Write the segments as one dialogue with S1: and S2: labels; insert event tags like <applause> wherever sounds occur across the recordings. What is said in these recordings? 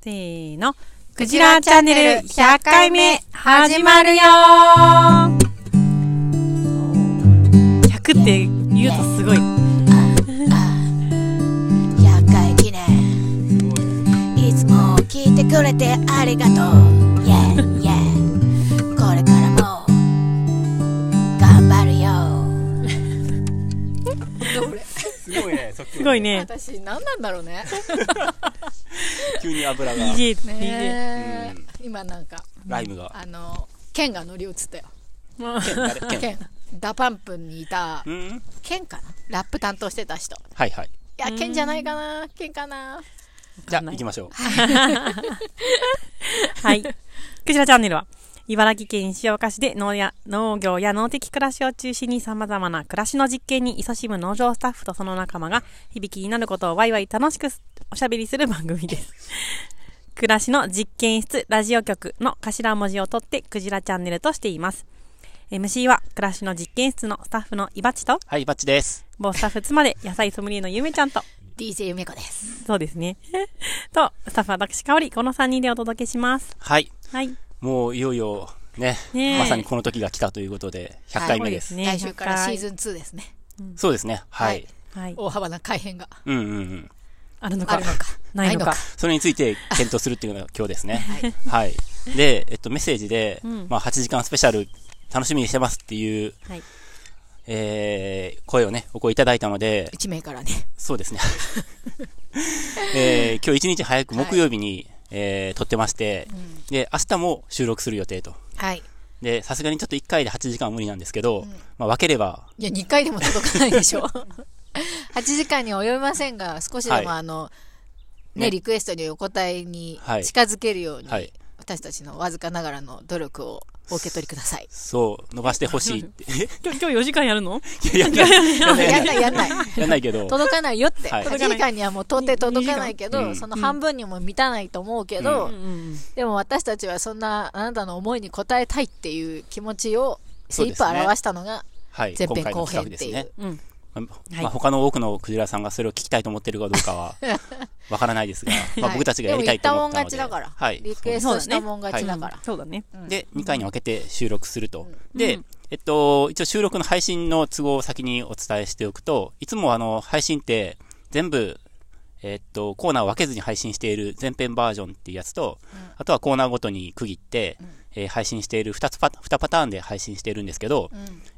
S1: せーの。クジラチャンネル100回目始まるよー !100 って言うとすごい。
S2: 100回記念いつも聞いてくれてありがとうイェイイェイこれからも頑張るよ
S3: すごいね、そっち
S1: すごい <laughs> ね。
S4: 私何なんだろうね
S3: 急に油が、
S1: DJ、DJ。
S4: ねえ今なんか
S3: ライムが。 <laughs>
S4: あの剣が乗り移ったよ
S3: 剣誰
S4: 剣
S3: 剣
S4: ダパンプにいた
S3: うん
S4: 剣かなラップ担当してた人い
S3: はいはい。
S4: や剣じゃないかな剣かな
S3: じゃあ、行きましょ
S1: はい。クジラチャンネルは、茨城県石岡市で農や農業や農的暮らしを中心に様々な暮らしの実験に勤しむ農場スタッフとその仲間が、響きになることをワイワイ楽しくおしゃべりする番組です。 <laughs> 暮らしの実験室ラジオ局の頭文字を取ってクジラチャンネルとしています。MC は暮らしの実験室のスタッフのいばちと
S3: う。、はい、バッチです。
S1: 某スタッフ妻で野菜ソムリエのゆめちゃんと、
S4: DJ ゆめこです
S1: そうですね。 <laughs> と、スタッフ私かおり、この3人でお届けします。
S3: はい。
S1: はい。
S3: もう、いよいよ、ね。
S1: ねえ
S3: まさにこの時が来たということで、100回目です。
S1: ね
S4: 来週からシー
S1: ン。
S4: ズン2ですね
S3: そうですね。は
S4: はい
S3: い。
S1: はい。
S4: 大幅な改変が
S3: うんうんうん。
S1: あるの
S4: あ
S1: か
S4: るの。か
S1: ないのか。
S3: それについて検討するっていうのが今日ですね。はい。で、えっと、メッセージで、まあ、8時間スペシャル楽しみにしてますっていう、
S1: はい。
S3: えー、声をね、お声いただいたので、
S4: 1名からね
S3: そうですね。 <laughs> えー今日一日早く木曜日に、えー撮ってまして、で、明日も収録する予定と。
S4: はい
S3: で、さすがにちょっと1回で8時間は無理なんですけど、まあ分ければ、
S4: いや2回でも届かないでしょ <laughs> 8時間には及びませんが少しで
S3: はい
S4: もあの、
S3: ね
S4: ね、リクエストにお答えに
S3: はい
S4: 近づけるように、
S3: はい
S4: 私たちのわずかながらの努力をお受け取りください。
S3: そう、伸ばしてほしいって。
S1: 今日、今日4時間やるの
S3: <laughs> いや、やんない。や
S4: <laughs> やん
S3: んな
S4: ないいやんない。
S3: <laughs> やんないけど、
S4: <laughs> 届かないよって、
S3: はい
S4: 8時間にはもう到底届かないけ
S3: にに
S4: ど、
S3: に
S4: その半分にも満たないと思うけど、
S1: うんうん。
S4: でも私たちはそんなあなたの思いに応えたいっていう気持ちを精一
S3: そうです
S4: 杯
S3: ね
S4: 表したのが、
S3: はい、
S4: 前
S3: 今
S4: 編
S3: 回
S4: 後
S3: の
S4: 編
S3: 企
S4: っ
S3: 画
S4: ていう
S3: です
S1: う
S3: ね。
S1: ん。
S3: ま
S1: はい
S3: まあ、他の多くのクジラさんがそれを聞きたいと思ってるかどうかは、わからないです
S4: <laughs>
S3: が、まあ、僕たちがやりたいと思ったので。
S4: でも言ったもん勝ちだから、
S3: はい。
S4: リクエストしたもん勝ちだから、
S1: そうだね。
S3: で、2回に分けて収録すると。で、えっと、一応収録の配信の都合を先にお伝えしておくと、いつもあの、配信って全部、えっと、コーナーを分けずに配信している前編バージョンっていうやつと、あとはコーナーごとに区切って、えー配信している2つパ、2パターンで配信しているんですけど、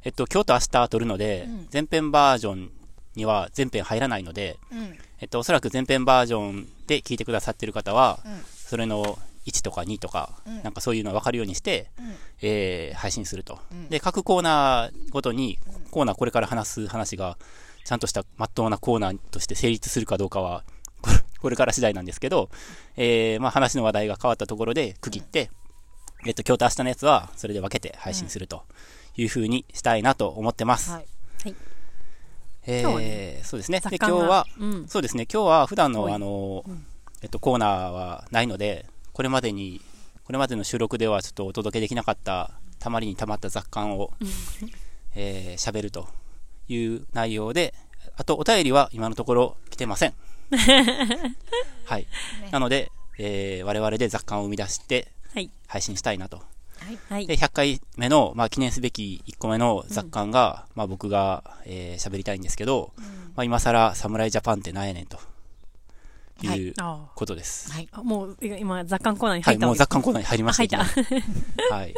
S3: えっと、今日と明日撮るので、前編バージョンには全編入らないので、
S4: うん
S3: えっと、おそらく前編バージョンで聞いてくださってる方は、それの1とか2とか、なんかそういうの分かるようにして、えー配信すると、で、各コーナーごとに、コーナーこれから話す話が、ちゃんとしたまっとうなコーナーとして成立するかどうかは、これこれから次第なんですけど、えーまあ話の話題が変わったところで区切って、えっと、今日と明日のやつは、それで分けて配信するというふうにしたいなと思ってます。
S4: はい
S3: え
S1: 今日は
S3: ーそうですね。で、
S1: 雑
S3: 今
S1: 感
S3: 日
S1: が
S3: は、
S1: うん
S3: そうですね、今日は普段
S1: 多い
S3: のあの、えっと、コーナーはないので、これまでに、これまでの収録ではちょっとお届けできなかった、たまりにたまった雑感を、えー、喋るという内容で、あと、お便りは今のところ来てま
S1: <laughs>
S3: せん。はい。なので、えー、我々で雑感を生み出して
S1: はい。
S3: 配信したいなと。
S1: はい
S3: で、。100回目の、まあ、記念すべき1個目の雑感が、まあ、僕が、えー、喋りたいんですけど、まあ、今更、侍ジャパンってなんやねんと、
S4: はい
S3: いう
S1: あ
S3: ことです。
S4: はい、
S1: あ。もう、今、雑感コーナーに
S3: は
S1: 入
S3: い、
S1: った
S3: も
S1: わ
S3: う
S1: け
S3: 雑感コーナーに入りましたけど、
S1: あ入
S3: <laughs>
S4: <laughs>
S3: はい。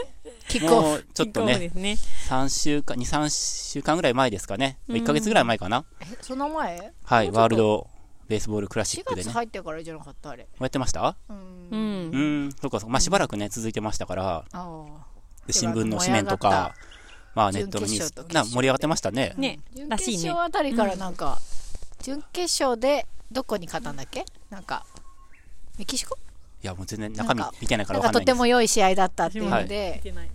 S4: キックオフ
S3: もう、ちょっと
S1: そう
S3: ね
S1: で、すね。
S3: 3週間、2、3週間ぐらい前ですかね。
S1: うん
S3: 1ヶ月ぐらい前かな。
S4: えその前
S3: はい、
S4: もうちょっと
S3: ワールドベースボールクラシ
S4: 4
S3: ックで
S4: 月
S3: ね。
S4: 入ってからじゃなかったあれ
S3: やってました
S4: う
S1: うん。
S3: うんん、そうかそうか。まあ、しばらくね、続いてましたから、
S4: ああ
S3: で新聞の紙面と
S4: 盛り上がっ
S3: か、まあ、ネットのニュー
S4: 準
S3: ス
S4: 決勝と、決
S3: な
S4: 勝
S3: 盛り上がってましたね。
S1: ね、
S4: 準
S1: らしい
S4: 決
S1: ね
S4: 勝。あたりからなんか、準決勝でどこに勝ったんだっけなんかメキシコ
S3: いや、もう全然中身
S4: なんか
S3: 見てないか
S4: な
S3: ら
S4: ん
S3: わか
S4: かと
S3: んないんで
S4: て
S3: す
S4: も良い試合だったっていうの
S1: 見
S4: で、
S1: てない。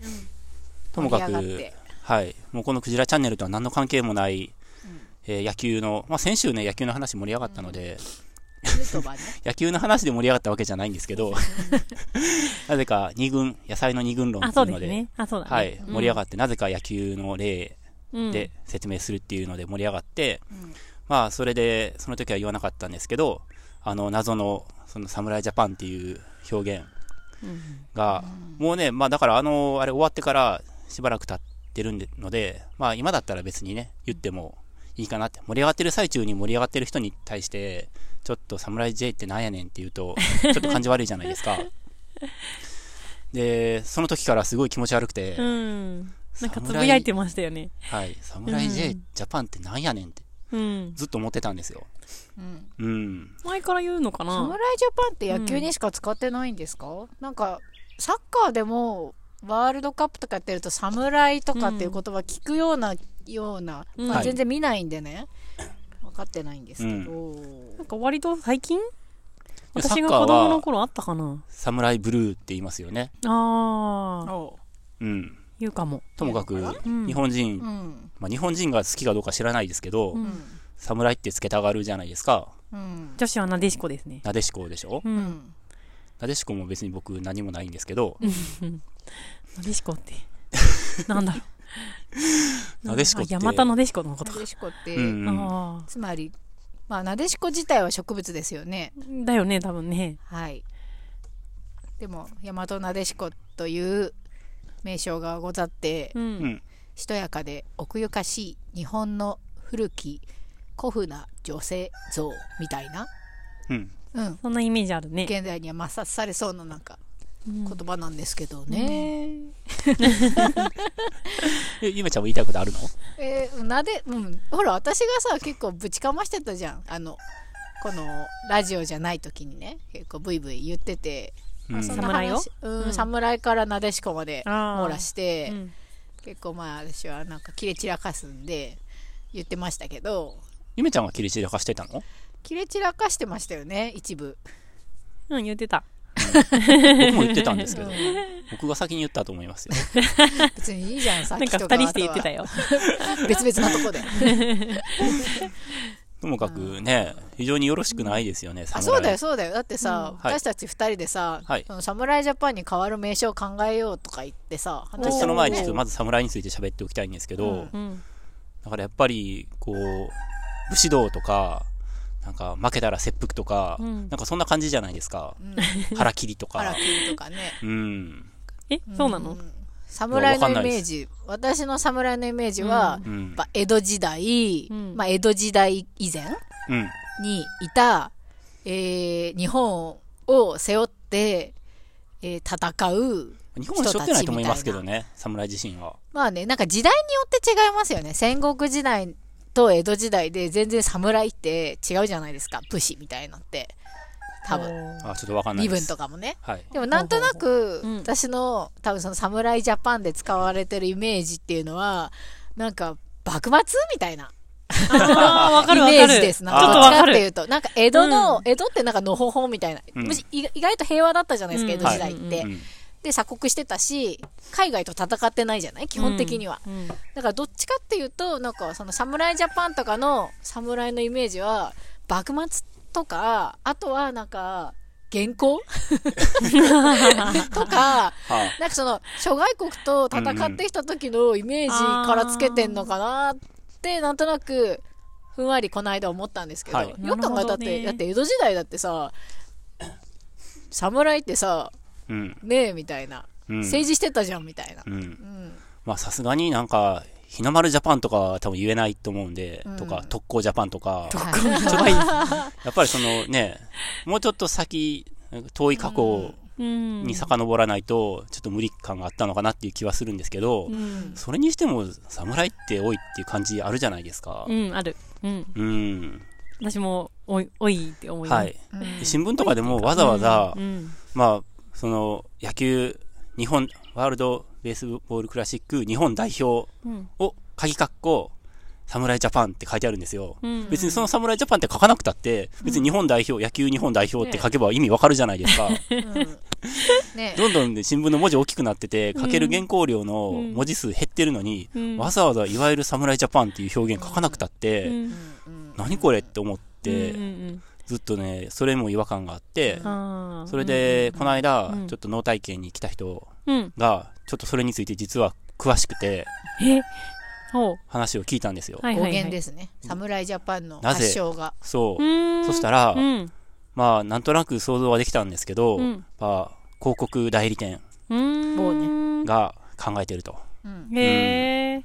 S3: ともか
S4: 盛り上がっ
S3: く
S4: て、
S3: はい、もうこのクジラチャンネルとは何の関係もない、えー野球の、まあ、先週ね、野球の話盛り上がったので、
S4: ヌートバーね
S3: 野球の話で盛り上がったわけじゃないんです
S4: <laughs>
S3: けど、なぜか二軍、野菜の二軍論
S1: あ、
S3: って
S1: そ
S3: いうう
S1: で
S3: の
S1: す
S3: で、
S1: ね。あ、そうだね。
S3: はい、盛り上がって、なぜか野球の例
S1: うん
S3: で説明するっていうので盛り上がって、まあ、それで、その時は言わなかったんですけど、あの、謎の、その、侍ジャパンっていう表現
S1: うん
S3: が、もうね、まあだからあの、あれ終わってからしばらく経ってるんでので、まあ今だったら別にね、言ってもいいかなって、盛り上がってる最中に盛り上がってる人に対して、ちょっと侍 J ってなんやねんって言うと、ちょっと感じ悪いじゃないですか。で、その時からすごい気持ち悪くて、
S1: うん。なんか
S3: 侍
S1: つぶやいてましたよね。
S3: はい、侍 J、
S1: うん
S3: ジャパンってなんやねんって
S1: うん。
S3: ずっと思ってたんですよ。
S4: うん
S3: うん。
S1: 前から言うのかな
S4: 侍ジャパンって野球にしか使ってないんですか、なんかサッカーでもワールドカップとかやってると侍とかっていう言葉聞くような、ような、
S1: うん
S4: ま
S3: は
S4: あ、
S3: い
S4: 全然見ないんでね、分かってないんですけど、
S1: なんか割と最近
S3: やサ
S1: 私
S3: ッ
S1: が
S3: カーは
S1: 子供の頃あったかな
S3: 侍ブルーって言いますよね。
S1: ああ、
S4: お
S3: うん。
S1: 言うかも。
S3: ともかく、
S1: うん
S3: 日本人、
S4: ううん
S3: まあ、日本人が好きかどうか知らないですけど、
S1: う
S4: うんん
S3: 侍ってつけたがるじゃないですか。
S4: うん
S1: 女子はなでしこですね。
S3: なでしこでしょ
S1: う。
S4: うんん
S3: なでしこも別に僕何もないんですけど、
S1: なでしこ
S4: <laughs>
S1: って。なんだろう。
S3: なでしこって
S1: あ山田なでしこのこと
S4: な
S1: か。
S4: でしこって、
S3: うんうん
S1: あ
S4: つまりまあなでしこ自体は植物ですよね
S1: あ。だよね、多分ね。
S4: はいでも大和なでしこという名称がござって
S1: う。
S3: うんん。
S4: しとやかで奥ゆかしい日本の古き古風な女性像みたいな、
S3: うん。
S4: うん、
S1: そんなイメージあるね。
S4: 現代には抹殺されそうななんか
S1: うん
S4: 言葉なんですけどね、
S3: え、ゆめちゃんも言いたいことあるの
S4: えーなでうんほら私がさ結構ぶちかましてたじゃんあのこのラジオじゃない時にね結構ブイブイ言ってて、
S3: うん
S4: そんな
S1: 侍を
S4: 話うん
S1: うん
S4: 侍からなでしこまで
S1: あー
S4: 網羅して、
S1: うん
S4: 結構まあ私はなんか切れ散らかすんで言ってましたけど
S3: ゆめちゃんは切り散らかしてたの
S4: 切れ散らかしてましたよね
S1: <laughs>
S4: 一部
S1: うん、言ってた。
S3: 僕も言ってたんですけど、僕が先に言ったと思いますよ。
S4: 別にいいじゃんさっ
S1: なん
S4: き
S1: か
S4: とか
S1: 二人して言ってた
S4: よ
S1: よ。
S4: 別々のとこで
S3: ともかくね、非常によろしくないですよね、
S4: あ
S3: 侍
S4: そうだよ。そうだよだってさ、
S3: はい
S4: 私たち二人でさ、
S3: はい
S4: その侍ジャパンに代わる名称を考えようとか言ってさ話
S3: 私
S4: し
S3: そ
S4: た
S3: の前にちょっと
S4: ま
S3: まず侍について喋っておきたいんですけど、
S4: うん
S1: うん。
S3: だからやっぱり、こう、武士道とか、なんか負けたら切腹とか、
S1: うん
S3: なんかそんな感じじゃないですか。
S4: うん、
S3: 腹切りと
S4: ハラ
S3: か
S4: キ。リとかね
S3: うん。
S1: え、そうなの
S4: ん侍のイメージ私の侍のイメージは、
S3: う
S4: やっ
S3: ん。
S4: ぱ江戸時代、
S1: うん
S4: まあ、江戸時代以前
S3: うん。
S4: にいた、えー日本を背負って、えー戦う
S3: 日本は背負ってないと思いますけどね、侍自身は。
S4: まあね、なんか時代によって違いますよね。戦国時代と江戸時代で全然侍って違うじゃないですか。武士みたいなって。多分。
S3: あ、ちょっとわかんない
S4: 身
S3: です。
S4: 分とかもね。
S3: はい。
S4: でもなんとな
S1: ほ
S4: く
S1: うほううん、
S4: 私の多分その侍ジャパンで使われてるイメージっていうのは、なんか幕末みたいな
S1: ああ、わか
S4: イ
S1: るわかる。
S4: メージです。なん
S3: あ
S4: か
S3: ー
S4: どっちかっていうと。なんか江戸の、
S1: う
S4: 江戸ってなんかのほほんみたいな。
S3: うん
S4: むし意意外と平和だったじゃないですか、
S1: うん
S4: 江戸時代って。
S1: はい
S3: うん。
S4: で、鎖国してたし、海外と戦ってないじゃない基本的には。
S1: うん。
S4: だからどっちかっていうとなんかその侍ジャパンとかの侍のイメージは幕末とかあとはなんか元寇 <laughs> とか
S3: は
S4: なんかその諸外国と戦ってきた時のイメージからつけてんのかなってなんとなくふんわりこの間思ったんですけど、
S3: はい
S4: よく考えたっ
S1: なるほどね
S4: て、だって江戸時代だってさ侍ってさ
S3: うん。
S4: ねえみたいな、
S3: うん。
S4: 政治してたじゃんみたいな
S3: う、ん。
S4: うん、
S3: まあさすがになんか、日の丸ジャパンとかは多分言えないと思うんで、
S4: うん
S3: とか、特攻ジャパンと
S4: は
S3: か、
S4: い
S3: ちょっとやっぱりそのね、もうちょっと先、遠い過去
S1: うん。
S3: に遡らないと、ちょっと無理感があったのかなっていう気はするんですけど
S1: う、ん。
S3: それにしても、侍って多いっていう感じあるじゃないですか
S1: う。ん、ある。うん。
S3: うん。
S1: 私も、おい、おいって思います。
S3: は
S1: うん。
S3: い。
S4: うん
S3: 新聞とかでもわざわざ
S1: う、ん。
S3: まあ、その野球、日本、ワールドベースボールクラシック日本代表
S1: うん。
S3: を鍵括弧、侍ジャパンって書いてあるんですよ。
S1: うん
S3: 別にその侍ジャパンって書かなくたって、別に日本代表、野球日本代表って書けば意味わかるじゃないですか。
S4: うんね
S3: どんどんね新聞の文字大きくなってて、書ける原稿料の文字数減ってるのに、
S1: うん
S3: わざわざいわゆる侍ジャパンっていう表現書かなくたって、
S1: うん
S4: うん
S3: 何これって思って、
S1: うんうん
S3: ずっとね、それも違和感があって
S1: うん、ああ。
S3: それで、この間
S1: うん、
S3: ちょっと脳体験に来た人
S1: うん。
S3: が、ちょっとそれについて実は詳しくて、
S1: え、ほう。
S3: 話を聞いたんですよ。
S1: はいはい、
S4: 語
S1: はい。。
S4: 源ですすね。侍ジャパンの
S3: なぜ
S4: 発祥が。
S3: そうう。
S1: ーん。
S3: そしたら
S1: う、ん。
S3: まあ、なんとなく想像はできたんですけど、
S1: うん
S3: まあ、広告代理店
S1: うーん。
S4: も
S3: が考えてると。
S4: うん、
S1: へえ。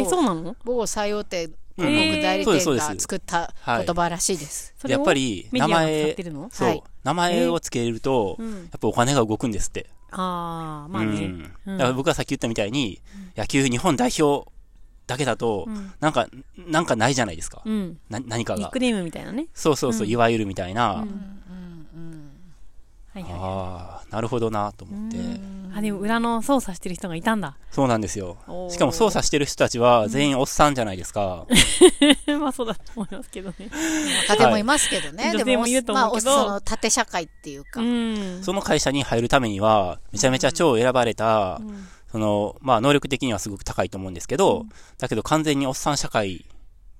S1: え、そうなの
S4: 某最大手
S3: うん
S1: へー
S4: 僕代理
S3: そうで
S4: 店
S3: すそうです
S4: が作った
S3: はい
S4: 言葉らしいです。
S1: それ
S3: や
S1: を
S3: っぱり、
S1: メデ
S3: 名
S1: ィアが使っ
S3: 前
S1: て、るの
S3: そう、
S4: はい
S3: 名前をつけると、
S1: う
S3: や
S1: ん。
S3: っぱお金が動くんですって。
S1: ああ、まあ
S3: うん
S1: ね。うん
S3: だから僕がさっき言ったみたいに、野球日本代表だけだと、
S1: うん
S3: なんか、なんかないじゃないですか。
S1: うん。
S3: な何か
S1: ニッ
S3: が
S1: ク。ネームみたいなね。
S3: そうそうそう、
S1: うん
S3: いわゆるみたい
S1: う
S3: な、
S4: うん
S1: ん
S4: うん
S1: はいはい。
S3: ああ、なるほどなと思って、
S4: うん
S1: あ、でも裏の操作してる人がいたんだ。
S3: そうなんですよ。
S4: おー
S3: しかも操作してる人たちは全員おっさんじゃないですか。
S1: <laughs> まあそうだと思いますけどね。
S4: 若手もいますけどね。
S1: はい
S4: で
S1: 女性もいると思うけど
S4: まあ、その縦社会っていうか。
S1: うん。
S3: その会社に入るためには、めちゃめちゃ超選ばれた、
S1: うん
S3: その、まあ能力的にはすごく高いと思うんですけど、だけど完全におっさん社会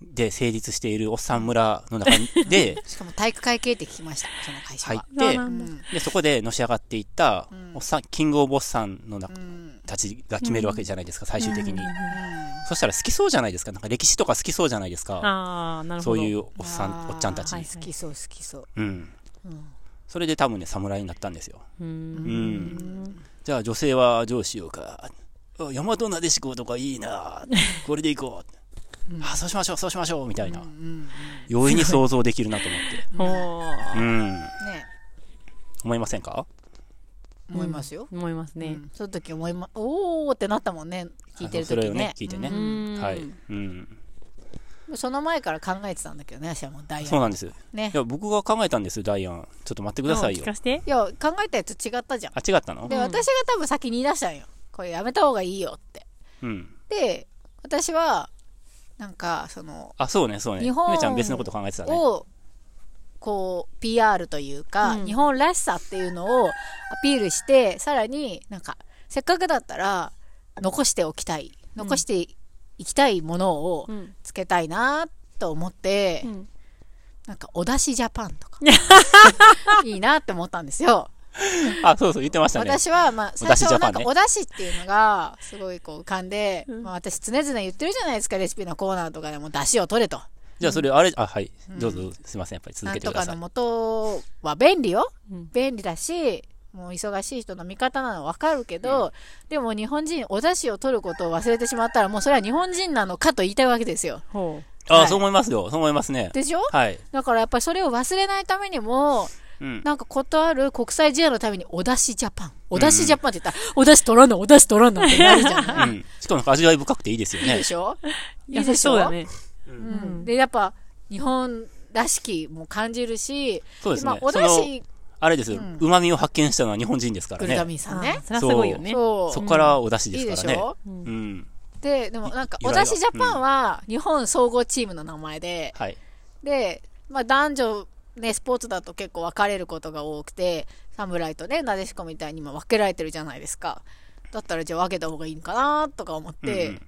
S3: で成立しているおっさん村の
S1: <laughs>
S3: 中で
S4: しかも体育会系って聞きました、その会社
S3: 入っ
S4: は。
S1: そう
S3: て
S1: な、
S4: うん
S1: だ
S4: ん
S3: で、そこでのし上がっていった、おっさん、キングオブおっさんのな
S4: うん
S3: たちが決めるわけじゃないですか、最終的に。
S4: うん
S3: そしたら好きそうじゃないですか。なんか歴史とか好きそうじゃないですか。
S1: ああ、なるほ
S3: そ
S1: ど。
S3: ういうおっさ
S4: あ
S3: ん、
S4: ー
S3: おっちゃんたち
S1: はい。
S4: 好きそう好きそう。
S3: うん。
S4: うん
S3: それで多分ね、侍になったんですよ。
S1: う。
S3: うんん。じゃあ女性はどうしようか。あ大和なでしことかいいな。これでいこ
S4: <laughs>
S3: う。あ、そうしましょう、そうしましょう、みたいな。
S4: うん
S3: 容易に想像できるなと思って。
S1: おー
S4: <laughs>
S3: うん。
S4: ね
S3: 思いませんか
S4: 思いますよ。
S1: 思います
S4: う
S1: ね。
S4: んその時思いま、おーってなったもんね。聞いてる
S3: あのそれ
S4: 時
S3: をね
S4: ね、
S3: 聞いてね
S1: う。ん。
S3: はい。うん。
S4: その前から考えてたんだけどね、私はもうダイヤ
S3: そうなんです。い
S4: ね。
S3: や、僕が考えたんですよ、ダイアン。ちょっと待ってください
S1: 聞
S3: よ。
S1: かして。
S4: いや、考えたやつ違ったじゃん。
S3: あ、違ったの
S4: で、私が多分先に言い出したんよ。これやめた方がいいよって。
S3: うん。
S4: で、私は、なんか、その、
S3: あ、そうね、そうね。
S4: 日
S3: ゆ
S4: 本
S3: めちゃん別のこと考えてたね。
S4: を、こう、PR というか、
S1: うん
S4: 日本らしさっていうのをアピールして、さらになんか、せっかくだったら、残しておきたい。残していきたいものを
S1: うん。
S4: つけたいなと思って、
S1: うん
S4: なんか、お出しジャパンとか、
S1: <laughs>
S4: いいなって思ったんですよ。
S3: あ、そうそう、言ってましたね。
S4: 私は、まあ、
S3: お
S4: 最
S3: 出汁
S4: 初はなん
S3: ジャパン
S4: か
S3: ね、
S4: お出汁っていうのが、すごいこう浮かんで、
S1: ん
S4: まあ、私常々言ってるじゃないですか、レシピのコーナーとかでも、出汁を取れと。
S3: じゃあ、それ、あれ、あ、はい。どうぞ、すいません。やっぱり続
S4: なん
S3: けて
S4: と
S3: くだ
S4: か
S3: さ
S4: の
S3: い。
S4: 元は便利よ。
S1: うん
S4: 便利だし、もう忙しい人の味方なの分かるけど、でも日本人、お出汁を取ることを忘れてしまったら、もうそれは日本人なのかと言いたいわけですよ。
S1: ほ
S3: あ、そう思いますよ。そう思いますね。
S4: でしょ
S3: はい。
S4: だからやっぱりそれを忘れないためにも、
S3: うん。
S4: なんかことある国際試合のために、お出汁ジャパン。お出汁ジャパンって言ったら、お出汁取らんの、お出汁取らんのってなるじゃない。
S3: うん。しかもなんか味わい深くていいですよ
S4: いい
S3: ね
S4: で。しょ
S1: う。
S4: いい
S1: 優
S4: で
S1: し
S4: し
S1: そ
S4: ょ
S1: うだね。
S4: うんでやっぱ日本らしきも感じるし、
S3: そうです
S4: まあ
S3: ね。
S4: お
S3: そ
S4: だ
S3: の
S4: し
S3: あれですよ
S4: うん。
S3: うまみを発見したのは日本人ですか
S4: グ
S3: ら
S4: ルタ
S3: ね。
S4: ミンさん
S1: あ
S4: ね
S1: ー。それはすごいよね。
S4: そう
S3: そこからお出汁
S4: いい
S3: で
S4: ですし
S3: からね。
S4: ょ
S1: うん
S3: うん。
S4: ででもなんか
S3: い
S4: お
S3: いろい
S4: だ
S3: ろ
S4: しジャパンは日本総合チームの名前で、
S3: はい。
S4: で、まあ、男女ねスポーツだと結構分かれることが多くて侍とねなでしこみたいに今分けられてるじゃないですかだったらじゃあ分けた方がいいんかなとか思っ
S3: う
S4: て
S3: ん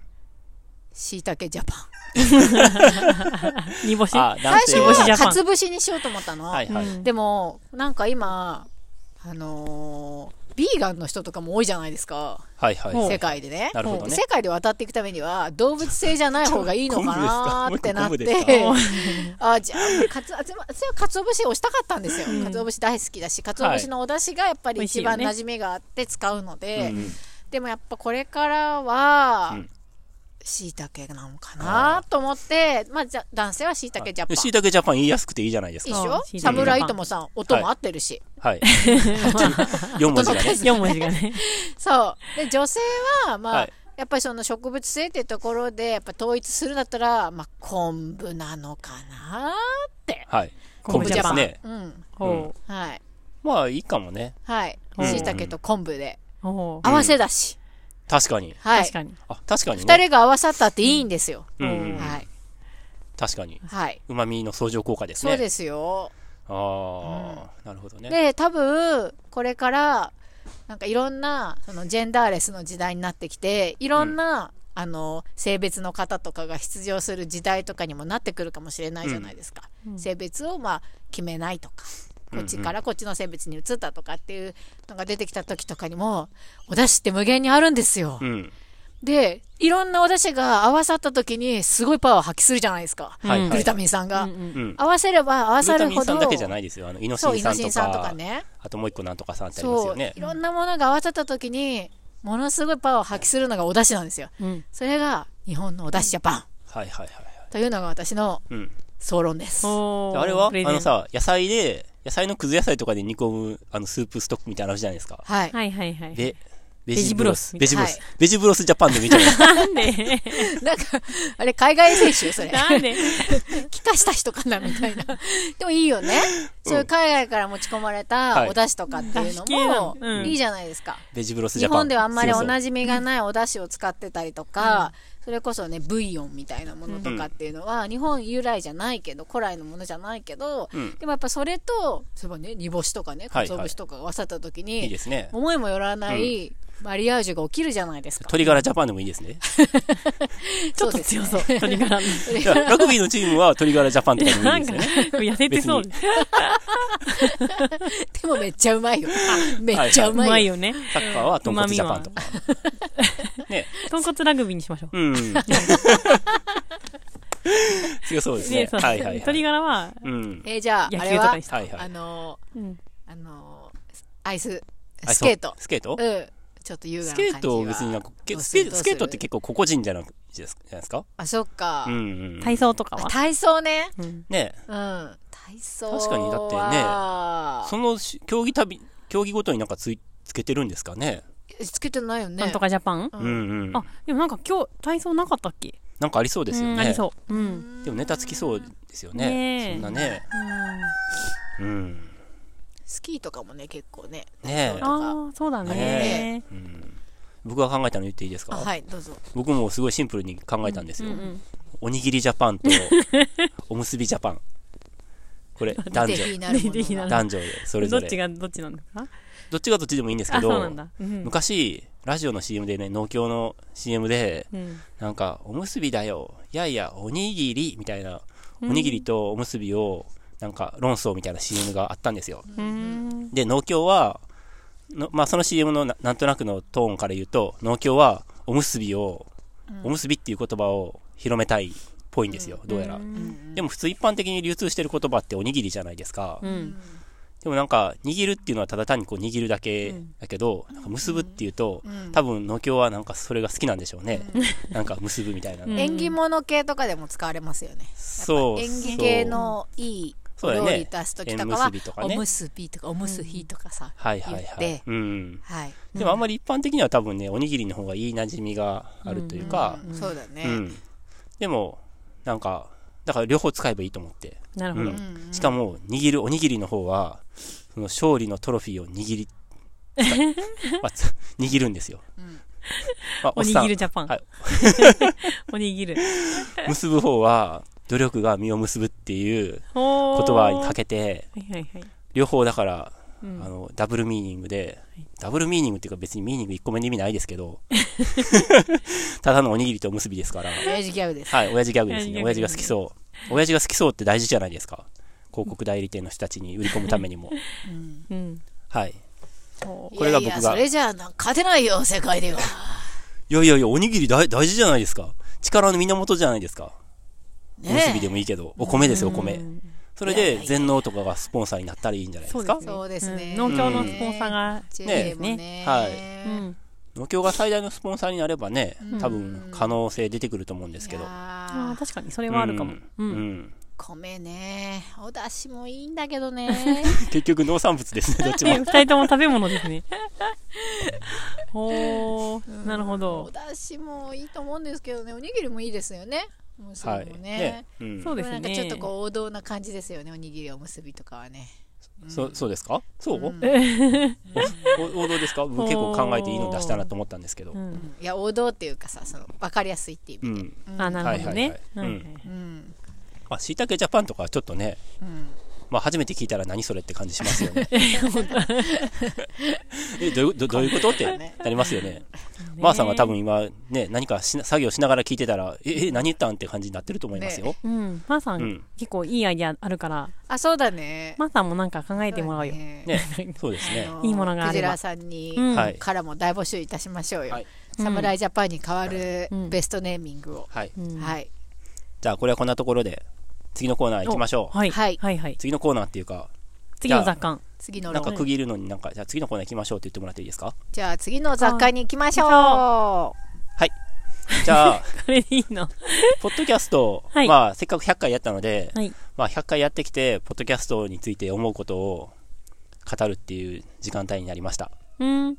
S4: しいたけジャパン
S1: 煮干し。
S3: あ、
S4: 最
S3: 男
S4: 初
S3: 性
S1: 煮干しジャ
S4: は
S1: パン
S4: かつ節にしようと思ったの、
S3: はいはい。
S1: うん
S4: でもなんか今あのービーガンの人とかも多いじゃないですか
S3: はいはい。
S1: うん
S4: 世界でね
S3: なるほどね
S4: 世界で渡っていくためには動物性じゃない方がいいのかなーってなっ
S3: 昆布ですか
S4: て <laughs> あじゃあかつあつま私はかつお節をしたかったんですよ、かつお節大好きだしかつお節のお出汁がやっぱり一番
S1: 美
S4: 馴
S1: 味
S4: 染みがあって使うので、
S3: うん
S4: でもやっぱこれからは
S3: うん
S4: しいたけなのかなと思ってまあじゃ男性はしいたけジャパン、
S3: しいたけジャパン言いやすくていいじゃないです
S4: 一
S3: か。
S1: うん
S4: 緒
S1: 椎茸
S4: 侍ともさん音も合ってるし、 <laughs>
S3: はい。4文字がね。
S1: 4文字が
S3: <laughs>
S1: ね。
S4: そうで女性はまあ、
S3: はい
S4: やっぱりその植物性っていうところでやっぱ統一するんだったら、まあ、昆布なのかなって
S3: はい。
S1: 昆
S3: 昆
S1: 布
S3: 布
S1: ジ
S3: で
S1: ャパ
S3: す
S1: ン
S3: ね。
S4: うん
S1: ほ
S4: はい
S3: まあいいかもね。
S4: はい
S1: うん
S4: しいたけと昆布で
S1: う。ほう。
S4: 合わせだし、
S3: 確かに。
S4: はい
S1: 確かに。
S3: あ、確かに
S4: 二
S3: ね。
S4: 人が合わさったっていいんですよ、
S3: うんうん
S4: は。い
S3: 確かに。
S4: はい、
S3: うまみの相乗効果ですね。
S4: そうですよ
S3: ああ、なるほどね。
S4: で多分これからなんかいろんなそのジェンダーレスの時代になってきていろんな、あの性別の方とかが出場する時代とかにもなってくるかもしれないじゃないですか、
S1: うん
S4: 性別をまあ決めないとか
S3: うん
S4: こっちからこっちの性別に移ったとかっていうのが出てきた時とかにもお出汁って無限にあるんですよ、
S3: うん。
S4: で、いろんな私が合わさった時にすごいパワー発揮するじゃないですか。
S3: はい、
S4: グ
S3: は
S4: ル
S3: い。
S4: タミン酸が。
S1: うんうん
S3: うん。
S4: 合わせれば合わ
S3: グ
S4: さ
S3: ルタ
S4: る
S3: ミン
S4: ほ
S3: 酸
S4: ど。
S3: だけじゃないですよ。あの、イノシ
S4: そう、イ
S3: ン
S4: ノシン
S3: 酸
S4: 酸
S3: と
S4: とか
S3: か、
S4: ね。
S3: あともう一個なんとか酸ってあります
S4: そ
S3: よ
S4: う、
S3: ね
S4: い。ろんなものが合わさった時に、ものすごいパワーを発揮するのがお出汁なんですよ。
S1: うん
S4: それが、日本のお出汁ジャパン
S3: はいはいはいはい。
S4: というのが私の
S3: うん。
S4: 総論です。
S1: おー
S3: あれはあ
S1: プレゼン
S3: のさ、野菜で、野菜のくず野菜とかで煮込む、あの、スープストックみたいなのあるじゃないですか。
S4: はい。
S1: はいはいはい。
S3: ベ、ベ
S1: ジブロス
S3: ベジブロス。
S4: は
S3: ベジブロスジャパンで見てる。
S1: なんで
S3: <laughs>
S4: なんか、あれ、海外選手よそれ。
S1: なんで
S4: 帰化した人かなみた
S3: <laughs>
S4: いな。でもいいよね。そういう海外から持ち込まれた
S3: はい
S4: お出汁とかっていう
S1: 出汁系な
S4: の
S1: のう
S4: も、
S1: ん
S4: いいじゃないですか。
S3: ベジブロスジ
S4: 日
S3: ャパン。
S4: 本ではあんまりお馴
S3: じ。
S4: 染みがないお出汁を使ってたりとか、それこそねブイヨンみたいなものとかっていうのは、日本由来じゃないけど古来のものじゃないけど、
S3: うん
S4: でもやっぱそれとそういえばね煮干しとかね
S3: はいはい
S4: 鰹節とかが合わさった時に、
S3: いいですね。
S4: 思いもよらないマリアージュが起きるじゃないですか、
S3: 鶏ガラジャパンでもいいですね。
S1: ちょっと強そう。
S4: <laughs> ですね
S1: 鶏ガラ。
S3: いやラグビーのチームは鶏ガラジャパンとかでも
S1: ない
S3: い
S1: ん
S3: です
S1: か、
S3: ね。
S1: 痩せてそう。
S3: 別
S4: でもめっちゃう
S3: <laughs>
S4: まいよめっちゃう
S1: う
S4: ま
S1: ま
S4: い
S1: い
S4: よ
S1: よね。
S3: サッカーは豚骨ジャパンとか。ね。
S1: 豚骨ラグビーにしましょう。
S3: うん。 <laughs> 強そうですね。
S1: そう
S3: はいはいは
S1: 鶏
S3: い。
S1: ガラは、
S3: うん。
S4: えーじゃあ
S1: 野
S4: あ
S1: 球
S4: れ
S1: とか
S4: は
S1: にし
S3: はいは
S4: あ
S3: い。
S4: の
S1: うん
S4: ーあのーアイス
S3: あ
S4: スケート
S3: そうスケート
S4: うんちょっと優雅
S3: ス
S4: な感じ
S3: ケート別になんか
S4: は、
S3: け
S4: どう
S3: ス
S4: す
S3: ケ
S4: る
S3: ー
S4: どう
S3: トス
S4: す
S3: ケ
S4: る
S3: ートって結構個々人じゃなくじゃないですか
S4: あそっか、
S3: うんうん。
S1: 体操とか
S4: あ
S1: は。
S4: 体操ね
S1: うん
S3: ね
S4: うん体操
S3: 確かにだってね
S4: は
S3: そのし競技旅、競技ごとになんかついつけてるんですかね。
S4: つけてないよね
S1: なんとかジャパン
S4: う
S3: うん
S4: ん
S3: うん。
S1: あ、でもなんか今日体操なかったっけ
S3: なんかありそうですよ
S1: うんあり
S3: ね。
S1: そう。うん。
S3: でもネタつきそうですよ
S1: ねえ
S3: ね。そんなね。うん。
S4: スキーとかもね結構ね
S3: ねえ
S4: そう
S1: ああ、そうだね
S4: ね。
S3: うん僕が考えたの言っていいです
S4: あ
S3: か
S4: はいどうぞ
S3: 僕もすごいシンプルに考えたんですよ。
S1: うんうん
S3: おにぎりジャパンと、おむすびジャパン。
S1: <laughs>
S3: これ、
S4: デ
S3: 男女
S4: リ。ーなるもの
S1: デリーなる
S3: 男女で、それ
S1: ど
S3: ぞ
S1: っ
S3: れ。
S1: ちがどっちなんですか
S3: どっちがどっちでもいいんですけ
S1: あ、そうな
S3: ど
S1: ん、だ。うん。
S3: 昔、ラジオの CM でね、農協の CM で、
S1: うん
S3: なんか、おむすびだよ。いやいや、おにぎり。みたいな、おにぎりとおむすびを、なんか、論争みたいな CM があったんですよ。
S1: うん。
S3: で、農協は、のまあ、その CM のななんとなくのトーンから言うと、農協は、おむすびを、おむすびっていう言葉を広めたいっぽいんですよ、どうやら。でも普通一般的に流通してる言葉っておにぎりじゃないですか。
S1: うん。
S3: でもなんか、握るっていうのはただ単にこう握るだけだけど、なんか結ぶっていうと、多分農協はなんかそれが好きなんでしょうね。なんか結ぶみたいな。
S1: うん
S4: 縁起物系とかでも使われますよね
S3: そう。
S4: 縁起系のいい
S3: そ
S4: お
S3: うだよ
S4: 料
S3: ね
S4: 理出す時とか
S3: 縁
S4: は
S3: 結びとか
S4: お
S3: ね
S4: むすびとかおむすひとかさ
S3: はいはいは
S4: 言っ
S3: い
S4: て。
S3: うん。
S4: はい
S3: でもあんまり一般的には多分ね、おにぎりの方がいい馴染みがあるというか、
S4: そうだ
S3: う
S4: ね
S3: ん。でも、なんか、だから両方使えばいいと思って。
S1: なるほ
S3: う
S1: ど。
S3: ん、しかも握るおにぎりの方はその勝利のトロフィーを握 <laughs> りまあ <laughs> つ握るんですよ、まあ、
S1: おに
S3: っさん
S1: ぎるジャパン
S3: はい。
S1: <laughs> おにぎる。
S3: 結ぶ方は努力が実を結ぶっていう
S1: お
S3: 言
S1: ー
S3: 葉にかけて
S1: はいはいはい。
S3: 両方だから、あのダブルミーニングで、ダブルミーニングっていうか別にミーニング1個目の意味ないですけ <laughs> どただのおにぎりとおむすびですから
S4: 親父ギャグです
S3: はい親父ギャグですね
S1: 親
S3: 親
S1: 父ギ
S3: 父
S1: ャグ
S3: が好きそう親父が好きそうって大事じゃないですか広告代理店の人たちに売り込むためにも
S1: うん。
S3: はい
S1: おー
S3: これが僕が
S4: いやいやそれじゃあなんか勝てないよ世界ではい
S3: やいやいや、おにぎり大大事じゃないですか。力の源じゃないですか。おむすびでもいいけど、お米ですよ、お米。それ
S4: いやいやい
S3: で
S4: や、
S3: 全農とかがスポンサーになったらいいんじゃないですか。
S4: そうですね
S1: ん農協のスポンサーが。
S4: JA もね
S3: ねは
S1: うん。
S3: 農協が最大のスポンサーになればね、多分可能性出てくると思うんですけど。
S1: ああ
S4: あ
S1: ー、確かに、それはあるかも。
S3: う
S1: うんん。
S3: うん
S4: 米ねお出汁もいいんだけどね
S3: 結局農産物ですね、どっ
S1: <laughs>
S3: ち
S1: ね二。
S3: も
S1: 人とも食べ物ですね。 <laughs> おー、なるほ
S4: お
S1: ど。
S4: 出汁もいいと思うんですけどねおにぎりもいいですよねおむすび
S3: はい。
S4: も
S3: ね
S4: ね。
S3: うん
S1: そう
S4: で
S1: で
S4: もな
S1: す
S4: んかちょっと
S1: ね。
S4: こう王道な感じですよねおにぎりおむすびとかはね
S3: そそうですかそう
S4: うん
S3: おお王道ですか僕結構考えていいの出したなと思ったんですけど
S1: う。ん。
S4: いや王道っていうかさその分かりやすいっていう
S3: う
S4: 意味で
S3: ん。
S1: あ、なるほどね。
S3: はいはいはい
S1: はいはい
S4: うん
S3: まあ、しいたけジャパンとかはちょっとね、
S4: うん
S3: まあ、初めて聞いたら何それって感じしますよね。えどういうどどういうことってなりますよね。まーさんが多分今、ね、何かしな作業しながら聞いてたら、え、え何言ったんって感じになってると思いますよ。
S1: うん。まーさ
S3: うんん、
S1: 結構いいアイディアあるから、
S4: あそうだね
S1: まーさんもなんか考えてもらおうよ。
S4: ね
S3: ね、そうですね。
S1: いいものがあれば
S4: クジラさんに
S1: うん
S3: はい
S4: からも大募集いたしましょうよ、
S3: はい
S4: 侍ジャパンに変わる
S1: うん
S4: ベストネーミングを。
S3: はい。
S1: うん
S4: はい。
S3: じゃあ、これはこんなところで、次のコーナー行きましょう。
S1: はい。
S4: は
S1: はいい。はい。
S3: 次のコーナーっていうか、
S1: 次の雑感。
S4: 次の
S3: な
S4: 論
S3: んか区切るのになんか、じゃあ次のコーナー行きましょうって言ってもらっていいですか
S4: じゃあ次の雑貨に行きましょう。
S3: じゃあ、
S1: これでいいの。
S3: ポッドキャスト、
S1: はい
S3: まあ、せっかく100回やったので、
S1: はい。
S3: まあ、100回やってきて、ポッドキャストについて思うことを語るっていう時間帯になりました。
S1: うん。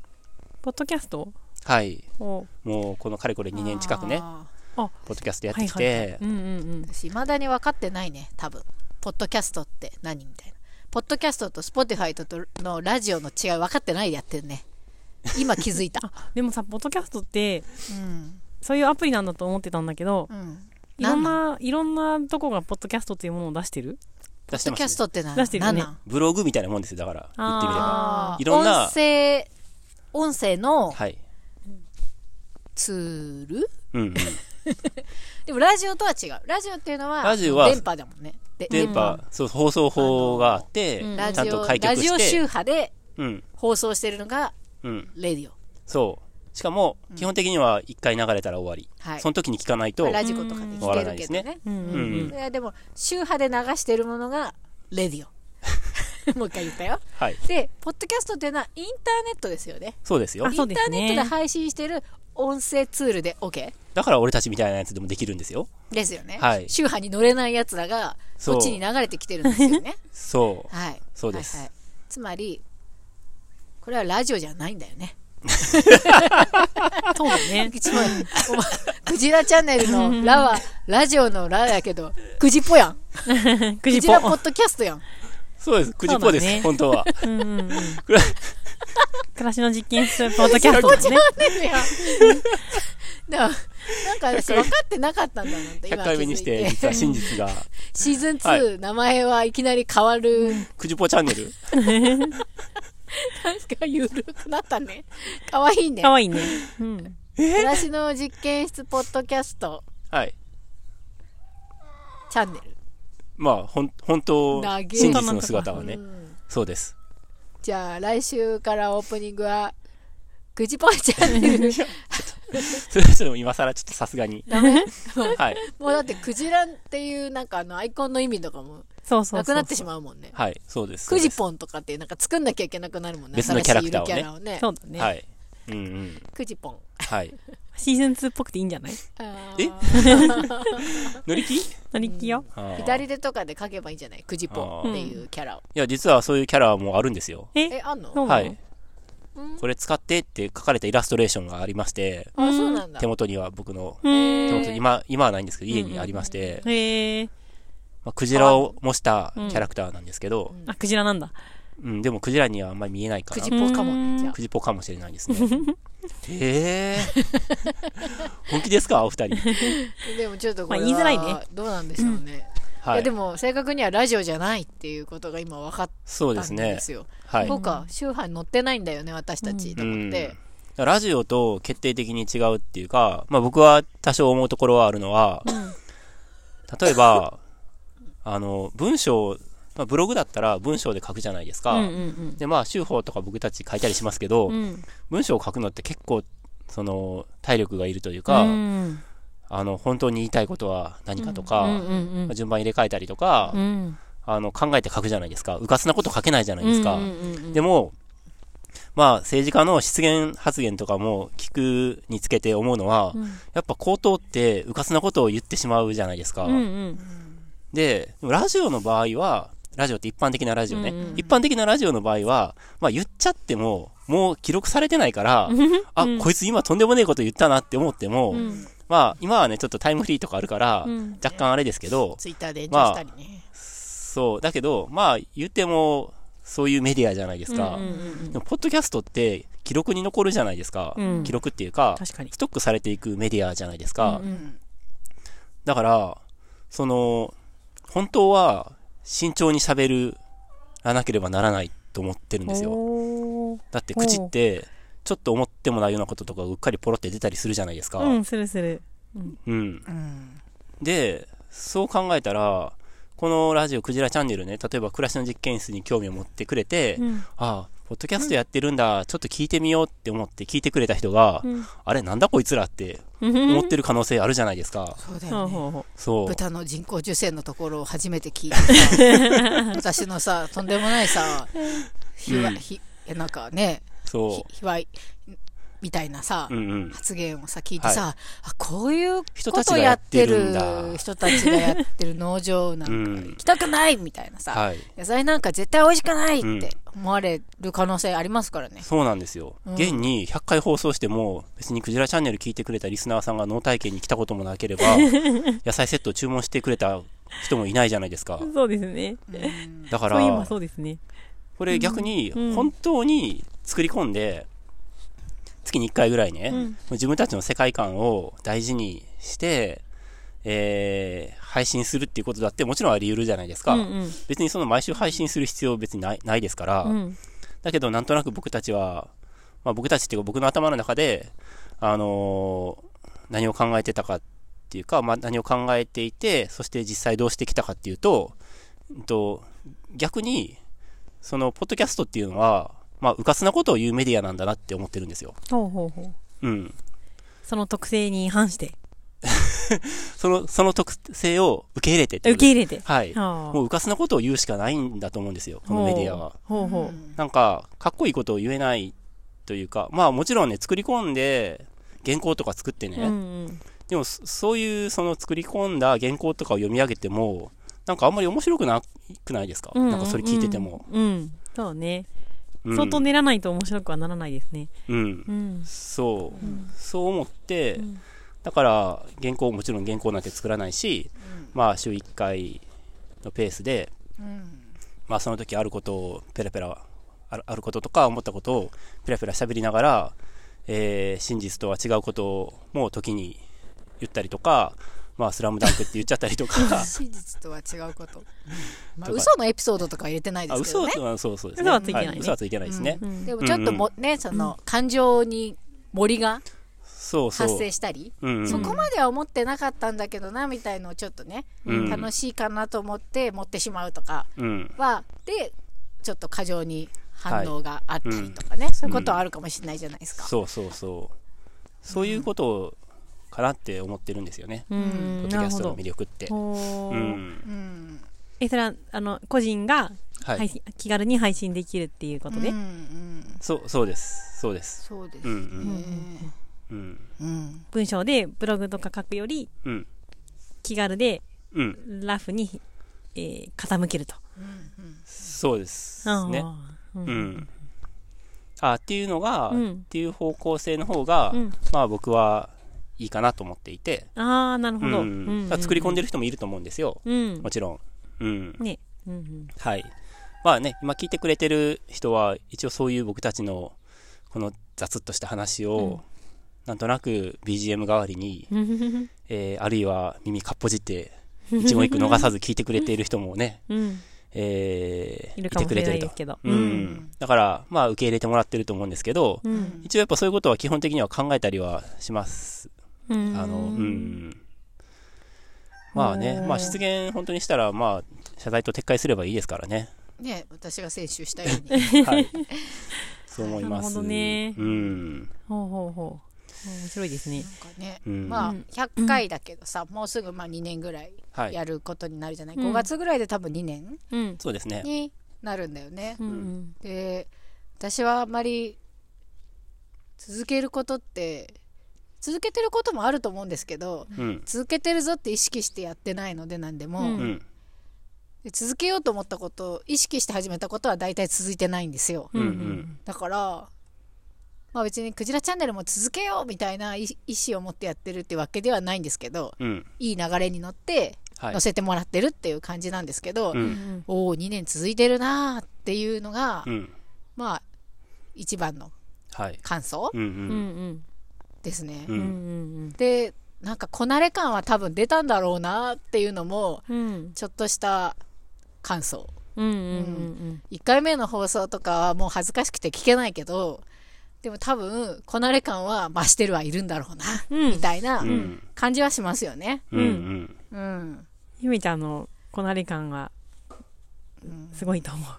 S1: ポッドキャスト
S3: はい。
S1: を。
S3: もう、このかれこれ2年近くね、
S4: あ
S3: ポッドキャストやってき
S1: はいはい
S3: て
S1: う、んうん
S4: ー。私、未だに分かってないね、多分。ポッドキャストって何みたいな。ポッドキャストと Spotify とのラジオの違い分かってないでやってるね。今気づいた。
S1: <laughs> でもさ、ポッドキャストって、
S4: うん。
S1: そういうアプリなんだと思ってたんだけど
S4: う、ん。
S1: いろんな、いろんなとこがポッドキャストっていうものを出してる
S3: 出し
S4: ポッド
S3: てま
S4: キャス
S3: す、
S4: ト
S3: ね。
S4: って何
S1: 出してるよね
S4: 何なん
S3: ブログみたいなもんですよ、だから、言ってみれば。
S1: あ
S3: いろんな
S4: 音声、音声の
S3: はい。
S4: ツール
S3: うん、うん。
S4: でもラジオとは違う。ラジオっていうのは、
S3: ラジオは
S4: 電波だもんね。で
S3: 電波、そう、放送法があって、
S1: あのうん
S4: ラ
S3: ちゃん
S4: ジ
S3: と
S4: オ、
S3: 開
S4: ラ
S3: 局
S4: ジオ
S3: して、
S4: 周波で
S3: うん、
S4: 放送してるのが、
S3: うん、
S4: レディオ。
S3: そう。しかも、基本的には一回流れたら終わり。
S4: はい
S3: その時に聞かないと、
S4: まあラジコとかで聞けるけどね。
S1: うんうん
S3: うん
S1: う
S3: うん
S4: い
S3: ん。
S4: やでも、周波で流してるものが、レディオ。 <laughs> もう一回言ったよ。
S3: はい。
S4: で、ポッドキャストっていうのは、インターネットですよね。
S3: そうですよ
S1: あ。
S4: イ
S1: そう
S4: ン
S1: で
S4: ター
S1: すね
S4: ネットで配信してる音声ツールで OK?
S3: だから俺たちみたいなやつでもできるんですよ。
S4: ですよね。
S3: はい
S4: 周波に乗れない奴らが、
S3: そ
S4: こ
S3: う
S4: っちに流れてきてるんですよね。
S3: そう。
S4: はい。
S3: そうです
S4: はいはいつまり、これはラジオじゃないんだよね。
S1: そうだね。
S4: 一番、お前、クジラチャンネルのラは、ラジオのラやけど、クジポやん。
S1: く
S4: ク
S1: じ
S4: ジ
S1: ぽ
S4: ラポッドキャストやん。
S3: そうです。くじぽです、
S1: そうだね
S4: <laughs>
S3: 本当は。
S1: うんうんうん。
S3: くら
S1: 暮らしの実験室ポッドキャストだ
S4: <laughs>
S1: ね。
S4: だなんか私分かってなかったんだなって今気づ
S3: 100
S4: い
S3: 回目にして、
S4: て
S3: 実は真実が、
S4: <laughs> シーズン2、
S3: は
S4: 名前はいきなり変わる
S3: くじぽチャンネル。
S4: なんか緩くなったね可愛い
S1: <laughs>
S4: ね
S1: かわいいね。うん。
S4: 暮らしの実験室ポッドキャスト
S3: はい。
S4: チャンネル
S3: まあ、ほん、本
S4: 投
S3: 当、
S4: げ
S3: 真実の姿はね
S4: う。ん
S3: そうです。 <laughs>
S4: じゃあ来週からオープニングはグジポンチャンネ
S3: <laughs>
S4: ル
S3: それはちょっと今更ちょっとさすがに。 <laughs> はい。
S4: もうだってクジラっていうなんかあのアイコンの意味とかも
S1: そうそうそう。
S4: なくなってしまうもんね
S3: はい。そうです。
S4: クジ
S3: そう
S4: ポンとかってなんか作んなきゃいけなくなるもんね
S3: 別のキャラクターをね
S4: 新しいゆるキャラをね
S1: そうだね。
S3: ですはい。うんうん。
S4: クジポン
S3: はい。
S1: シーズン2っぽくていいんじゃない
S4: あ
S3: え
S4: ー
S3: 乗り気
S1: 乗り気よ。
S3: あー
S4: 左手とかで書けばいいんじゃないクジポンっていうキャラを。
S3: いや、実はそういうキャラはもうあるんですよ。
S1: え
S4: え、あんの
S1: そうなの
S3: はい。これ使ってって書かれたイラストレーションがありまして、
S4: あ、そうなんだ
S3: 手。元には僕の、
S1: へ
S3: 手元
S1: ー。
S3: 今、今はないんですけど、家にありまして、
S1: へー。
S3: まあ、クジラを模したキャラクターなんですけど、
S1: あ、クジラなんだ。
S3: うん、でもクジラにはあんまり見えないか
S4: ク
S3: ら
S4: ジ、ポかもね、じゃあ
S3: ク。ジポかもしれないですね。
S4: <laughs>
S3: へえ。本気ですかお二人。
S4: でもちょっとこれ
S1: まあ言いづらいね
S4: はどうなんでしょうね。い
S3: は
S4: や、
S3: い
S4: で。も正確にはラジオじゃないっていうことが今分かっ
S3: そうで
S4: た
S3: す
S4: ん
S3: ね
S4: で。すよ。
S3: はい。
S4: そうか、周波に乗ってないんだよね、私たちと思っ
S3: う
S4: て
S3: ん。ラジオと決定的に違うっていうか、まあ僕は多少思うところはあるのは、例えば、 <laughs> あの、文章、まあ、ブログだったら文章で書くじゃないですか。
S1: うんうん
S3: で、まあ、修法とか僕たち書いたりしますけど、
S1: うん。うん。
S3: 文章を書くのって結構、その、体力がいるというか、
S1: うん
S3: あの、本当に言いたいことは何かと
S1: う
S3: か、
S1: んうん
S3: まあ順番入れ替えたりとか、
S1: うん。うん。
S3: あの、考えて書くじゃないですか。うかつなこと書けないじゃないですか。
S1: うんうんうんうん
S3: でも、まあ、政治家の失言発言とかも聞くにつけて思うのは、やっぱ口頭ってうかつなことを言ってしまうじゃないですか。
S1: うんうん。
S3: で、でもラジオの場合は、ラジオって一般的なラジオね。
S1: うんうん
S3: 一般的なラジオの場合は、まあ言っちゃっても、もう記録されてないから、あ、こいつ今とんでもねえこと言ったなって思っても、
S1: ん
S3: まあ今はね、ちょっとタイムフリーとかあるから、
S1: うん
S3: 若干あれですけど、
S4: ツイッターで炎上したりね。
S3: そう、だけど、まあ言っても、そういうメディアじゃないですか。
S1: うんうんうん
S3: でもポッドキャストって記録に残るじゃないですか。
S1: うん
S3: 記録っていうか、
S1: 確かに
S3: ス。トックされていくメディアじゃないですか。
S4: うん
S3: だから、その、本当は慎重に喋らなければならないと思ってるんですよ。
S1: おー
S3: だって口って、ちょっと思ってもないようなこととかうっかりポロって出たりするじゃないですか。
S1: うん、するする。
S3: うん
S4: うん
S3: で、そう考えたら、このラジオクジラチャンネルね、例えば暮らしの実験室に興味を持ってくれて、
S1: うん
S3: ああ、ポッドキャストやってるんだ、ちょっと聞いてみようって思って聞いてくれた人が、
S1: うん
S3: あれなんだこいつらって
S1: 思
S3: 思ってる可能性あるじゃないですか。
S4: そうだ
S1: ほ
S4: よ
S1: う
S4: ね
S1: ほうほ
S3: そう。
S4: 豚の人工授精のところを初めて聞いてさ <laughs> 私のさとんでもないさひわ、
S3: うん
S4: ひえなんかねひ
S3: そ
S4: ひわいみたいなさ、
S3: う。うんうん。
S4: 発言をさ聞いてさ、あこういう
S3: 人
S4: こ
S3: たち
S4: と
S3: が
S4: や
S3: や
S4: っ
S3: ってて
S4: る
S3: るんだ
S4: 人たちがやってる農場なんか、
S3: うん
S4: 行きたくないみたいなさ、
S3: はい。
S4: 野菜なんか絶対美味しくないっ
S3: うん
S4: て思われる可能性ありますからね。
S3: そうなんですよ。
S4: うん
S3: 現に100回放送しても、別にクジラチャンネル聞いてくれたリスナーさんが脳体験に来たこともなければ、野菜セットを注文してくれた人もいないじゃないですか。
S1: う。そうですね。
S4: うん
S3: だか
S1: そういえば
S3: ら、
S1: そうですね。
S3: これ逆に
S1: うん
S3: 本当に作り込んで、月に1回ぐらいね、
S1: うん
S3: もう自分たちの世界観を大事にして、えー、配信するっていうことだってもちろんあり得るじゃないですか。
S1: うんうん
S3: 別にその毎週配信する必要別にないないですから、
S1: うん。
S3: だけどなんとなく僕たちは、まあ僕たちっていうか僕の頭の中で、あのー何を考えてたかっていうか、まあ何を考えていて、そして実際どうしてきたかっていうと、うんと逆に、そのポッドキャストっていうのは、まあ、うかつなことを言うメディアなんだなって思ってるんですよ。
S1: ほうほうほう。
S3: うん。
S1: その特性に反して、
S3: その、その特性を受け入れてって
S1: 受
S3: こと
S1: け入れて。
S3: はい。
S1: ああ
S3: もううかつなことを言うしかないんだと思うんですよ、このメディアは。
S1: ほうほう。
S3: なんか、かっこいいことを言えないというか、まあもちろんね、作り込んで、原稿とか作ってね、
S1: うんうん。
S3: でもそそういうその作り込んだ原稿とかを読み上げても、なんかあんまり面白くなくないですか、
S1: う
S3: なんかそれ聞いてても。。
S1: うんうん。そうね。
S3: うん
S1: 相当練らないと面白くはならないですね。
S3: う
S1: う
S3: ん。
S1: ん。
S3: そう、
S1: うん
S3: そう思って、
S1: うん
S3: だから原稿、もちろん原稿なんて作らないし、まあ週1回のペースで、
S4: うん
S3: まあその時あることをペラペラあるあることとか思ったことをペラペラ喋りながら、えー真実とは違うことも時に言ったりとか「まあスラムダンクって言っちゃった
S1: <laughs>
S3: りとか
S4: 真実とは違うこと。まあ、
S3: とか
S4: 嘘のエピソードとか入れてないで
S3: あ
S4: すけど
S3: 嘘
S4: ね。
S3: はそうそうですね
S1: 嘘はついてないね
S3: は嘘はついてないですね、
S1: う
S4: で
S1: ん。
S4: もちょっとも、ね、その、感情に森が
S3: そうそう
S4: 発生したり、
S3: うんうん
S4: そこまでは思ってなかったんだけどな、みたいのをちょっとね、
S3: うん
S4: 楽しいかなと思って持ってしまうとか
S3: うん
S4: は、で、ちょっと過剰に反応があったりとかね、そういうことはあるかもしれないじゃないですか。
S3: そうそうそうそういうことかなって思ってるんですよね、
S1: う
S3: ポッ
S1: ん。
S3: ド
S1: な
S3: キ
S1: る
S3: ャ
S1: ほ
S3: ストの
S1: ど
S3: 魅。力って
S1: ほ
S3: う
S1: うん
S4: うん
S1: え、それは、あの、個人が
S3: はい、
S1: 配信気軽に配信できるっていうことで
S4: うんう。ん
S3: そうそうですそうです
S4: そうです
S3: うん
S4: ね。
S3: うん
S4: うん
S1: 文章でブログとか書くより、
S3: うん
S1: 気軽で
S3: うん
S1: ラフに、えー傾けると。
S3: そうですね
S1: ああう。
S3: うんん、あっていうのが、
S1: うん
S3: っていう方向性の方が、
S1: うん
S3: まあ僕はいいかなと思っていて、
S1: ああ、なるほど。
S3: う
S1: うんんうん
S3: だから作り込んでる人もいると思うんですよ、
S1: うん
S3: も。ちろん、うん
S1: ね。うんうん。
S3: はいまあね今聞いてくれてる人は一応そういう僕たちのこの雑っとした話を、
S1: うん
S3: なんとなく BGM 代わりに、
S1: うん
S3: えーあるいは耳かっぽじって一言一句逃さず聞いてくれている人もね、
S1: <laughs>
S3: <laughs>
S1: うん。
S3: えー
S1: いるかもしれないですけど。
S3: うん
S4: うん
S3: だから、まあ、受け入れてもらってると思うんですけど、
S1: うん。
S3: 一応やっぱそういうことは基本的には考えたりはします。
S1: うん
S3: あの、うん。まあね
S1: う、ん
S3: まあ失言本当にしたら、まあ、謝罪と撤回すればいいですからね。
S4: ね、私が選手したように。
S3: はい。 <laughs> そう思います。
S1: なるほどね
S3: うん。
S1: ほうほうほう。面白いですね
S4: な。んかね、
S3: うん
S4: まあ
S1: うん
S4: 100回だけどさ、もうすぐまあ2年ぐらい
S3: はい
S4: や。ることになるじゃない、
S1: うん
S4: 5月ぐらいで多分2年
S1: うん。
S3: そうですね。
S4: になるんだよね、
S1: うん。
S4: で私はあまり続けることって続けてることもあると思うんですけど
S3: うん。
S4: 続けてるぞって意識してやってないので何でも、
S1: うん
S3: うん。
S4: で続けようと思ったこと意識して始めたことは大体続いてないんですよ
S1: うん。
S3: うん
S4: だからまあ別に「クジラチャンネル」も続けようみたいな意意思を持ってやってるってわけではないんですけど
S3: うん。
S4: いい流れに乗って
S3: はい
S4: 乗。せてもらってるっていう感じなんですけど、
S3: う。
S1: うんん。
S4: おお2年続いてるなーっていうのが、
S3: うん。
S4: まあ一番の
S3: はい。
S4: 感想
S3: うん。う。
S1: うんん。
S4: ですね、
S3: う。
S1: うん。うんん。
S4: でなんかこなれ感は多分出たんだろうなーっていうのも
S1: うん。
S4: ちょっとした感想
S1: うん。うん。
S4: 1回目の放送とかはもう恥ずかしくて聞けないけどでも多分こなれ感は増してるはいるんだろうな、
S1: うん
S4: みたいな
S3: うん。
S4: 感じはしますよね
S3: うん。うん。
S4: うん
S1: ゆめちゃんのこなれ感は、すごいと思う。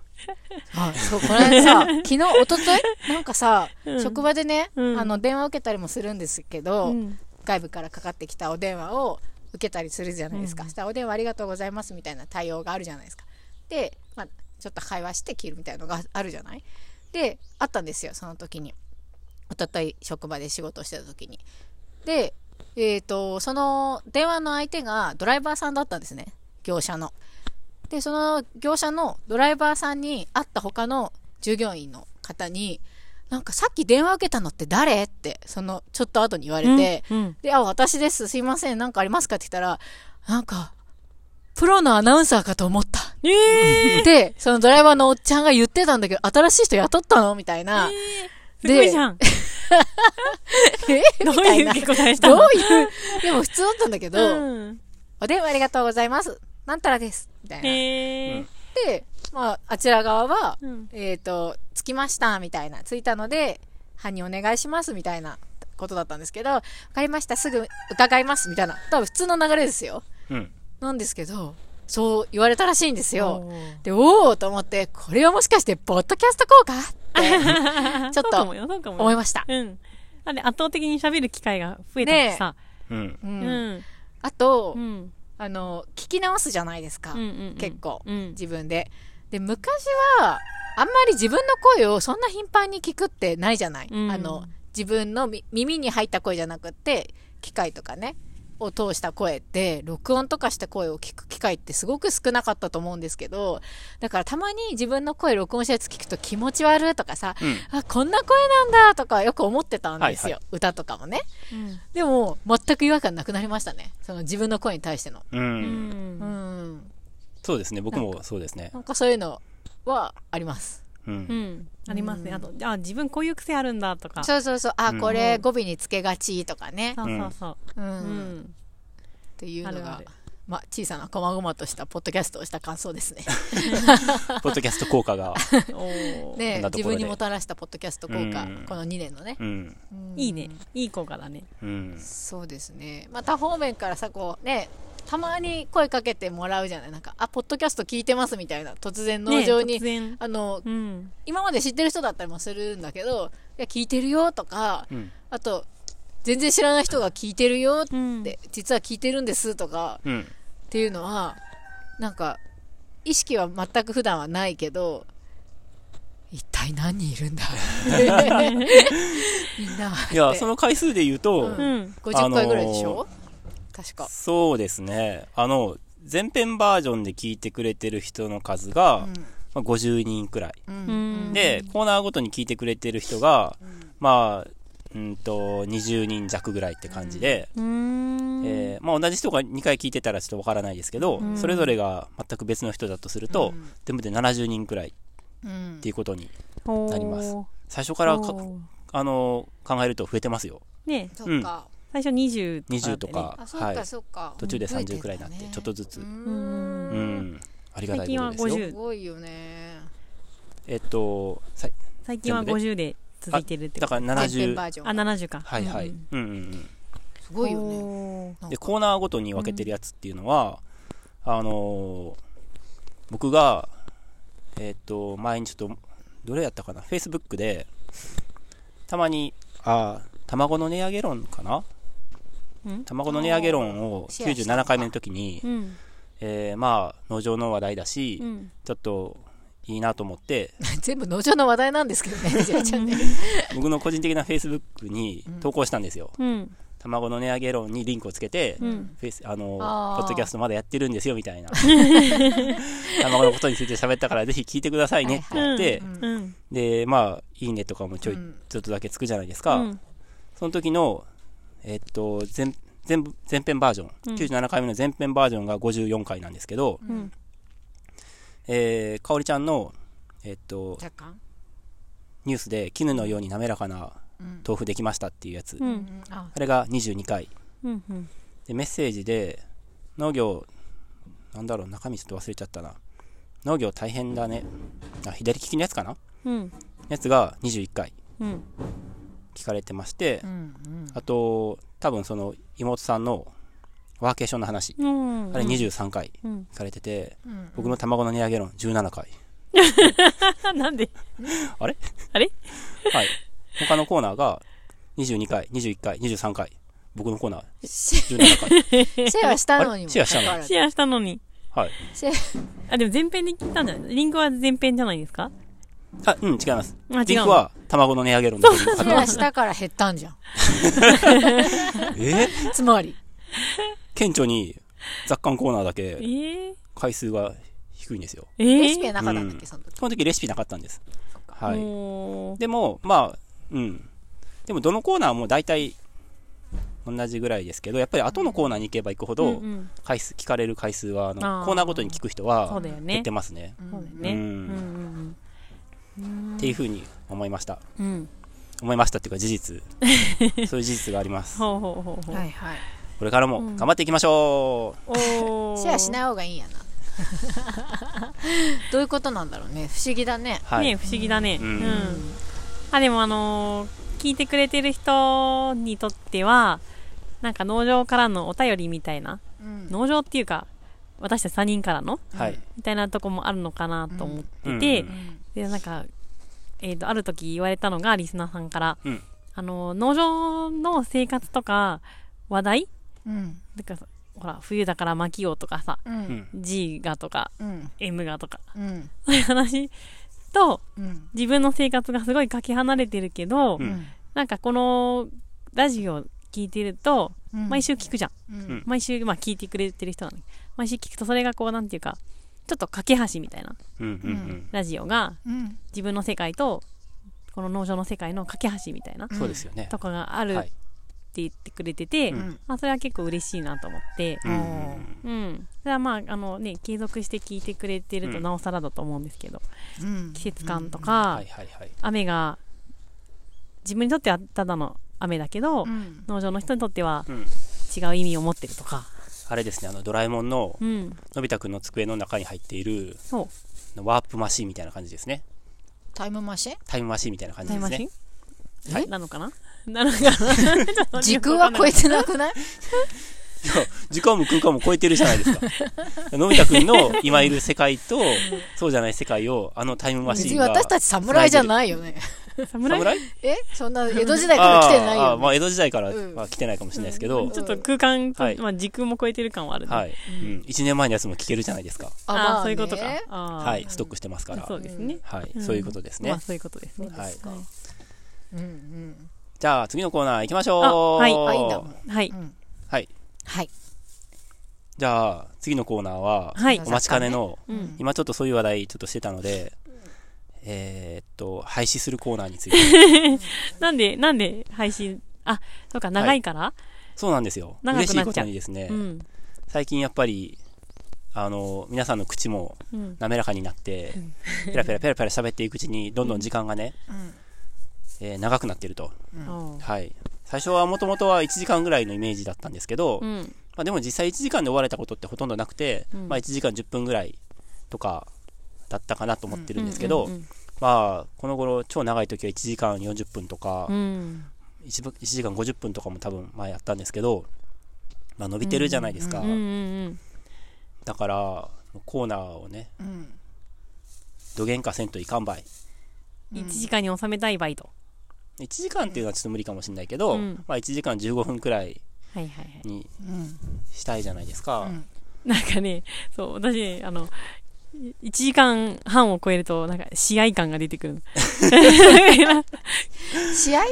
S4: あ、そう、これさ、昨日、一昨日なんかさ、
S1: うん
S4: 職場でね、
S1: うん
S4: あの、電話受けたりもするんですけど、
S1: うん
S4: 外部からかかってきたお電話を受けたりするじゃないですか。
S1: うん
S4: したらお電話ありがとうございますみたいな対応があるじゃないですか。で、まあ、ちょっと会話して切るみたいなのがあるじゃないで、あったんですよ、その時に。一昨日職場で仕事してた時に。で、えっ、と、その電話の相手がドライバーさんだったんですね。業者の。で、その業者のドライバーさんに会った他の従業員の方に、なんかさっき電話受けたのって誰って、そのちょっと後に言われて、
S1: うん
S4: で、あ、私です。すいません。なんかありますかって言ったら、なんか、プロのアナウンサーかと思った。
S1: ええ
S4: で、そのドライバーのおっちゃんが言ってたんだけど、新しい人雇ったのみたいな。
S1: すごいじゃん。<laughs>
S4: え
S1: どう
S4: みた
S1: い
S4: いうな。
S1: 受け答えした
S4: ど
S1: の
S4: ういう、でも普通だったんだけど、
S1: うん
S4: お電話ありがとうございます。なんたらです。みたいな。
S1: へえ。
S4: で、まあ、あちら側は、
S1: うん
S4: えっ、と、着きました、みたいな。着いたので、犯人お願いします、みたいなことだったんですけど、わかりました、すぐ伺います、みたいな。多分普通の流れですよ。
S3: うん。
S4: なんですけど、そう言われたらしいんですよ
S1: お。ー
S4: で、おーと思って、これはもしかして、ポッドキャスト効果ってちょっ
S1: そう
S4: と
S1: かも <laughs> よそうかもよ
S4: 思いました。
S1: うん。だって圧倒的に喋る機会が増えたしさ。
S3: うん。
S4: う。
S1: うんん。
S4: あと
S1: う、ん。
S4: あの、聞き直すじゃないですか
S1: うんう。んうん
S4: 結構
S1: うん。
S4: 自分で。で、昔は、あんまり自分の声をそんな頻繁に聞くってないじゃない。
S1: うん
S4: あの、自分のみ耳に入った声じゃなくって、機械とかね、を通した声って、録音とかした声を聞く機会ってすごく少なかったと思うんですけど、だからたまに自分の声録音したやつ聞くと気持ち悪いとかさ、
S3: うん。
S4: あ、こんな声なんだとかよく思ってたんですよ。
S3: は
S4: 歌とかもね。
S1: うん
S4: でも、全く違和感なくなりましたね。その自分の声に対しての。
S3: う。
S1: うん。
S4: うんん。
S3: そうですね。僕もそうですね
S4: な。んかそういうのはあります。
S3: う。
S1: うんん。ありますね。
S4: うん
S1: あと、あ、自分こういう癖あるんだとか。そう
S4: そうそうそう。あ、
S3: うん
S4: これ語尾につけがちとかね。
S1: そうそう。
S4: う。
S1: うん
S4: っ
S1: ん。
S4: ていうの
S1: あ
S4: が
S1: るある、
S4: まあ、小さな細々としたポッドキャストをした感想ですね。
S3: <laughs> ポッドキャスト効果が。
S1: お
S4: <laughs>
S1: ー
S4: ね
S3: こんなところで
S4: 自分にもたらしたポッドキャスト効果
S3: うん、
S4: この2年のね
S3: う。ん。
S4: うん
S1: いいね。いい効果だね。
S3: うん。
S4: そうですね。まあ、他方面からさ、こうね、たまに声かけてもらうじゃないなんか、あ、ポッドキャスト聞いてますみたいな、突然農場
S1: ね
S4: に、
S1: 突然。
S4: あの、
S1: うん。
S4: 今まで知ってる人だったりもするんだけど、いや、聞いてるよとか、
S3: うん。
S4: あと、全然知らない人が聞いてるよっ
S1: うん。
S4: て、実は聞いてるんですとか、
S3: うん。
S4: っていうのは、なんか、意識は全く普段はないけど、一体何人いるんだみんな。
S3: いや、その回数で言うと、
S1: う
S4: うん
S1: ん。
S4: 50回ぐらいでしょ、確か。
S3: そうですね。あの、前編バージョンで聞いてくれてる人の数が、まあ、50人くらい。
S4: うん。
S1: うん
S3: で、コーナーごとに聞いてくれてる人が、まあ、うんと、20人弱ぐらいって感じで、
S1: うーん。
S3: えーまあ、同じ人が2回聞いてたらちょっとわからないですけど、
S1: うん
S3: それぞれが全く別の人だとすると、
S4: うん
S3: 全部で70人くらいっ
S4: うん
S3: ていうことに、
S1: ほー
S3: なります最初からか
S1: ほー
S3: あの考えると増えてますよ。
S1: ね
S4: そっか。
S1: 最初20とかだったよね。
S4: あ、
S3: 20とか、
S4: そ
S3: は
S4: っ
S3: い
S4: か、。そっか。
S3: 途中で
S4: 増えてんだ
S3: 30
S4: ね
S3: くらいになって、ちょっとずつ。
S4: う
S3: うん、
S4: ん
S1: う
S3: ありがたいことです
S1: 最近
S3: よ。
S1: は
S4: すごいよね。
S3: えっと、さ
S1: 最近は
S3: 全部
S1: 50で続いてるって
S3: だ
S1: こと。
S3: から
S4: 前編
S3: 70、
S4: バージョ
S1: あ、
S4: ン。
S1: 70か。
S3: はいはい。
S4: う
S3: うんんうんうん。
S4: すごいよね。
S1: ね。
S4: なん
S3: で、
S4: か
S3: コーナーごとに分けてるやつっていうのは、あのー僕が、えっと、前にちょっと、どれやったかな ?Facebook で、たまに、あー卵の値上げ論かなん卵の値上げ論を
S4: シェアした
S3: 97回目の時に、
S1: うん。
S3: えーまあ、農場の話題だし、
S1: うん。
S3: ちょっと、いいなと思って、
S4: 全部農場の話題なんですけどね、じゃあちゃんね。
S3: 僕の個人的な Facebook に投稿したんですよ。
S1: うん。
S3: 卵の値上げ論にリンクをつけて、
S1: うん。
S3: フェイスあの
S4: あー
S3: ポッドキャストまだやってるんですよみた
S4: <laughs>
S3: いな卵のことについて喋ったからぜひ聞いてくださいねって言って、
S4: うん
S1: うん。
S3: でまあいいねとかもちょい、
S4: うん
S3: ちょっとだけつくじゃないですか、
S1: うん
S3: その時のえっと全全部前編バージョン、
S1: うん
S3: 97回目の前編バージョンが54回なんですけど、
S1: うん。
S3: えー、かおりちゃんのえっと
S4: 若干。
S3: ニュースで絹のように滑らかな
S4: うん
S3: 豆腐できましたっていうやつ、
S1: う。
S4: うんんあ
S3: あれが22回
S1: うん。うん。
S3: でメッセージで農業なんだろう中身ちょっと忘れちゃったな農業大変だねあ左利きのやつかな
S1: うん。
S3: やつが21回
S1: うん。
S3: 聞かれてまして、
S4: うんうん
S3: あと多分その妹さんのワーケーションの話、
S1: うん。
S3: あれ23回
S1: うん。 <laughs>
S3: 聞かれてて、
S4: うん
S3: 僕の卵の値上げ論17回
S1: なんで
S3: あれ
S1: あれ
S3: はい。他のコーナーが22回、21回、23回。僕のコーナー
S4: シ
S3: 17回。
S4: ェアしたのにも
S3: シェアしたのに
S4: かかわらず
S1: シェアしたのに。
S3: はい。
S4: シェ
S1: あ、でも前編で聞いたんじゃないリンクは前編じゃないですか
S3: あ、うん、違います。
S1: あ、
S3: リ
S1: 違
S3: ン
S1: うの。
S3: クは卵の値上げ論の時に
S4: アシ
S3: 買っ
S4: ェ
S3: た
S4: アしたから減ったんじゃん。
S3: え
S4: つまり。
S3: 顕著に雑感コーナーだ
S1: え
S3: け
S1: ー、
S3: 回数が低いんですよ。
S1: え
S4: レシピ
S1: ー、
S4: はなかったんだっけ、その時。
S3: この時レシピなかったんです。はい。
S1: もう
S3: でも、まあ、うん。でもどのコーナーも大体同じぐらいですけど、やっぱり後のコーナーに行けば行くほ
S1: うん
S3: ど
S1: う、ん、
S3: 回数、聞かれる回数は、あの
S1: あー
S3: コーナーごとに聞く人
S1: そう
S3: は
S1: だよね
S3: 減ってますね。
S1: そうだよ
S3: う
S1: ね。うん
S3: ん。
S1: うんうん。
S3: っていうふうに思いました。
S1: うん。うん。
S3: 思いましたっていうか事
S1: <laughs>
S3: 実。そういう事実があります。
S1: ほうほうほうほう。
S4: はいはい。
S3: これからも頑張っていきましょう、
S1: おー
S4: シェアしない方がいいんやな。どういうことなんだろうね。不思議だね。
S3: はい、
S1: ね不思議だね。う。
S3: うんん
S1: あ、でもあのー聞いてくれてる人にとっては、なんか農場からのお便りみたいな、
S4: うん。
S1: 農場っていうか、私たち3人からの
S3: はい、
S1: みたいなとこもあるのかなと思ってて、
S3: うん
S1: で、なんか、えっ、と、ある時言われたのが、リスナーさんから、
S3: うん
S1: あの、農場の生活とか、話題
S4: うん。
S1: なんか、ほら、冬だから巻きようとかさ、
S4: う。
S3: うんん
S1: G がとか、
S4: うん。
S1: M がとか、
S4: うん。
S1: そういう話と、
S4: うん。
S1: 自分の生活がすごいかけ離れてるけど、
S3: うん
S1: なんかこのラジオ聞いてると、
S4: うん
S1: 毎週聞くじゃん。
S4: うん。
S1: 毎週、まあ聞いてくれてる人なのに。毎週聞くと、それがこう、なんていうか、ちょっと架け橋みたいな
S3: うんうん
S1: ラジオが、
S4: うん。
S1: 自分の世界と、この農場の世界の架け橋みたいな
S3: うん、そうですよね
S1: とかがあるっ
S3: は
S1: て
S3: い
S1: 言ってくれてて、
S4: うん。
S1: まあそれは結構嬉しいなと思って、
S3: うんうん
S4: おー
S1: うん。それはまあ、あのね、継続して聞いてくれてると
S3: うん
S1: なおさらだと思うんですけど、
S4: うん。
S1: 季節感と
S3: は
S1: か
S3: い、はいはい
S1: 雨が、自分にとってはただの雨だけど、
S4: うん。
S1: 農場の人にとっては
S3: うん
S1: 違う意味を持ってるとか。
S3: あれですねあのドラえもんの
S1: うん。
S3: のび太くんの机の中に入っている
S1: そ
S3: ワープマシンみたいな感じですね
S4: タイムマシン
S3: タイムマシンみたいな
S1: う。
S3: 感
S1: タ
S3: じ
S1: イ
S3: で
S1: ムマ
S3: す
S1: シ
S3: ね
S1: ン
S3: は
S1: なのかななのかな <laughs> ちょっと
S4: 時空は超えてなくない
S3: いや時間も空間も超えてるじゃないですかのび太くんの今いる世界とそうじゃない世界をあのタイムマシ
S4: 別
S3: ン
S4: に
S3: が
S4: 私たち侍じゃないよね。
S1: 侍
S3: 侍
S4: えそんな江戸時代から来てない
S3: あーあ
S4: よ
S3: ー
S4: ね。
S3: まあ江戸時代から
S4: うん
S3: は来てないかもしれないですけど、
S1: ちょっと空間と、
S3: はい
S1: まあ、時空も超えてる感はあるね。
S3: はい、うん、1年前のやつも聞けるじゃないですか
S1: あー、
S4: まあ
S1: そういうことか
S4: ね。
S1: あー
S3: はいストックしてますから
S1: そうですね。
S3: はい、
S1: うん
S3: そういうことですね、
S1: まあ、そういうことですね。
S3: はい
S4: うんうん。
S3: じゃあ次のコーナー行きましょう
S1: あはい
S4: あ、いいんだもん。
S1: はい。
S4: うん
S3: はい
S4: はい。
S3: じゃあ次のコーナーは、
S1: はい
S3: お。待ちかねの、
S1: うん。
S3: 今ちょっとそういう話題ちょっとしてたので、えーっと廃止するコーナーについて
S1: <laughs> なんで、なんで配信、あ、そうか、長いから、
S3: そうなんですよ
S1: 長くなっ
S3: 嬉
S1: ちゃ
S3: し
S1: う
S3: いことにですね、
S1: うん。
S3: 最近やっぱりあの皆さんの口も
S1: うん。
S3: 滑らかになって、ペラペラペラペラ喋っていくうちにどんどん時間がね、えー長くなってると
S1: うん
S3: はい最初はもともとは1時間ぐらいのイメージだったんですけど、
S1: うん。
S3: まあ、でも実際1時間で終われたことってほとんどなくて、
S1: うん
S3: まあ、1時間10分ぐらいとかだったかなと思ってるんですけど、
S1: うん。
S3: まあ、この頃超長い時は1時間40分とか、
S1: うん。
S3: 一部 1, 時間50分とかも多分前やったんですけど、まあ、伸びてるじゃないですか、
S1: うん。うん。
S3: だからコーナーをね
S4: うん。
S3: どげんかせんといかんばい
S1: うん。1時間に収めたいバイト。
S3: 1時間っていうのはちょっと無理かもしれないけど、
S1: うん
S3: まあ、1時間15分くらい
S1: はいはいはい。
S3: に
S4: うん。
S3: したいじゃないですか、
S4: うん
S1: なんかね、そう、私ね、あの、1時間半を超えると、なんか、試合感が出てくる <laughs> の。
S4: 試合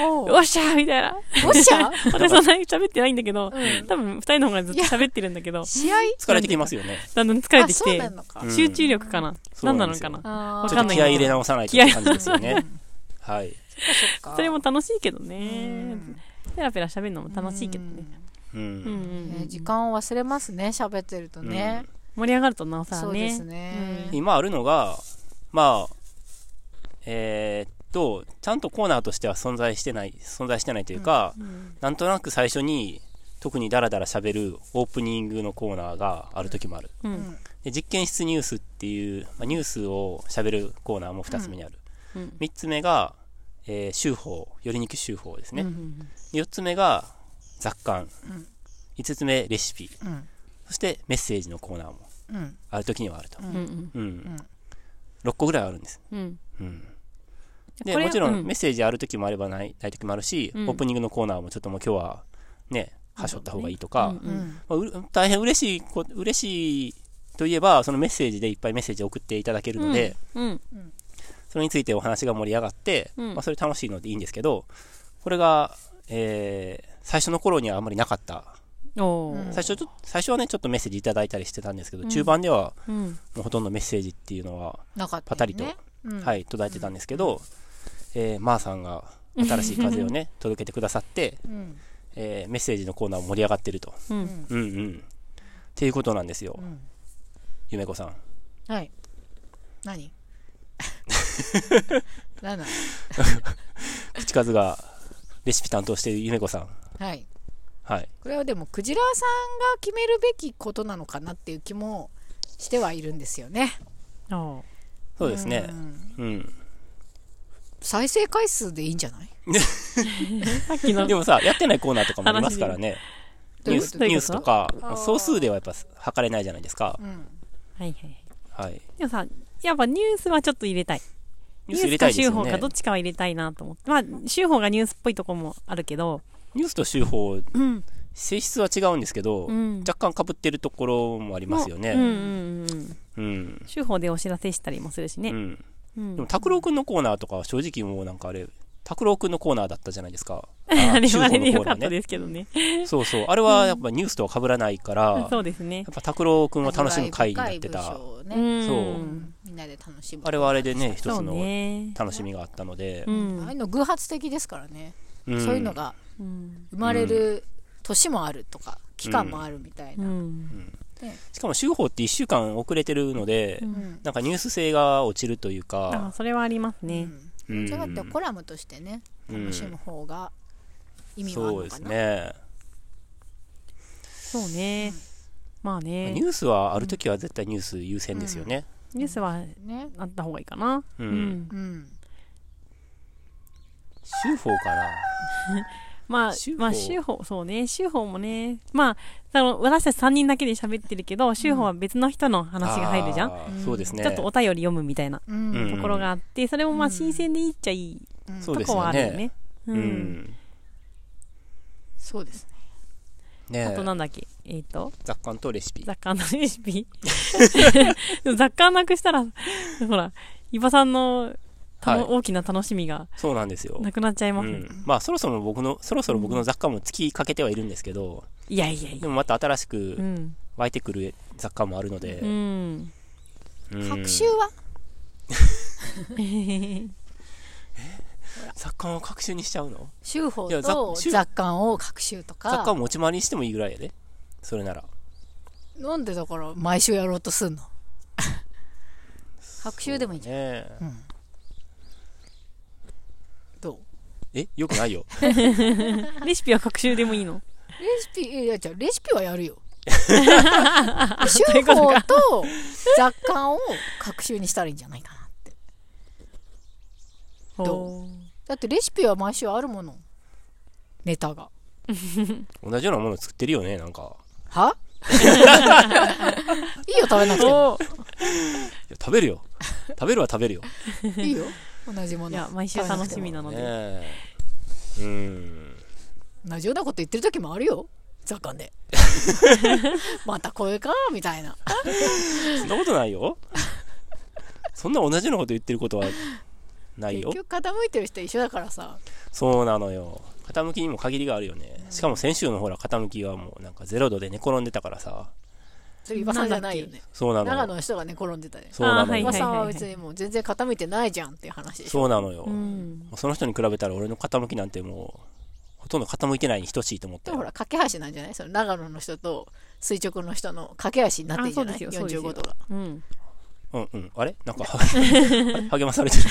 S4: お
S1: おっしゃーみたいな。
S4: おっしゃ
S1: 私そんなに喋ってないんだけど、
S4: <laughs> うん
S1: 多分二人の方がずっと喋ってるんだけど、
S4: 試合
S3: 疲れてきますよね
S1: だんだん疲れ
S4: あ、
S1: てき
S4: そう
S1: て
S4: な、のか。
S3: うん
S1: 集中力かな、
S3: そ
S1: な
S3: うん
S1: な
S3: な
S1: の
S3: んです
S1: か
S3: よ
S1: な。
S4: あ
S1: わ
S3: ち
S1: か
S3: ょ
S1: んな
S3: っと
S1: い
S3: 気合い入れ直さないとって感じです
S1: <laughs>
S3: よねはい
S4: か
S1: それも楽しいけどね。ペラペラ喋るのも楽しいけどね。
S3: うん、
S1: うんうんう
S4: ね
S1: ん
S4: 時間を忘れますね、喋ってるとね。
S1: 盛り上がるとなおさ
S4: そ
S1: ら
S4: うです
S1: ね。
S4: ね。
S3: 今あるのがまあえーっとちゃんとコーナーとしては存在してない存在してないというか、なんとなく最初に特にダラダラ喋るオープニングのコーナーがある時もある、
S1: うん
S3: で実験室ニュースっていう、まあ、ニュースを喋るコーナーも2つ目にある、
S1: う
S3: 三
S1: ん
S3: 3つ目が、えー、修法寄りにく修法ですね、
S1: うんうん
S3: 4つ目が雑感、
S4: うん
S3: 5つ目レシピ
S4: うん。
S3: そしてメッセージのコーナーも
S4: うん。
S3: ある時にはあると、
S1: うんうん
S3: うん6個ぐらいあるんです。
S1: うん。
S3: うん、
S1: こ
S3: で
S1: れ
S3: もちろ
S1: うん
S3: んメッセージある時もあればないない時もあるし、
S1: うん
S3: オープニングのコーナーもちょっともう今日はね、はしょった方がいいとか、
S1: うんうん
S3: まあう大変嬉しいこ、嬉しいといえば、そのメッセージでいっぱいメッセージを送っていただけるので、
S1: うん。
S3: それについてお話が盛り上がって、
S1: うん
S3: まあ、それ楽しいのでいいんですけど、これが、えー最初の頃にはあんまりなかった。
S1: お
S4: うん
S1: ー
S3: 最初ちょっと、最初はね、ちょっとメッセージいただいたりしてたんですけど、
S1: うん
S3: 中盤では
S1: うん。
S3: もうほとんどメッセージっていうのは、
S4: なかったよね
S3: パタリと
S4: うん
S3: はい、途絶えてたんですけど、えー、まーさんが新しい風を
S1: <laughs>
S3: ね、届けてくださって、
S4: うん
S3: えーメッセージのコーナーも盛り上がってると。
S1: う。
S4: うんん
S3: うんうん。っていうことなんですよ
S4: う、ん
S3: ゆめこさん。
S4: はい何何なの
S3: 口数がレシピ担当しているゆめこさん。
S4: はい
S3: はい。
S4: これはでもクジラさんが決めるべきことなのかなっていう気もしてはいるんですよね
S1: おー
S3: そうですね
S4: う。ん
S3: うん。
S4: 再生回数でいいんじゃない
S1: さっきの
S3: でもさ、やってないコーナーとかもありますからね。
S4: ど
S3: ニ
S4: う
S3: ュ
S4: いうこ
S3: ース
S4: と
S1: どう
S3: ニ
S1: いう
S3: ュ
S1: こ
S3: ース
S1: と
S3: とか
S4: あー、
S3: 総数ではやっぱ測れないじゃないですか
S4: う。ん
S1: はいはい。
S3: はい。
S1: でもさ、やっぱニュースはちょっと入れたい。
S3: ニュース入れたいです
S1: ニュース
S3: よ
S1: か週報か
S3: ね
S1: ど。っちかは入れたいなと思って。まあ、週報がニュースっぽいとこもあるけど。
S3: ニュースと週報、
S1: うん。
S3: 性質は違うんですけど
S1: う、ん。
S3: 若干被ってるところもありますよ
S1: うんう
S3: ね。
S1: んうん。
S3: うん。
S1: 週報でお知らせしたりもするし
S3: う
S1: ね。
S3: ん。
S1: う
S3: でも、
S1: ん。
S3: 拓郎くんのコーナーとかは正直もうなんかあれ、拓郎くんのコーナーだったじゃないですか。
S1: <laughs> <laughs> あれ
S3: 週
S1: は
S3: 報
S1: あ
S3: のコ
S1: れでよ
S3: ー
S1: か
S3: ナー
S1: った
S3: ね。
S1: ですけどね。
S3: そうそう。あれはやっぱニュースとは被らないから、や
S1: そうですね。
S3: っぱ拓郎くんを楽しむ回になっ
S4: 味
S3: て
S4: わ
S3: た
S4: い。深い文章を
S1: うん。
S4: ね
S3: そう
S4: みんなで楽しむ
S3: あれはあれでね、一
S1: そ
S3: つ
S1: う
S3: の
S1: ね。
S3: 楽しみがあったので
S1: う、
S4: ああい
S1: ん。
S4: うの偶発的ですからね、
S3: ん
S4: そういうのが
S1: うん。
S4: 生まれる年もあるとか期間もあるみたいうな、
S1: ん。
S3: しかも週報って1週間遅れてるので、
S1: うん
S4: うん
S3: なんかニュース性が落ちるという
S1: あ
S3: か、
S1: それはありますね。
S3: うん
S4: じゃなくてコラムとしてね
S3: うん
S4: 楽しむ方が意味はある
S3: そ
S4: の
S3: うで
S4: か
S3: す
S4: な、
S3: ね、
S1: そうね。まあね。
S3: ニュースはある時は絶対ニュース優先ですよね。
S1: ニュースは
S4: ね
S1: あった方がいいかな。う
S3: う
S1: んん。
S4: うん
S3: 週報かな。
S1: まあ
S3: 週、報
S1: まあ、週報、そうね。週報もね。まあ、その、私たち3人だけで喋ってるけど、週報は別の人の話が入るじゃん。
S3: あー
S4: うん
S3: そうですね。
S1: ちょっとお便り読むみたいな
S4: う
S3: うん
S4: ん
S1: ところがあって、それもまあ、
S4: うん
S1: 新鮮でいいっちゃいい
S4: うん
S3: そ
S1: と
S3: うです
S1: こは
S3: よ
S1: あるよね
S3: ね。。
S1: う。
S3: うんん。
S4: そうですね
S1: あ
S3: ね
S1: となんだっけえっと、
S3: 雑感とレシピ。
S1: 雑感のレシピ。 <laughs> でも雑感なくしたら、ほら、伊庭さんのたの
S3: はい
S1: 大きな楽しみが
S3: そうなんですよ。
S1: なくなっちゃいます
S3: う
S1: ね。
S3: ん、まあそろそろ僕のそろそろ僕の雑貨も尽きかけてはいるんですけど、
S1: いやいやい
S3: で
S1: や。
S3: もまた新し
S1: う
S3: く
S1: ん。
S3: 湧いてくる雑貨もあるので、
S1: うん。
S3: うん
S4: 学習は
S3: 雑貨を学習にしちゃうの
S4: 修法
S3: いや雑
S4: と
S3: 習
S4: 雑感を学習と
S3: 雑貨を
S4: か
S3: 持ち回りにしてもいいぐらいやでそれなら
S4: なんでだから毎週やろうと
S1: <laughs>
S4: すんの学習でもいいんじゃん
S3: ねえ
S4: どう
S3: えよくないよ
S1: レシピは学習でもいいの
S4: レシピいやいやレシピはやるよ
S1: <laughs>
S4: 修
S1: いうこと
S4: 法
S1: か
S4: と雑感を学習にしたらいいんじゃないかなってどだってレシピは毎週あるものネタが
S3: 同じようなもの作ってるよねなんか
S4: は <laughs> いいよ食べなくても
S1: お
S3: いや食べるよ食べるは食べるよ、
S4: いいよ同じも
S1: いや
S4: の
S1: 毎週楽しみなの
S3: ね
S1: で
S3: えうん
S4: 同じようなこと言ってる時もあるよ雑感
S1: <laughs>
S4: で <laughs> またこれかみたいな
S3: そんなことないよそんな同じようなこと言ってることはない
S4: 結
S3: よ
S4: 局傾いてる人一緒だからさ
S3: そうなのよ傾きにも限りがあるよねしかも先週のほら傾きはもうなんかゼロ度で寝転んでたからさ
S4: それ岩さんじゃないよね
S3: そうなの
S4: 長野の人がね転んでたで
S3: そうな
S1: あーは
S3: の
S1: い
S3: よ、
S4: 岩
S1: はい
S4: さんは別にもう全然傾いてないじゃんっていう話でしょ
S3: そうなのよ、
S1: うん
S3: その人に比べたら俺の傾きなんてもうほとんど傾いてないに等しいと思った
S4: でもほ
S3: よ
S4: ら架け橋なんじゃないその長野の人と垂直の人の架け橋になってるじゃない
S1: あそうですよそうですよ
S4: 45度が
S1: うん
S3: うんうんあれなんかあれ励まされてる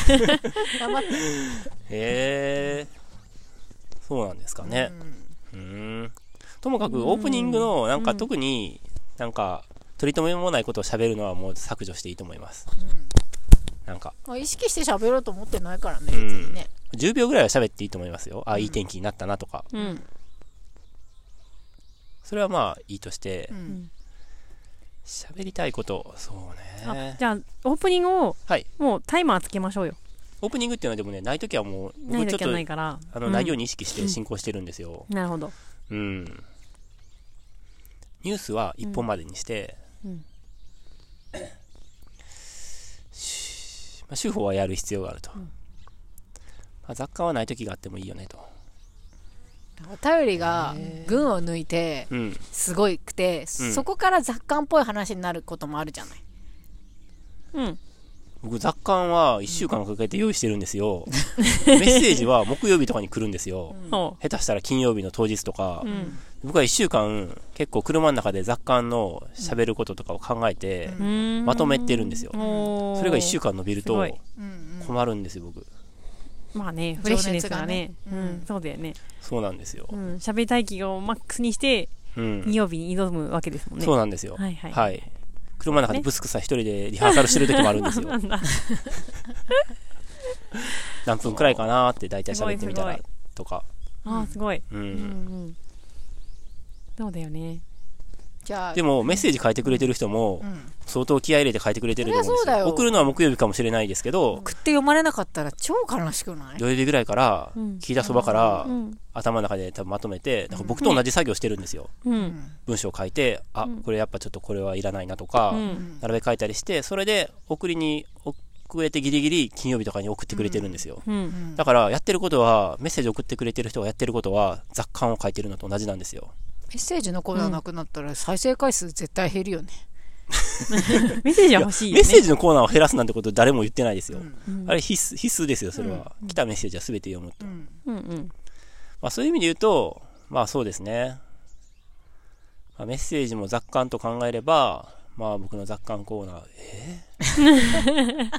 S4: 頑張って
S3: へえそうなんですかね
S4: うん
S3: うんともかくオープニングのなんか特になんか取り留めもないことを喋るのはもう削除していいと思います、なんか
S4: まあ、意識して喋ろうと思ってないからね別にね、
S3: 10秒ぐらいは喋っていいと思いますよあ、いい天気になったなとか
S1: うん
S3: それはまあいいとして、
S4: うん
S3: 喋りたいこと、そう
S1: あ
S3: ね。
S1: じゃあ、オープニングを、
S3: はい
S1: もうタイマーつけましょうよ。
S3: オープニングっていうのはでもね、ないときはもう、
S1: ない
S3: 僕ち
S1: だ
S3: ょっ
S1: けは
S3: と
S1: ないから。
S3: あの、
S1: うん
S3: ないように意識して進行してるんですよ。
S1: なるほど。
S3: うん。ニュースは一本までにして、
S1: うん
S3: しまあ、手法はやる必要があると。まあ、雑貨はないときがあってもいいよねと。
S4: お便りが群を抜いて
S3: うん。
S4: すごいくて、
S3: うん
S4: そこから雑感っぽい話になることもあるじゃない
S1: うん。
S3: 僕、雑感は1週間かけて用意してるんで
S1: <laughs>
S3: すよ。メッセージは木曜日とかに来るんですよ。
S1: そ
S3: 下手したら金曜日の当日とか、
S1: う。うん。
S3: 僕は1週間結構車の中で雑感の喋ることとかを考えて、
S1: うーん
S3: まとめてるんですよ。
S1: おー
S3: それが1週間伸びる
S1: すご
S3: と
S1: い
S4: うん
S3: 困るんですよ、僕。
S1: まあね、フレッシュですからね。
S4: 情熱がね
S1: うん、そうだよね。
S3: そうなんですよ
S1: う。ん、喋りたい気をマックスにして、
S3: うん
S1: 金。曜日に挑むわけですもんね。
S3: そうなんですよ。
S1: はいはい
S3: 車の中でブスクさ一人でリハーサルしてる時もある
S1: <laughs>
S3: んですよ
S1: な。んだ。
S3: 何分くらいかなーって大体喋ってみたら
S1: すごいす
S3: とか。
S1: ああ、すごい。
S3: う。
S1: うんんうん。そうだよね。
S4: じゃあ
S3: でもメッセージ書いてくれてる人も
S4: ん
S3: 相当気合い入れて書いてくれてると思うん
S4: そり
S3: で
S4: ゃ
S3: す
S4: そう
S3: よ。
S4: だよ
S3: 送るのは木曜日かもしれないですけど、
S4: 送って読まれなかったら超悲しくない
S3: 土曜日ぐらいから
S1: うん
S3: 聞いたそばから
S1: うん。
S3: 頭の中で多分まとめて、だから僕と同じ作業してるんですよ。
S1: うん。
S3: 文章を書いて、あ、これやっぱちょっとこれはいらないなとか
S1: う、
S4: ん
S1: ん。
S3: 並べ書いたりして、それで送りに、遅れてギリギリ金曜日とかに送ってくれてるんですよ。
S1: う。
S4: うんん
S3: だからやってることはメッセージ送ってくれてる人がやってることは雑感を書いてるのと同じなんですよ
S4: メッセージのコーナーなくなったら再生回数絶対減るよね、
S1: メッセージは欲しいよ
S3: メ
S1: ね。
S3: ッセージのコーナーを減らすなんてこと誰も言ってないですよ、
S1: うん
S3: あれ必須必須ですよそれは、来たメッセージは全て読むと、
S4: うん
S1: うんうん。
S3: まあ、そういう意味で言うとまあそうですね、まあ、メッセージも雑感と考えればまあ僕の雑感コーナーえー <laughs>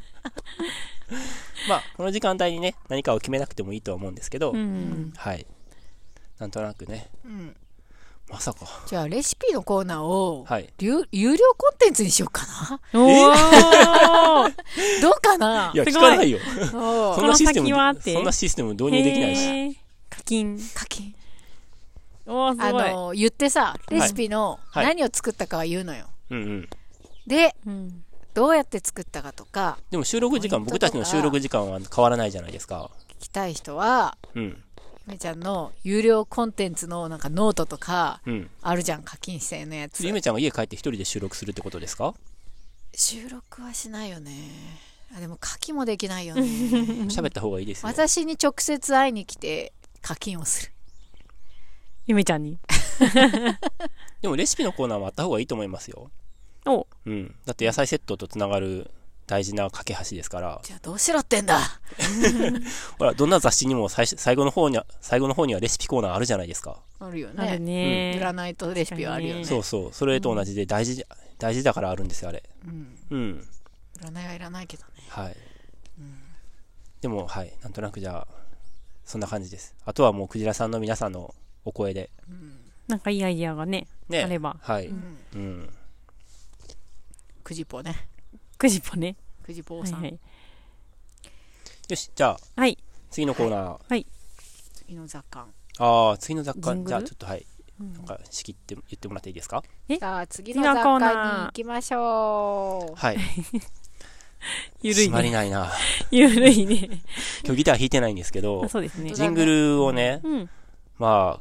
S3: まあこの時間帯にね何かを決めなくてもいいとは思うんですけど、
S1: うん。
S3: はいなんとなくね
S4: うん
S3: まさか
S4: じゃあレシピのコーナーを、
S3: はい
S4: 有有料コンテンツにしようかな <laughs>
S1: おー
S4: どうかない
S3: や
S1: す
S3: 聞
S1: ごい
S3: かないよ
S4: おう
S3: そんなシステム、
S1: この先はって
S3: そんなシステム導入できないし。
S1: へー課金。
S4: 課金
S1: おー、
S4: あ
S1: すごい。
S4: の言ってさレシピの
S3: はい
S4: 何を作ったかは言うのよ、
S3: うんうん。
S4: で
S1: うん。
S4: どうやって作ったかとか
S3: でも収録時間、
S4: ポイント
S3: 僕たちの収録時間は変わらないじゃないですか。
S4: 聞きたい人は
S3: うん。
S4: ゆめちゃんの有料コンテンツのなんかノートとか
S3: うん。
S4: あるじゃん課金制のやつ
S3: それゆめちゃんが家帰って一人で収録するってことですか
S4: 収録はしないよねあでも課金もできないよ
S3: <laughs>
S4: ね
S3: 喋った方がいいですよ。
S4: 私に直接会いに来て課金をする
S1: ゆめちゃんに。
S3: でもレシピのコーナーもあった方がいいと思いますよ。
S1: お
S3: うん。だって野菜セットとつながる大事な架け橋で
S1: <laughs>
S3: すから。
S4: じゃあどうしろってんだ
S3: ほら、どんな雑誌にも最初最後の方には、最後の方にはレシピコーナーあるじゃないですか。
S4: あるよ
S1: ある
S4: ね
S1: ね。
S4: 占いとレシピはあるよね
S1: 確
S3: そうそう。それと同じで大事、大事だからあるんですよ、あれ。
S4: うん、
S3: うん。
S4: 占いはいらないけどね
S3: はい、でもはいなんとなくじゃあそんな感じですあとはもうクジラさんの皆さんのお声で
S1: なんかいいアイディアがね、
S3: ね
S1: あれば。
S3: はい、うんん
S4: くじぽね
S1: くじぽね。
S4: くじぽ
S1: はい
S4: さん、
S1: はい。
S3: よしじゃあ
S1: はい。
S3: 次のコーナー、
S4: 次の雑感
S3: ああ次の雑
S1: ジン
S3: 感
S1: グル
S3: じゃあちょっとはい、なんか仕切って言ってもらっていいですか
S4: じゃあ次
S1: の
S4: の
S1: 雑
S4: 雑
S1: 貨
S4: 感
S1: に
S4: に
S1: 行
S4: 行きましょう
S3: はい
S1: ゆるい
S3: 締まり
S1: ね。
S3: ないな
S1: ゆるい
S3: <laughs>
S1: ね。
S3: 今日ギター弾いてないんですけ
S1: <laughs>
S3: ど
S1: あそうですね。
S3: ジングルをね
S1: うん。
S3: まあ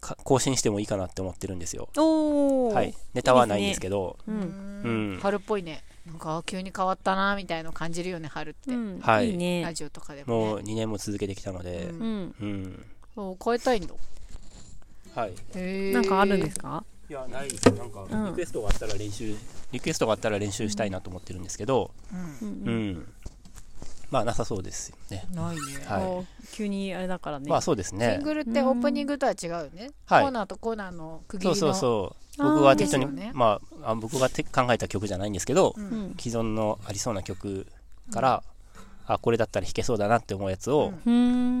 S3: か更新してもいいかなって思ってるんですよ
S1: おー。
S3: はい。ネタはないんですけど
S1: うん。
S3: うん
S4: 春っぽいねなんか急に変わったなみたいの感じるよね春って、
S1: うん
S3: はい
S1: いいね
S4: ラ。ジオとかでも
S3: もう2年も続けてきたので
S1: うん。
S3: うん、
S4: もう変えたいんだ
S3: はい
S1: な
S4: な
S1: んかあるんですか
S3: いやないですなんか
S1: ん
S3: リクエストがあったら練習、リクエストがあったら練習したいなと思ってるんですけど
S1: う
S3: うん、
S1: ん。
S3: まあなさそうですよね
S4: ないね、
S3: はい
S1: こう急にあれだからね
S3: まあ。そうです
S4: ジ
S3: ね
S4: ングルってオープニングとは違うよね、
S3: はい
S4: コーナーとコーナーの区切り
S3: そ
S4: の
S3: うそうそう
S1: あー
S3: 僕は適当に、
S4: ですよね
S3: まああ僕がて考えた曲じゃないんですけど、
S1: うん。
S3: 既存のありそうな曲から、あこれだったら弾けそうだなって思うやつを、
S4: うん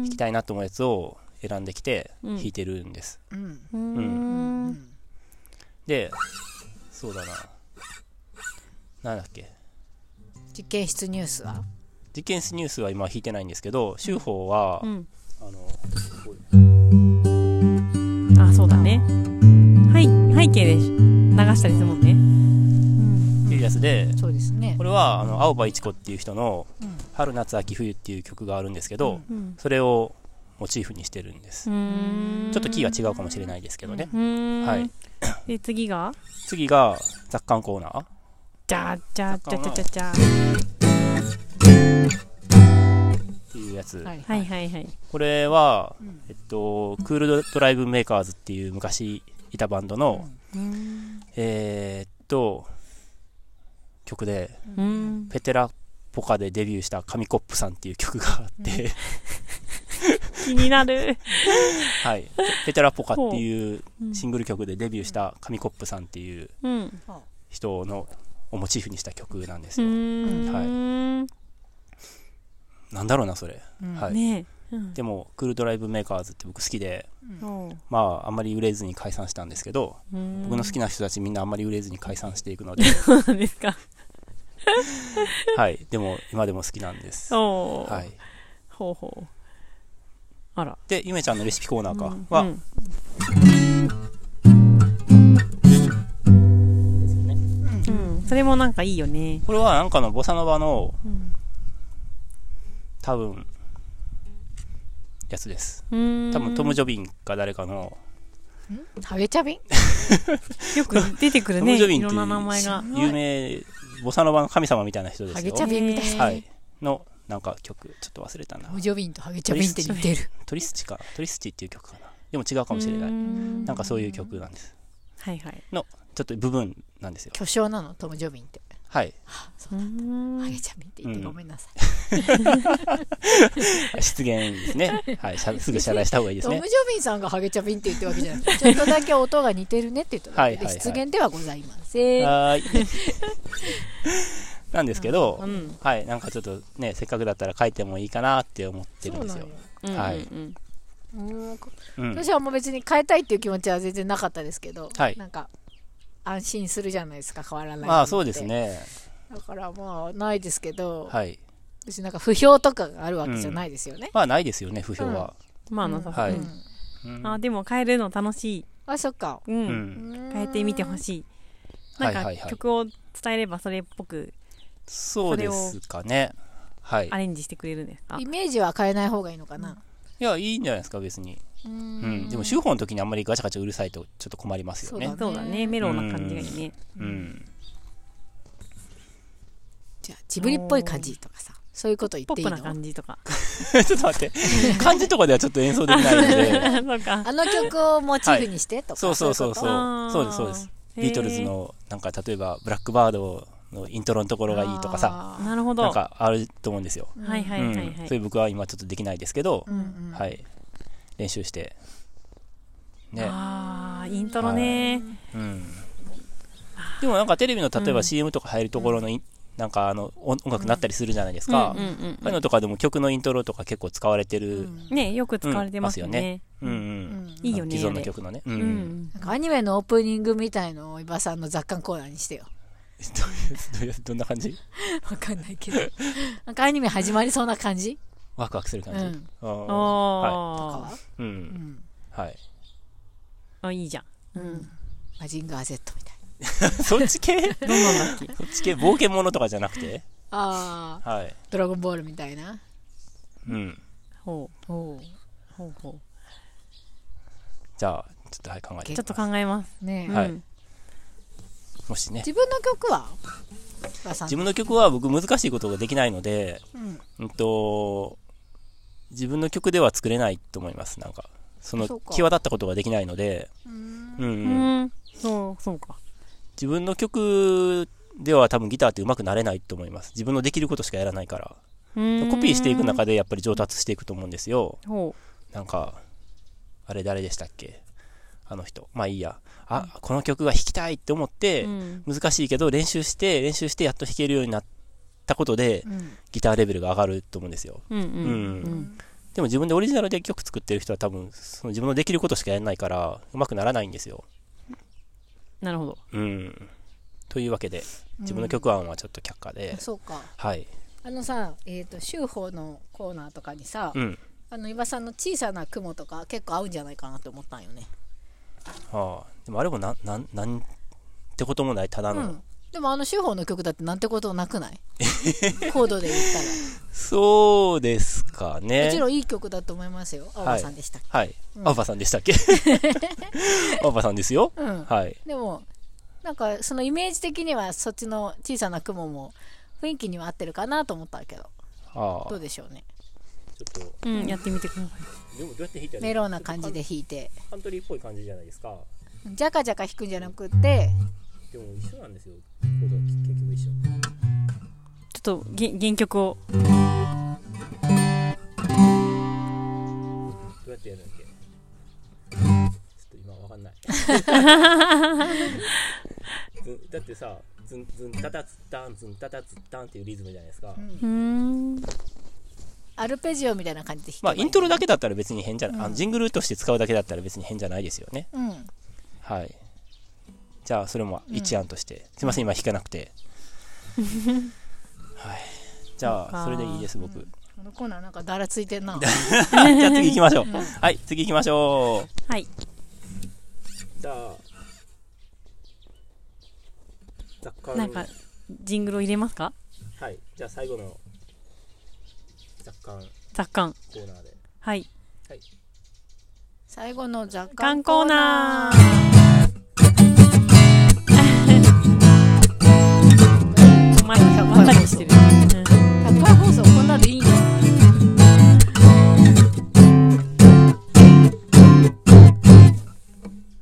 S1: うーん
S3: 弾きたいなと思うやつを選んできて
S1: うん
S3: 弾いてるんです、
S4: うん
S1: うー。
S4: うんん
S3: でそうだななんだっけ
S4: 実験室ニュースは
S3: 実験室ニュースは今弾いてないんですけど修法は、
S1: うん。
S3: あの
S1: あ、そうだね。はい。背景で流したりするもんね。
S3: つで、
S4: そうですね
S3: これは、あの、青葉一子っていう人の
S4: うん、
S3: 春夏秋冬っていう曲があるんですけど、
S1: うん
S3: それをモチーフにしてるんです。ちょっとキーは違うかもしれないですけどね。
S1: うーん
S3: はい。
S1: で、次が
S3: 次が、雑感コーナー。
S1: じゃじゃじゃじゃじゃじゃ。
S3: っていうやつ、
S4: はいは
S1: はいいはいはい。
S3: これは、
S4: ん
S3: えっと、クールドライブメーカーズっていう昔いたバンドの、えーっと曲で
S1: うん。
S3: ペテラポカでデビューした紙コップさんっていう曲があって、
S1: 気になる。
S3: <laughs> はい、ペテラポカっていう
S1: ほう
S3: シングル曲でデビューした紙コップさんっていう
S1: うん。
S3: 人のをモチーフにした曲なんで
S1: う
S3: すよ、
S1: ーん。
S3: なんだろうなそれ、はい
S1: ねえ。うん
S3: でもクールドライブメーカーズって僕好きで
S1: おう
S3: まああんまり売れずに解散したんですけど
S1: うーん
S3: 僕の好きな人たちみんなあんまり売れずに解散していくので、
S1: そうなんですか。
S3: <laughs> はい、でも今でも好きなんです。
S1: おう
S3: はい、
S1: ほうほう。あら。
S3: で、ゆめちゃんのレシピコーナーか、
S1: う
S3: は
S1: ん、うん。それもなんかいいよね。
S3: これはなんかのボサノバの
S1: うん
S3: 多分やつです。
S1: うーん。
S3: 多分トム・ジョビンか誰かの、
S4: ハゲチャビン
S1: よく出てくる
S3: トム・
S1: ね。
S3: ジョビ
S1: い
S3: ンっ
S1: ろ
S3: て
S1: ん
S3: い
S1: な名前が。
S3: う有名、ボサノバの神様みたいな人で
S4: ハ
S3: す
S4: ゲ
S3: よ
S4: チ。ャビンみたいな
S1: へー
S3: はい、のなんか曲、ちょっと忘れたな
S4: ト。ムジョビンとハゲチャビンって似てる
S3: トリスチか、トリスチっていう曲かな。でも違うかもしれな
S1: うー
S3: い。
S1: ん
S3: なんかそういう曲なんです。
S1: はいはい。
S3: ちょっと部分なんですよ。
S4: 巨匠なのトムジョビンって
S3: はい。
S1: うーん
S4: ハゲチャビンって言ってごめんなさい、
S3: 失言ですね。はい。しゃすぐ謝罪した方がいいです
S4: トム・ <laughs>
S3: ね
S4: ジ。ョビンさんがハゲチャビンって言ってるわけじゃなくてちょっとだけ音が似てるねって言っただけで
S3: はいはいはい
S4: 失言ではございません
S3: はーい。なんですけど、
S1: うん。
S3: はい、なんかちょっとね、せっかくだったら書いてもいいかなって思ってるんですよ。
S1: うん
S3: はい
S1: うん
S4: そうなんようーん
S3: うん。
S4: 私はもう別に変えたいっていう気持ちは全然なかったですけど、
S3: はい
S4: なんか安心するじゃないですか変わらないのって
S3: まあそうですね。
S4: だからまあないですけど、
S3: はい。
S4: 別になんか不評とかがあるわけじゃないですよね、
S3: まあないですよね、不評は。
S1: まあなさそう
S3: はい
S4: うん
S3: うん
S1: あ、でも変えるの楽しい。
S4: あそっか
S1: う。
S3: うんん。
S1: 変えてみてほ
S4: い
S1: しい。
S3: は
S1: ない
S3: はい
S1: ん
S3: は
S1: か
S3: い
S1: 曲を伝えればそれっぽく
S3: そうですかね。はい
S1: ア。レンジしてくれるんですか
S4: イメージは変えない方がいいのかない
S3: や、いいんじゃないですか、別に。
S4: う
S3: うん。
S4: ん
S3: でも、修法の時にあんまりガチャガチャうるさいとちょっと困りますよね
S4: う。
S1: そうだね。メロウな感じがいいね。
S3: うん。 <laughs>
S4: じゃあジブリっぽい感じとかさそういうこと言
S1: ポ
S4: ってい
S1: ッ
S4: い
S1: プな
S4: の
S1: 感じとか。
S3: ちょっと待って。漢字とかではちょっと演奏できないの
S1: <laughs>
S3: で。
S1: そうか。
S4: あの曲をモチーフにしてとか、
S3: そうそうそう
S4: いこ
S3: そう。そうです、そうです。ビートルズ
S1: へ
S3: の、なんか例えば、ブラックバードのイントロのとことろがいいとかさ、
S1: ー。なるほど。
S3: なん
S1: は
S3: かあると思うんですよ。
S1: いはいはいは
S3: うん、
S1: い
S3: そ。れ僕は今ちょっとできないですけど、
S4: うんうん
S3: はい練習してね、
S1: ああ、イントロね。
S3: うん、でもなんかテレビの例えば CM とか入るところのイン、なんかあの音音楽になったりするじゃないですか、
S1: うん
S3: そう
S1: うん
S3: いうのとかでも曲のイントロとか結構使われて
S1: う
S3: る、
S1: ん。ね、よく使われてますよね。
S3: うんうん
S4: うん
S1: いいよね。
S3: 既存の
S1: あれ
S3: 曲のね、うん
S1: う
S3: うん
S1: ん。
S4: なんかアニメのオープニングみたいのを伊庭さんの雑感コーナーにして
S3: <laughs>
S4: よ
S3: <laughs> どういうどんな感じ
S4: わかんないけどなんかアニメ始まりそうな感じ
S3: ワクワクする感じ、
S4: うん
S3: あー
S4: とか
S1: あ
S4: は
S3: い、う
S4: うんん
S3: はい、
S1: あ。あ、いいじゃん。
S4: うんマジンガー Z みたいな
S3: そっち系
S1: どんなんだっ
S3: <laughs>
S1: け
S3: そっち系冒険者とかじゃなくて
S4: あー
S3: はい、
S4: ドラゴンボールみたいな
S3: うん、
S1: ほう。
S4: お
S1: ほうほ
S3: じゃあちょっとはい考え
S1: う。
S3: て
S1: ちょっと考えます。
S4: ねえ、
S3: はい
S1: うん
S3: もしね
S4: 自分の曲は伊庭さん
S3: 自分の曲は僕難しいことができないので、
S4: うん
S3: うんと、自分の曲では作れないと思います。なんか、その、
S4: そうか
S3: 際立ったことができないので、
S4: うん
S3: う
S1: う
S3: ん、うん
S1: ん。そう、そうか。
S3: 自分の曲では多分ギターって上手くなれないと思います。自分のできることしかやらないから。
S1: コピ
S3: コピーしていく中でやっぱり上達していくと思うんですよ。
S1: ほ
S3: なんか、あれ誰でしたっけあの人。まあいいや。あ、この曲が弾きたいって思っ
S1: う。
S3: て
S1: う、ん
S3: 難しいけど練習して、練習してやっと弾けるようになったことで、
S4: うん
S3: ギターレベルが上がると思うんですよ。
S1: うんうん
S3: うんでも自分でオリジナルで曲作ってる人は多分その自分のできることしかやらないからうまくならないんですよ。
S1: なるほど。
S3: うん。というわけで自分の曲案はちょっと却下で、
S4: そうか
S3: はい。
S4: あのさえっ、と修法のコーナーとかにさ、
S3: うん。
S4: あの伊庭さんの小さな雲とか結構合うんじゃないかなと思ったんよね
S3: はあ、でもあれもなんなんなんってこともないただ
S4: う
S3: の、
S4: んでもあの手法の曲だってなんてことなく
S3: <laughs>
S4: ないコードで言ったら。
S3: そうですかね。
S4: もちろんいい曲だと思いますよ。青葉さんでした。
S3: はい。
S4: うん
S3: アッパさんでした
S4: <laughs>
S3: っけアッパさんですよ。
S4: うん。
S3: はい。
S4: でも、なんかそのイメージ的にはそっちの小さな雲も雰囲気には合ってるかなと思ったけど、
S3: ああ
S4: どうでしょうね。
S5: ちょっと
S1: うん、やってみてください。
S5: でもどうやって弾いたらい
S4: メ
S5: いの
S4: ロウな感じで弾いて、
S5: カントリーっぽい感じじゃないですか
S4: ジャカジャカ弾くんじゃなくて、
S5: でも一緒なんですよコードは結局一緒
S1: ちょっとげ原曲を。
S5: どうやってやるんだっけちょっと今わかんない
S4: <laughs>
S5: ずんだってさズンズンタタツッタンズンタタツッタンっていうリズムじゃないですか、
S1: うーん。
S4: アルペジオみたいな感じで弾けば
S3: まあ、
S4: いい
S3: イントロだけだったら別に変じゃない、あのジングルとして使うだけだったら別に変じゃないですよね。
S4: うん。
S3: はい。じゃあ、それも一案として。すいません、今弾かなく
S5: <laughs>
S3: て。はい。じゃあ、それでいいです、僕。 <laughs>
S4: このコーナーなんかだらついてんな。
S3: じゃあ、次行きましょう。はい、次行きましょう。
S1: はい。
S5: じゃあザッカー
S1: なんか、ジングルを入れますか
S5: はいじゃあ最後の雑感
S1: 雑感。
S5: コーナーで
S1: はい。
S4: 最後の雑
S1: 缶コー
S4: 感コー
S1: ナ
S4: ナ
S1: ー
S4: ー。。
S1: お <laughs> 前らばったりしてる。うん
S4: 雑感放送こんなのいいの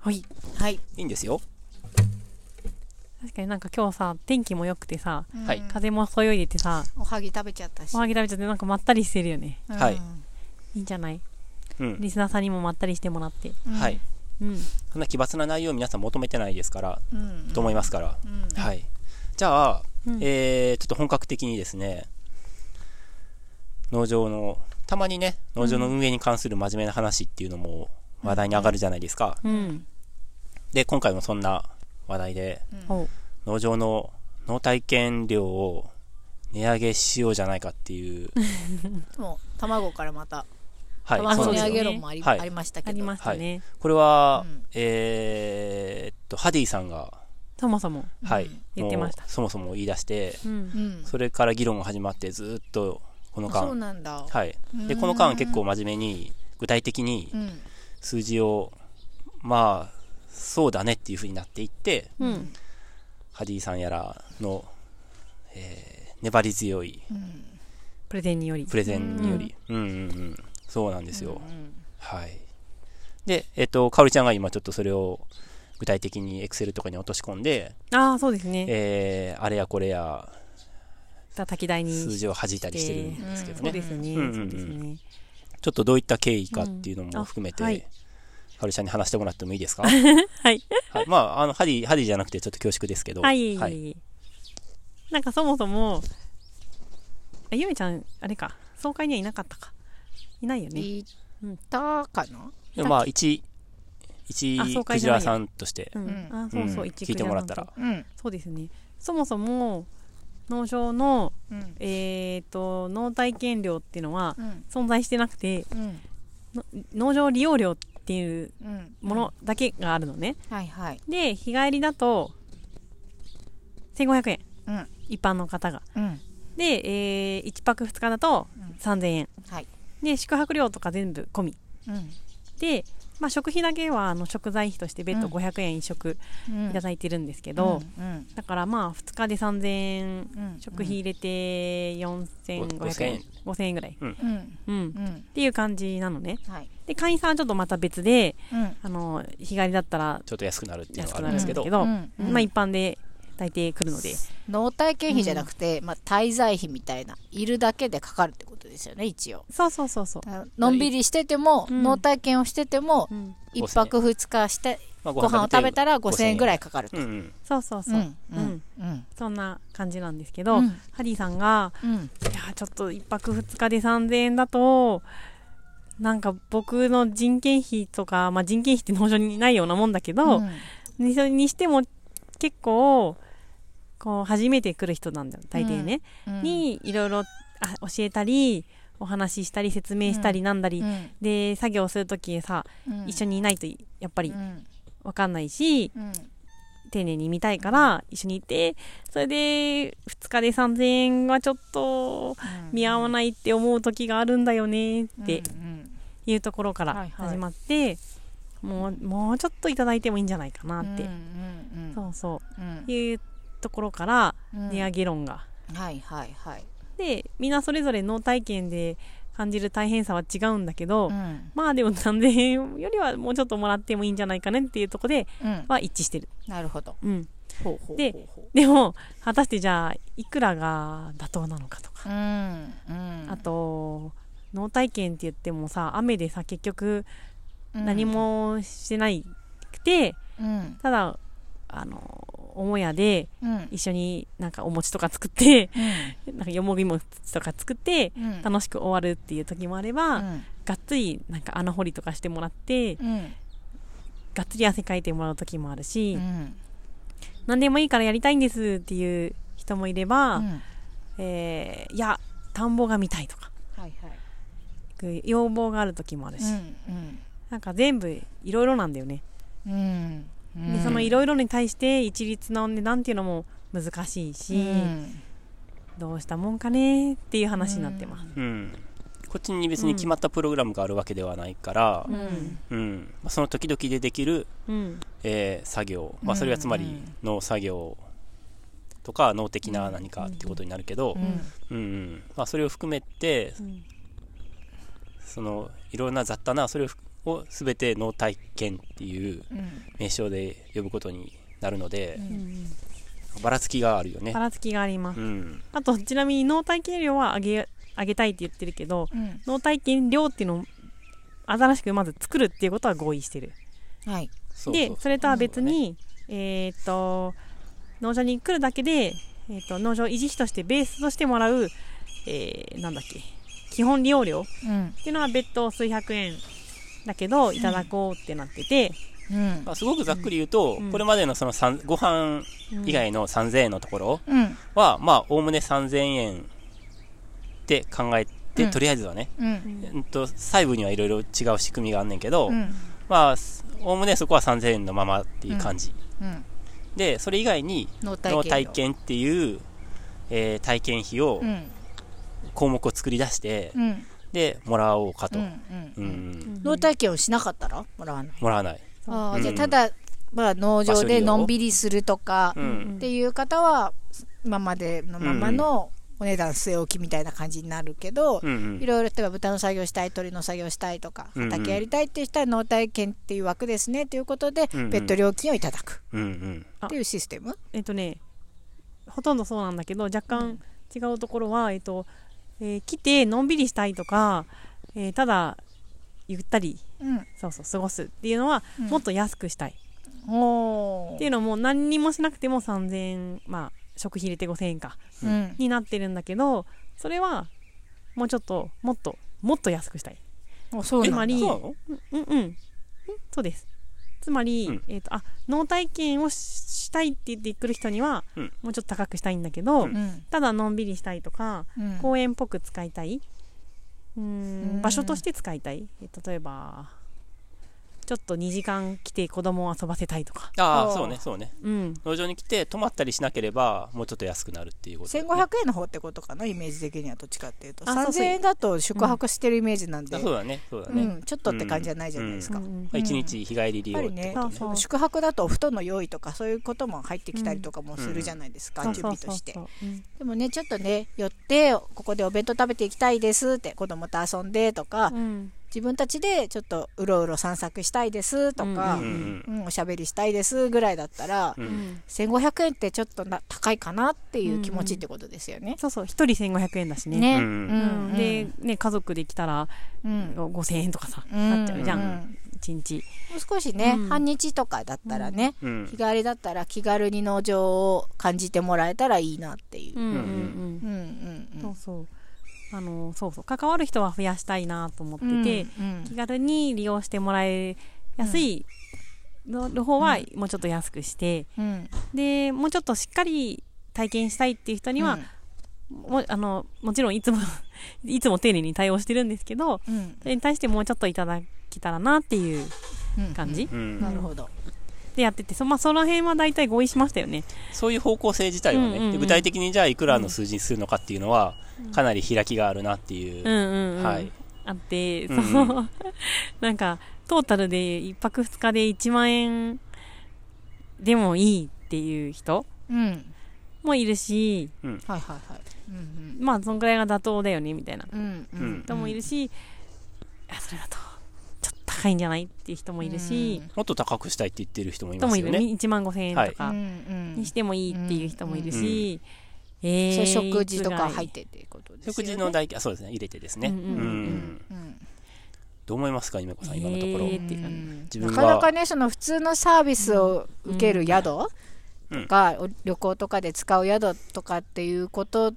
S1: はい。
S4: はい。
S3: いいんですよ。
S1: 確かになんか今日さ、天気も良くてさ、
S3: はい
S4: うん
S1: 風もそよいでてさ、
S4: おはぎ食べちゃったし。
S1: おはぎ食べちゃってなんかまったりしてるよね。
S4: うん
S3: はい
S1: いいんじゃない
S3: うん。
S1: リスナーさんにもまったりしてもらって。
S3: は。い。
S1: うん。
S3: そんな奇抜な内容を皆さん求めてないですから、
S4: うんうん
S3: と思いますから。
S4: うん
S3: はい。じゃあ、
S1: うん
S3: えーちょっと本格的にですね、農場の、たまにね、農場の運営に関する真面目な話っていうのも話題に上がるじゃないですか。
S1: うん。
S3: で、今回もそんな話題で、
S1: おう。
S3: 農場の農体験料を値上げしようじゃないかっていう、
S4: <laughs> もう卵からまた
S3: はい、
S1: あ
S4: 卵
S3: そう
S4: 値
S3: な
S4: 上
S3: んで
S4: げ
S3: すよ。
S4: 論もあり,、
S3: はい
S4: ありました
S1: あ
S4: け
S1: り
S4: ど。
S1: ましたね。
S3: これは、
S4: うん
S3: えーっと、ハディさんが、
S1: そもそも。
S3: はい、
S1: 言ってました
S3: もうそもそも言い出して、
S1: うん
S4: う。ん。
S3: それから議論が始まって、ずーっとこの
S4: あそう
S3: 間、
S4: なんだ。
S3: はい。で、
S4: うん
S3: この間結構真面目に、具体的に
S4: うん。
S3: 数字を、まあ、そうだねっていう風になっていって、
S1: うん。
S3: ハディさんやらの、えー粘り強い
S4: うん。
S1: プレゼンにより
S3: プ。レゼンにより、うんうんうん、そうなんですよ。
S4: うん
S3: はい。で、えっと、かおりちゃんが今ちょっとそれを具体的に Excel とかに落とし込んで、
S1: ああ、そうですね。
S3: えーあれやこれや
S1: 叩き台に。
S3: 数字を弾いたりしてるんですけど
S1: そう
S3: ね、
S1: ですね。
S3: うんうんうん
S1: そうですね。
S3: ちょっとどういった経緯かっていうのも含めて、
S1: うんあはい
S3: かおりちゃんに話してもらってもいいですか
S1: はい。
S3: はい。まあ、あの、ハディ、ハディじゃなくてちょっと恐縮ですけど、
S1: はい。なんかそもそも、あゆめちゃん、あれか、総会にはいなかったか。いないよね。
S4: いたかな
S3: でまあ、一、一
S1: あそうか
S3: クジラさんとして
S1: う、ん。
S4: うん
S1: あそうそう、
S3: うん
S1: 一
S3: 聞いてもらった
S1: ク
S3: ら
S1: ジラさんと。
S4: うん。
S1: そうですね。そもそも、農場の、
S4: うん。
S1: えっ、と、農体験料っていうのは
S4: うん。
S1: 存在してなくて、
S4: うん。
S1: の農場利用料っていう
S4: うん。
S1: ものだけがあるのね。
S4: はいはい。
S1: で、日帰りだと、1500円。
S4: うん。
S1: 一般の方が。
S4: うん。
S1: で、えー、1泊2日だと
S4: うん
S1: 3000円。
S4: はい。
S1: で、宿泊料とか全部込み。
S4: うん。
S1: で、まあ、食費だけはあの食材費として別途
S4: うん
S1: 500円一食いただいてるんですけ
S4: け
S1: ど、
S4: うん。
S1: だからまあ2日で3000円、
S4: うん
S1: 食費入れて4500円、5000円ぐらい。
S4: うん。
S1: うん。
S4: う
S1: っ
S4: ん。
S1: ていう感じなのね。
S4: はい。
S1: で、会員さんはちょっとまた別で、
S4: うん。
S1: あの、日帰りだったら
S3: ちょっと安くなるっていうの
S1: 安
S3: があ
S1: くな
S3: る
S1: んる
S3: で
S1: ん
S3: す
S1: です
S3: けど、
S1: けど、
S4: うんうん
S1: まあ一般で大抵来るので。
S4: 納体験費じゃなくて、まあ、滞在費みたいな、いるだけでかかるってことですよね、一応。
S1: そうそうそうそう。
S4: あのんびりしてても、
S1: うん
S4: 納体験をしてても、
S1: うん。
S4: 一泊二日して、
S3: まあ
S4: ご飯を食べたら5000円ぐら
S3: い。
S4: いかかると
S3: う。んうん。
S1: そうそうそう。
S4: うん。う
S1: うんん。
S4: うん。
S1: そんな感じなんですけど、
S4: うん
S1: ハリーさんが、
S4: うん。
S1: いやー、ちょっと一泊二日で3000円だと、なんか僕の人件費とか、まあ人件費って農場にないようなもんだけど、にそれにしても結構、こう、初めて来る人なんだよ、大抵ね。
S4: うん、
S1: に、いろいろあ教えたり、お話ししたり、説明したりなんだり、
S4: うん、
S1: で、作業するときさ、一緒
S4: に、
S1: にいないとやっぱり
S4: うん
S1: わかんないし、
S4: うん
S1: 丁寧に見たいから一緒にいて、それで2日で3000円はちょっと見合わないって思う時があるんだよねって
S4: うん
S1: いうところか
S4: はい
S1: ら
S4: はい
S1: 始まって、もう、もうちょっといただいてもいいんじゃないかな
S4: う
S1: っ
S4: ん
S1: て、
S4: うん
S1: そうそ
S4: うん
S1: う、いうところから
S4: うん
S1: 値上げ論が。
S4: はいはいはい
S1: で、みんなそれぞれ脳体験で感じる大変さは違うんだけど、
S4: うん
S1: まあでも3000円よりはもうちょっともらってもいいんじゃないかねっていうところで
S4: うん
S1: は一致してる。
S4: なるほど
S1: うん。
S4: ほうほう
S1: で
S4: ほうほ
S1: でも、果たしてじゃあ、いくらが妥当なのかとか。
S4: ううんうん
S1: あと、脳体験って言ってもさ、雨でさ、結局
S4: うん
S1: 何もしてないくて、
S4: うん
S1: ただ、あの、母屋で
S4: うん
S1: 一緒になんかお餅とか作って、なんかよもぎ餅とか作って、
S4: うん
S1: 楽しく終わるっていう時もあれば、がっつりなんか穴掘りとかしてもらって、
S4: うん
S1: がっつり汗かいてもらう時もあるし、
S4: うん
S1: 何でもいいからやりたいんですっていう人もいれば、
S4: うん
S1: えーいや田んぼが見たいとか
S4: はいはい
S1: 要望がある時もあるし、
S4: うん
S1: なんか全部いろいろなんだよね、
S4: うんうん
S1: でそのいろいろに対して一律の値段っていうのも難しいし、
S4: うん
S1: どうしたもんかねっていう話になってます、
S3: うん。こっちに別に決まったプログラムがあるわけではないから、
S1: ん
S3: うん。まあその時々でできる、
S1: うん
S3: えー作業。まあ、それはつま
S4: う
S3: り
S4: ん、
S3: の作業とか、脳的な何かってことになるけど、うんうん。まあ、それを含めて、
S1: うん
S3: その、いろんな雑多な、それを含を全て脳体験っていう
S4: うん
S3: 名称で呼ぶことになるので、ばらつきがあるよね
S1: ば。らつきがあります、
S3: うん。
S1: あとちなみに脳体験料は上げ上げたいって言ってるけど
S4: うん
S1: 脳体験料っていうのを新しくまず作るっていうことは合意してる
S4: はい
S3: そう
S1: で
S3: そう
S1: それとは別に、えーっと農場に来るだけで、えーっと農場維持費としてベースとしてもらう、えーなんだっけ基本利用料っ
S4: うん
S1: ていうのは別途数百円だけどいただこうってなってて、
S4: うん
S3: まあ、すごくざっくり言うと、
S1: うん
S3: これまでのその三ご飯以外の3000円のところ
S4: うん
S3: は、まあ、おおむね3000円って考えて、
S4: うん
S3: とりあえずはね、
S4: うん
S3: うんと、細部にはいろいろ違う仕組みがあんねんけど、
S4: うん
S3: まあ、おおむねそこは3000円のままっていう感じ。
S4: うん
S3: で、それ以外に、
S4: 脳体験
S3: の体験っていう、えー体験費を
S4: う、ん
S3: 項目を作り出して、
S4: うん
S3: で、もらおうか
S4: う
S3: と。うん
S4: んうん
S3: うん。
S4: 脳体験をしなかったらもらわない
S3: もらわない。
S4: あ
S3: う
S4: あ
S3: ん
S4: じゃあただ、まあ、農場でのんびりするとか
S3: う
S1: うん
S3: ん。
S4: っていう方は今までのままのお値段据え置きみたいな感じになるけど、
S3: うんうん
S4: いろいろ例えば豚の作業したい鳥の作業したいとか
S3: うんうん
S4: 畑やりたいっていう人は農体験っていう枠ですねということで、
S3: うんうん
S4: ペット料金をいただく
S3: うんうん。
S4: っていうシステム
S1: えっとねほとんどそうなんだけど若干違うところは、えっとえー来てのんびりしたいとか、えーただゆったり
S4: うん
S1: そうそう過ごすっていうのは、
S4: うん
S1: もっと安くしたい。
S4: お
S1: っていうのも何にもしなくても3000円まあ食費入れて5000円か
S4: うん
S1: になってるんだけどそれはもうちょっともっともっと安くしたい
S4: おそう
S1: つ
S4: な
S1: ま
S4: んだ
S1: り
S3: そうなの
S1: うんうんうんそうですつまり、
S3: うん
S1: えー、とあ脳体験をししたいって言ってくる人には、
S3: うん
S1: もうちょっと高くしたいんだけど、
S3: うん
S4: うん
S1: ただのんびりしたいとか
S4: うん
S1: 公園っぽく使いたい、うーん
S4: うん
S1: 場所として使いたいえ例えばちょっと2時間来て子供を遊ばせたいとか、
S3: あ
S4: お
S3: あ、
S4: ー
S3: そうね、そうね。
S1: うん、
S3: 農場に来て泊まったりしなければもうちょっと安くなるっていうこと、ね、
S4: 1500円の方ってことかなイメージ的にはどっちかっていうと
S1: あそうそう
S4: 3000円だと宿泊してるイメージなんで、
S3: あそうだねそうだ
S4: う
S3: ね、ま
S4: ん、ちょっとって感じじゃないじゃないですか、
S1: うんうん
S3: あ、1日日帰り利用ってことね
S1: そう
S4: 宿泊だとお布団の用意とかそういうことも入ってきたりとかもするじゃないですか、準備として
S1: そうそうそう
S4: でもねちょっとね寄ってここでお弁当食べていきたいですって子供と遊んでとか、
S1: そううん
S4: 自分たちでちょっとうろうろ散策したいですとか、
S1: う
S3: うんん
S1: う
S3: う
S1: そ
S3: ん
S4: うんおしゃべりしたいですぐらいだったら、
S3: うん、
S4: 1500円ってちょっとな高いかなっていう気持ちってことですよね。
S1: そうそう一人1500円だしね
S4: ね、
S3: うん
S1: うんで、ね、家族で来たら
S4: うん
S1: 5000円とかさ、
S4: うん
S1: なっちゃうじゃ
S4: うん
S1: ん、一日
S4: もう少しね、
S1: うん
S4: 半日とかだったらね、
S3: うん
S4: 日帰りだったら気軽に農場を感じてもらえたらいいなっていう。
S1: うんうん
S3: うん
S1: うん
S4: うんうんうん
S1: そうそうあのそうそう関わる人は増やしたいなと思ってて、
S4: うん
S1: 気軽に利用してもらえやすいのの方はもうちょっと安くして、
S4: うん
S1: でもうちょっとしっかり体験したいっていう人には、もあのもちろんいつも <laughs> いつも丁寧に対応してるんですけど、
S4: うんうん
S1: それに対してもうちょっといただけたらなっていう
S4: うん
S1: 感じ、
S3: うん
S4: なるほど。
S1: でやってて、そまあ、その辺は大体合意しましたよね。
S3: そういう方向性自体はね、
S1: うんうんうん
S3: で具体的にじゃあいくらの数字にするのかっていうのは、かなり開きがあるなっていう、
S1: うんうん、うん。
S3: はい、
S1: あって、
S3: う
S1: そ
S3: んう
S1: うん <laughs> なんか、トータルで1泊2日で1万円でもいいっていう人
S4: うん。
S1: もいるし、
S4: はいはいはい。うん
S1: まあ、そんくらいが妥当だよね、みたいな
S4: うん。うんうん。
S1: 人もいるし、あそれだと、ちょっと高いんじゃないっていう人もいるし、
S3: もっと高くしたいって言ってる人もい
S1: 人
S3: ま
S1: も
S3: す
S1: い
S3: よ
S1: る、
S3: ね。
S1: 1万5千円と
S4: うん。う
S1: か
S4: んうん
S1: にしてもいいっていう人もいるし、え
S4: そ
S1: ー
S4: れ食事とか入っ
S1: い
S4: てっていうことですよ
S3: 食
S4: ね。
S3: 事の代金、あそうですね、入れてですね。
S1: う
S3: うんん
S1: うんうん
S4: うん
S3: どう思いますか、ゆめこさん、今のところ。
S1: えーっていう感
S3: 自
S4: な
S3: 分
S4: かな
S3: は
S4: かねその普通のサービスを受ける宿と
S3: うん
S4: か、お旅行とかで使う宿とかっていうこと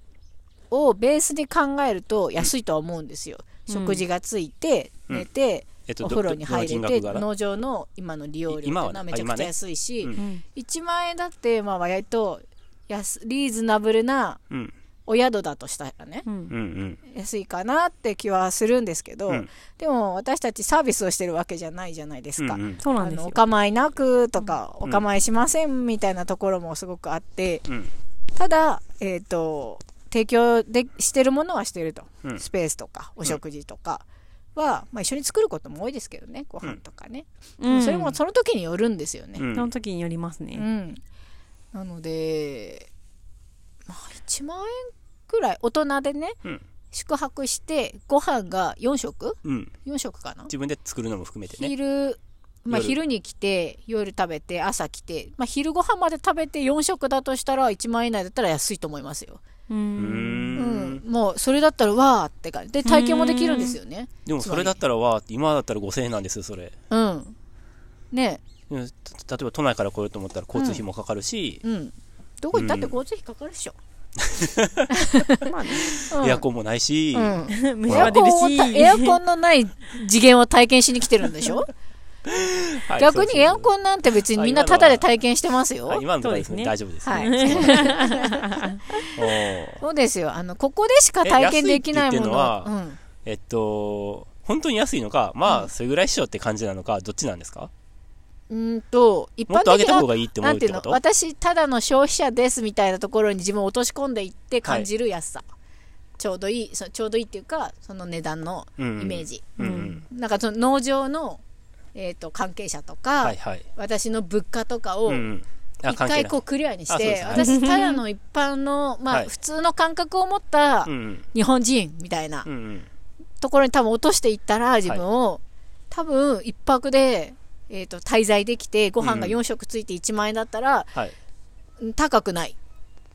S4: をベースに考えると安いとは思うんですよ、
S1: うん
S4: 食事がついて
S3: うん
S4: 寝て、
S3: えっ
S4: お風呂に入れて
S3: どの金額から
S4: 農場の今の利用料っていうのはめちゃくちゃ安いし、
S3: 今はね
S1: てうん
S4: 1万円だってまあ割と安リーズナブルな
S3: うん、
S4: お宿だとしたらね、
S1: うん
S3: うん、うん。
S4: 安いかなって気はするんですけど、
S3: うん
S4: でも私たちサービスをしてるわけじゃないじゃないですか。
S3: うんうん
S1: そうな
S4: あ
S1: んです
S4: の
S1: よ
S4: お。構いなくとか、
S3: ん
S4: お構いしませんみたいなところもすごくあって
S3: うん
S4: ただ、えー、と提供でしてるものはしてると、
S3: うん
S4: スペースとかお食事とかは、まあ、一緒に作ることも多いですけどねご飯とかね、
S1: うん
S4: それもその時によるんですよね。
S3: うん
S1: その時によりますね。
S4: うん、なので、まあ、1万円くらい大人でね、
S3: うん
S4: 宿泊してご飯が4食
S3: うん、
S4: 4食かな
S3: 自分で作るのも含めてね。
S4: 昼、まあ、
S3: 夜
S4: 昼に来て夜食べて朝来て、まあ、昼ご飯まで食べて4食だとしたら1万円以内だったら安いと思いますよ、
S1: う
S3: うん
S1: <laughs>
S4: うん
S3: ん。
S4: もうそれだったらわーって感じで体験もできるんですよね
S3: でもそれだったらわーって今だったら5000円なんですよ、それ。
S4: うんね
S3: うんた例えば都内から来ようと思ったら交通費もかかるし、
S4: うんどこ行ったって交通費かかるっしょ、
S3: <laughs>
S4: うん
S3: エアコンもないし、
S4: うん
S1: 虫
S4: エア
S1: は出
S4: コ
S1: る
S4: ンを
S1: し。
S4: たエアコンのない次元を体験しに来てるんで
S3: <laughs>
S4: しょ
S3: はい
S4: 逆にエア
S3: ン
S4: コンなんて別にみんなタダで体験してますよ。
S3: 今のところですね
S1: そう
S3: 大
S1: で
S3: 丈夫です
S4: は
S3: ね、
S4: い。
S3: <laughs> おー
S4: そうですよ。あの、ここでしか体験できないも
S3: え安いって言ってん
S4: の。
S3: のは
S4: うん
S3: えっと本当に安いのかまあそれぐらいっしょって感じなのかどっちなんですか
S4: うーんと、一
S3: も
S4: 般
S3: っと上げ
S4: 的
S3: た
S4: な
S3: 方、がいいって思
S4: な
S3: うんってて
S4: いう
S3: こ
S4: の、
S3: と
S4: 私、ただの消費者ですみたいなところに自分を落とし込んでいって感じる安さ。ちょうどいい、そちょうどいいっていうか、その値段の
S3: イメ
S4: イメージ。
S3: うんうん
S4: なんかその農場の、えっ、と、関係者とか、
S3: はいはい
S4: 私の物価とかを、
S3: うんうんあ
S4: 一
S3: 関係
S4: 回
S3: ない
S4: こうクリアにし
S3: あそうで
S4: て、
S3: すはい
S4: 私ただの一般の、ま
S3: は
S4: あ
S3: い
S4: 普通の感覚を持った
S3: うんうん
S4: 日本人みたいな
S3: うんうん
S4: ところに多分落としていったら自分を、多分一泊で、えー、と滞在できてご飯が4食ついて1万円だったら、
S3: はい
S4: うん高くない。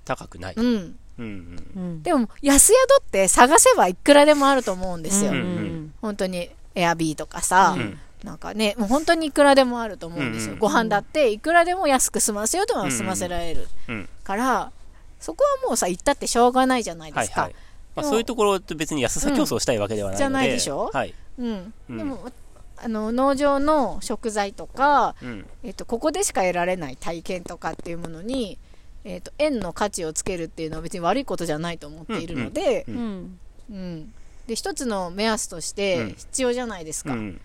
S3: 高くない
S4: うん。
S3: うんうん
S1: うん
S4: でも安宿って探せばいくらでもあると思うんですよ。
S1: うん
S4: 本当にエアビーとかさ、
S3: うん
S4: なんかね、もう本当にいくらでもあると思うんですよ。
S3: うん
S4: ご飯だっていくらでも安く済ませようと思えば済ませられる。
S3: うん
S4: から、そこはもうさ、行ったってしょうがないじゃないで
S3: はい
S4: すか。
S3: はいまあそういうところと別に安さ競争したいわけではないので
S4: うんじゃないでしょ
S3: はい
S4: うん。
S3: うん
S4: でも、あの、農場の食材とか、
S3: うん
S4: えっと、ここでしか得られない体験とかっていうものに、えっと、円の価値をつけるっていうのは別に悪いことじゃないと思っているので、
S3: う
S1: うんんうん
S4: うん。で、一つの目安とし
S3: うん
S4: て必要じゃないです
S3: う
S4: か。
S3: ん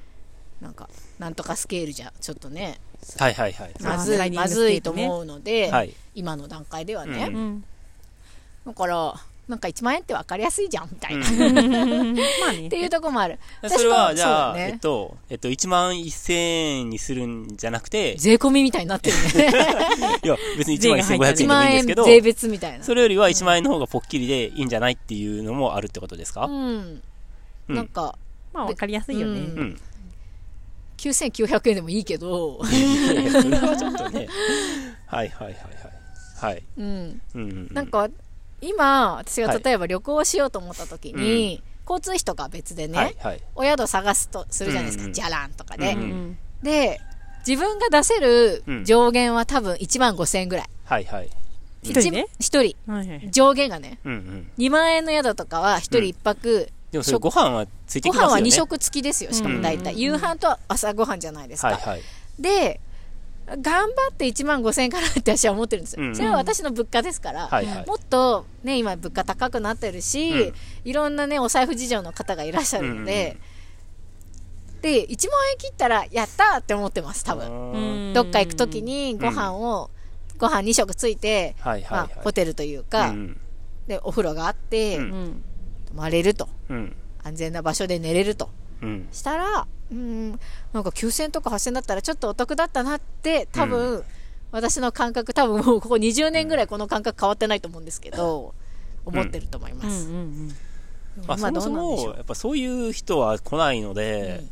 S4: なんか、なんとかスケールじゃ、ちょっとね、
S3: はいはいはい
S1: まあ
S4: まず
S1: ライ
S4: い、
S1: ディング
S4: ま
S1: スケールね
S4: ずいと思うので、
S3: はい
S4: 今の段階では
S3: う
S4: ね。
S1: うん
S4: だから、なんか1万円って分かりやすいじゃん、みたいな。
S3: う
S4: っ <laughs>
S3: ん
S1: まあね
S4: て。いうとこもある。
S3: それは、
S4: 私も
S3: じゃあ、
S4: そうだね
S3: えっと、えっと、1万1000円にするんじゃなく
S4: <laughs>
S3: て、
S4: 税込みみたいになってるね。
S3: いや、別に1万1500円で
S4: 1
S3: もいい
S4: 万
S3: んで
S4: 円
S3: すけど、
S4: 税別みたいな。
S3: それよりは1万円の方がポッキリでいいんじゃないっていうのもあるってことですか
S4: うん。
S3: うん
S4: なんか、
S1: まあわかりやすいよ
S4: う
S1: ね
S4: ん。
S3: うん。
S4: 9900円でもいいけど、
S3: いやいや <laughs> それはちょっとね。はいはいはいはい。はい。
S4: うん。
S3: うんうん。
S4: なん、か、今、私が
S3: はい
S4: 例えば旅行をしようと思った時に、交通費とか別でね、
S3: はいはい。
S4: お宿探すとするじゃないです
S3: うんう
S4: か。
S3: ん
S4: じゃらんとかで
S3: う
S1: うんん
S4: で、自分が出せる
S3: うん
S4: 上限は多分1万5000円ぐらい。
S3: はいはい。
S1: 一人で
S4: 一人。
S1: はいはい
S4: 上限がね。
S3: うんうん。
S4: 2万円の宿とかは1人1泊、
S3: でもそれご飯はついてき
S4: ご
S3: ます
S4: 飯
S3: よね。
S4: は2食付きですよ、しかも大体。
S1: うん
S4: 夕飯と朝ご飯じゃないですか。
S3: はいはい。
S4: で頑張って1万5000円からって私は思ってるんですよ、
S3: うん
S4: それは私の物価ですから、
S3: はいはい
S4: もっと、ね、今物価高くなってるし、
S3: うん
S4: いろんなねお財布事情の方がいらっしゃるので、で1万円切ったらやったーって思ってます多分
S3: は
S4: どっか行く時にご飯を、ご飯2食ついて、
S3: いはい
S4: ま
S3: は
S4: あ
S3: い、
S4: ホテルというか、
S3: うん
S4: でお風呂があって、
S3: うん
S1: うん
S4: 泊まれると
S3: うん
S4: 安全な場所で寝れると
S3: うん
S4: したらうーんなんか9000とか8000だったらちょっとお得だったなって多分、私の感覚多分もうここ20年ぐらいこの感覚変わってないと思うんですけど、思ってると思いま
S1: うん
S4: す、
S1: うん
S3: まあ、そもそ
S4: どうなんでしょ
S3: も
S4: う
S3: やっぱそういう人は来ないので、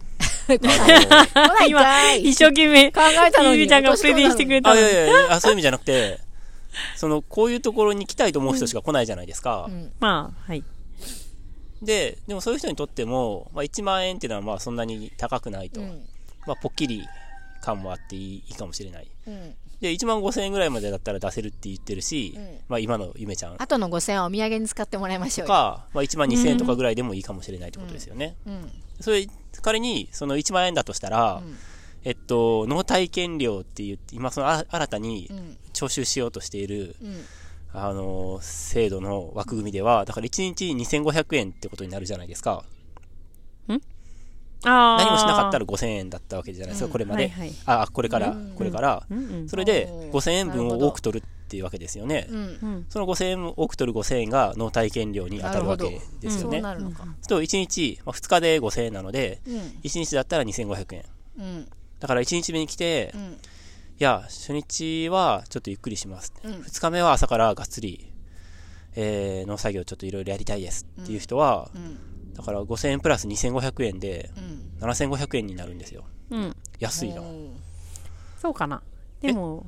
S3: <laughs>
S4: 来 <laughs> ないかい
S1: 一生懸命
S4: 考えたのに
S1: ゆりちゃんがプレゼンしてくれ
S3: あ
S1: た
S3: のあい
S1: の
S3: やいやいやあそういう意味じゃなくてそのこういうところに来たいと思う人しか来ないじゃないですか、
S4: うん
S1: まあはい
S3: ででもそういう人にとっても、まあ、1万円っていうのはまあそんなに高くないと、
S4: うん
S3: まあ、ポッキリ感もあっていいいいかもしれない
S4: うん
S3: で1万5000円ぐらいまでだったら出せるって言ってるし、
S4: うん
S3: まあ、今のゆめちゃん
S4: あとの5000円はお土産に使ってもらいましょうよ、
S3: か、まあ、1万2000円とかぐらいでもいいかもしれないってことですよね、
S4: うん
S3: それ仮にその1万円だとしたら、
S4: うん
S3: えっと納体験料って言って今そのあ新たに
S4: うん
S3: 徴収しようとしている、
S4: うん、
S3: あの制度の枠組みではだから1日2500円ってことになるじゃないですか
S1: あー
S3: 何もしなかったら5000円だったわけじゃないですか、
S4: うん
S3: これま
S1: は
S3: で、
S1: いはい
S3: あこれから、
S4: うん
S3: これから、
S1: うんうん
S3: それで
S4: おー
S3: 5000円分
S4: なるほ
S3: を
S4: ど
S3: 多く取るっていうわけですよね、
S4: うん
S1: うん
S3: その5000円を多く取る5000円が納体験料に当たるわけです
S4: そ
S3: よ
S4: う
S3: ね、
S4: なるのか、
S3: と1日、まあ、2日で5000円なので
S4: うん
S3: 1日だったら2500円
S4: うん
S3: だから1日目に来て、
S4: う
S3: い
S4: ん
S3: や初日はちょっとゆっくりします、
S4: うん
S3: 2日目は朝からがっつり、えー、農作業ちょっといろいろやりたいですっていう人は、
S4: うん
S3: だから5000円プラス2500円で
S4: うん
S3: 7500円になるんですよ
S1: うん
S3: 安いな
S4: うん
S1: そうかなでも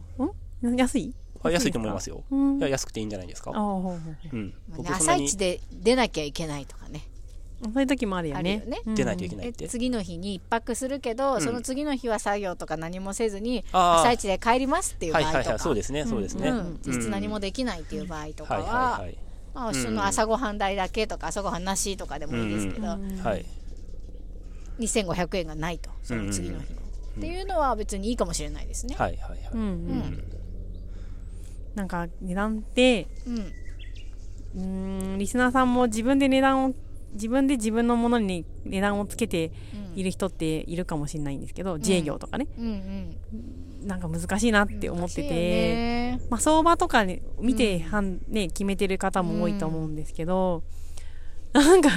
S1: ん安い
S3: あ安いと思いますよ、
S1: うん
S3: いや安くていいんじゃないです
S1: ああ
S3: か、
S1: ほうほうほう
S3: うん、
S4: まあね
S3: そんな
S4: 朝
S3: に
S4: 一で出なきゃいけないとかね
S1: そういう時もあるよね
S4: あるよね
S1: うん
S3: 出ないといけない
S4: で
S3: って、
S4: 次の日に一泊するけど、
S3: ん
S4: その次の日は作業とか何もせずに
S3: あー
S4: 朝一で帰りますっていう場
S3: は
S4: 合と
S3: い
S4: か、
S3: はいはいそうですねそうですね、
S4: うん、実質何もできないっていう場合とか
S3: は
S4: は、
S3: いはい
S4: まあ、その朝ごはん代だけとか朝ごはんなしとかでもいいですけど、
S3: はいはい
S4: 2500円がないとその次の日の、っていうのは別にいいかもしれないですね、
S3: はいはいはい、
S1: うんう
S4: うんん
S1: なんか値段ってう
S4: うん
S1: ーんリスナーさんも自分で値段を自分で自分のものに値段をつけている人っているかもしれないんですけど、自営業とかね
S4: うんうん
S1: なんか難しいなって思って
S4: 難し
S1: て、
S4: いよね
S1: まあ、相場とかね見てはん、ね、決めてる方も多いと思うんですけど、なんか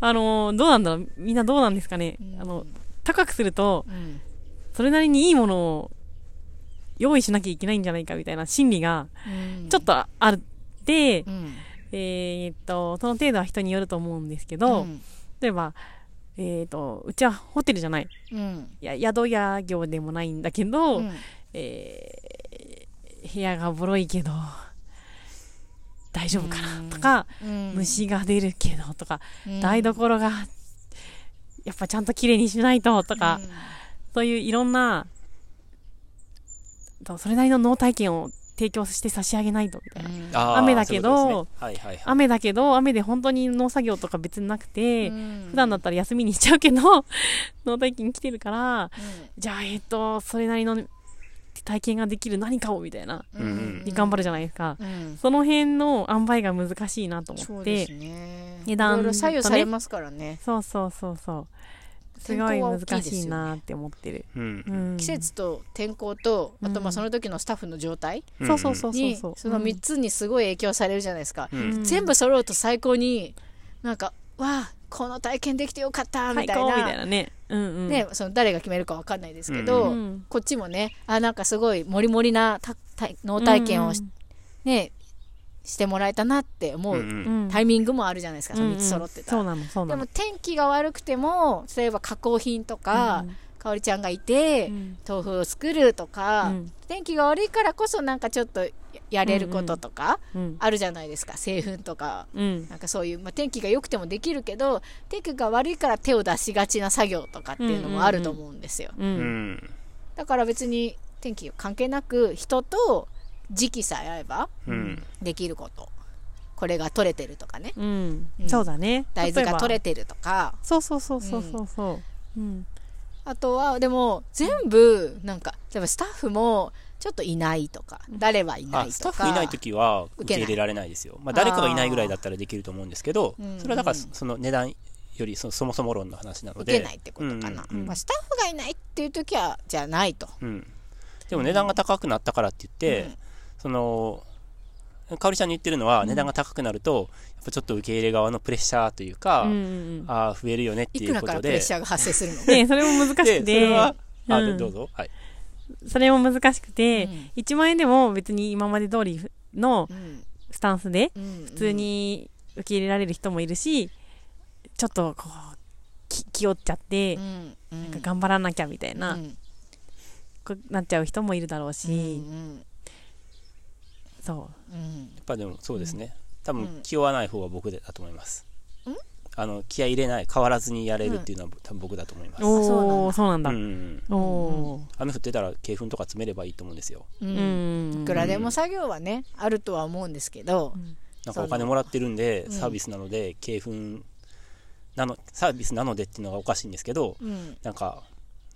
S1: あのどうなんだろうみんなどうなんですかね、
S4: うん
S1: あの高くすると
S4: うん
S1: それなりにいいものを用意しなきゃいけないんじゃないかみたいな心理が
S4: うん
S1: ちょっとあるで、
S4: うん
S1: えーっと、その程度は人によると思うんですけど、
S4: うん
S1: 例えば、えーっと、うちはホテルじゃない。
S4: うん
S1: いや、宿屋業でもないんだけど、えー部屋がボロいけど、大丈夫かなとか、
S4: うん
S1: 虫が出るけどとか、
S4: うん
S1: 台所が、やっぱちゃんと綺麗にしないととか、そういういろんな、とそれなりの脳体験を提供して差し上げないと、みたいな。
S3: あー
S1: 雨だけど
S3: そういうことですねはいはいはい
S1: 雨だけど、雨で本当に農作業とか別になくて、
S4: うん
S1: 普段だったら休みにしちゃうけど、 <laughs> 農体験来てるから、じゃあ、えっと、それなりの体験ができる何かをみたいな、
S3: うんうん
S1: 頑張るじゃないですか。
S4: うん
S1: その辺の塩梅が難しいなと
S4: そ
S1: 思っ
S4: う
S1: て、
S4: で
S1: そ
S4: す
S1: う
S4: ね
S1: 値段
S4: いろいろ左右
S1: と
S4: さ
S1: ね
S4: れますからね
S1: そうそうそうすごい難しいなって思ってる。
S3: うん
S1: うん
S4: 季節と天候とあ
S1: う
S4: とま
S1: ん
S4: あその時のスタッフの状態
S3: うん
S1: そうそうそうそう
S4: に
S1: そう。
S4: その3つにすごい影響されるじゃないですか
S3: うんうん
S4: 全部揃うと最高になんかわあこの体験できてよかったみ
S1: 最
S4: たい
S1: 高みたい
S4: な
S1: なね。うんうん。
S4: ねその誰が決めるかわかんないですけ
S1: う
S4: ど
S1: ん、
S4: こっちもねあなんかすごいモリモリなたた脳体験をし
S1: うん
S4: ねしてもらえたなって思
S3: うん
S4: う
S3: うん
S1: うん
S4: タイミングもあるじゃないですかその3つ揃ってたら
S1: うんうんそうなの、そう
S4: で
S1: な
S4: も
S1: の。
S4: 天気が悪くても例えば加工品とか、かおりちゃんがいて、
S1: うん
S4: 豆腐を作るとか、
S1: うん
S4: 天気が悪いからこそなんかちょっとややれることとか
S1: うん。
S4: あるじゃないですか製粉とか
S1: うん。
S4: なんかそういう、まあ、天気が良くてもできるけど天気が悪いから手を出しがちな作業とかっていうのもあると思うんですよ、
S1: う。
S3: うんん
S4: だから別に天気関係なく人と時期さえ合えば
S3: うん
S4: できることこれが取れてるとかね
S1: うん
S4: うん
S1: そうだね。
S4: 大豆が取
S1: れ
S4: れてるとか
S1: そうそうそうそうそうそう。うん。
S4: あとはでも全部なんか例えばスタッフもちょっといないとか誰はいないと
S3: あ
S4: か
S3: スタッフいない時は
S4: 受
S3: 受
S4: け
S3: け
S4: ない
S3: 入れられないですよ、まあ、誰かがいないぐらいだったらできると思うんですけど
S4: あー
S3: それはだから
S4: うんうん
S3: その値段よりそそもそも論の話なの
S4: 受
S3: で
S4: けないってことかな、
S3: うんうんうん
S4: まあ、スタッフがいないっていう時はじゃないと、
S3: うん、でも値段が高くなったからって言って、
S4: うん
S3: そのかおりちゃんに言ってるのは値段が高くなると、やっぱちょっと受け入れ側のプレッシャーというか、
S1: うんうん
S3: ああ増えるよねって
S4: い
S3: い
S4: く
S3: う
S4: ら
S3: こ
S4: から
S3: と
S4: プレッ
S3: で
S4: シャーが発生するの、
S3: <laughs>
S1: ねそれも難し
S3: で
S1: く
S3: それ
S1: て
S3: は、あ
S1: うん
S3: どうぞはい、
S1: それも難しくて、
S4: うん
S1: 1万円でも別に今まで通りの
S4: うん
S1: スタンスで
S4: うん、普
S1: 普通に受け入れられる人もいるし、ちょっとこうき気負っちゃって、
S4: うんうん
S1: なんか頑張らなきゃみたいな、
S4: うん
S1: こうなっちゃう人もいるだろう
S4: うん
S1: し、そ
S4: うん
S3: やっぱでもそうですね、多
S4: うん
S3: 分気負わない方が僕だと思います、あの気合い入れない変わらずにやれるっていうのは、多分僕だと思います
S1: う
S3: うん
S1: おおーそうなんだ、
S3: うんうん
S1: おー
S3: 雨降ってたら鶏粉とか詰めればいいと思うんですよ
S4: う
S1: うんん
S4: いくらでも作業はねあるとは思うんですけど、
S3: なんかお金もらってるんで
S4: の
S3: サービスなので鶏粉なのサービスなのでっていうのがおかしいんですけど、
S4: うん
S3: なんか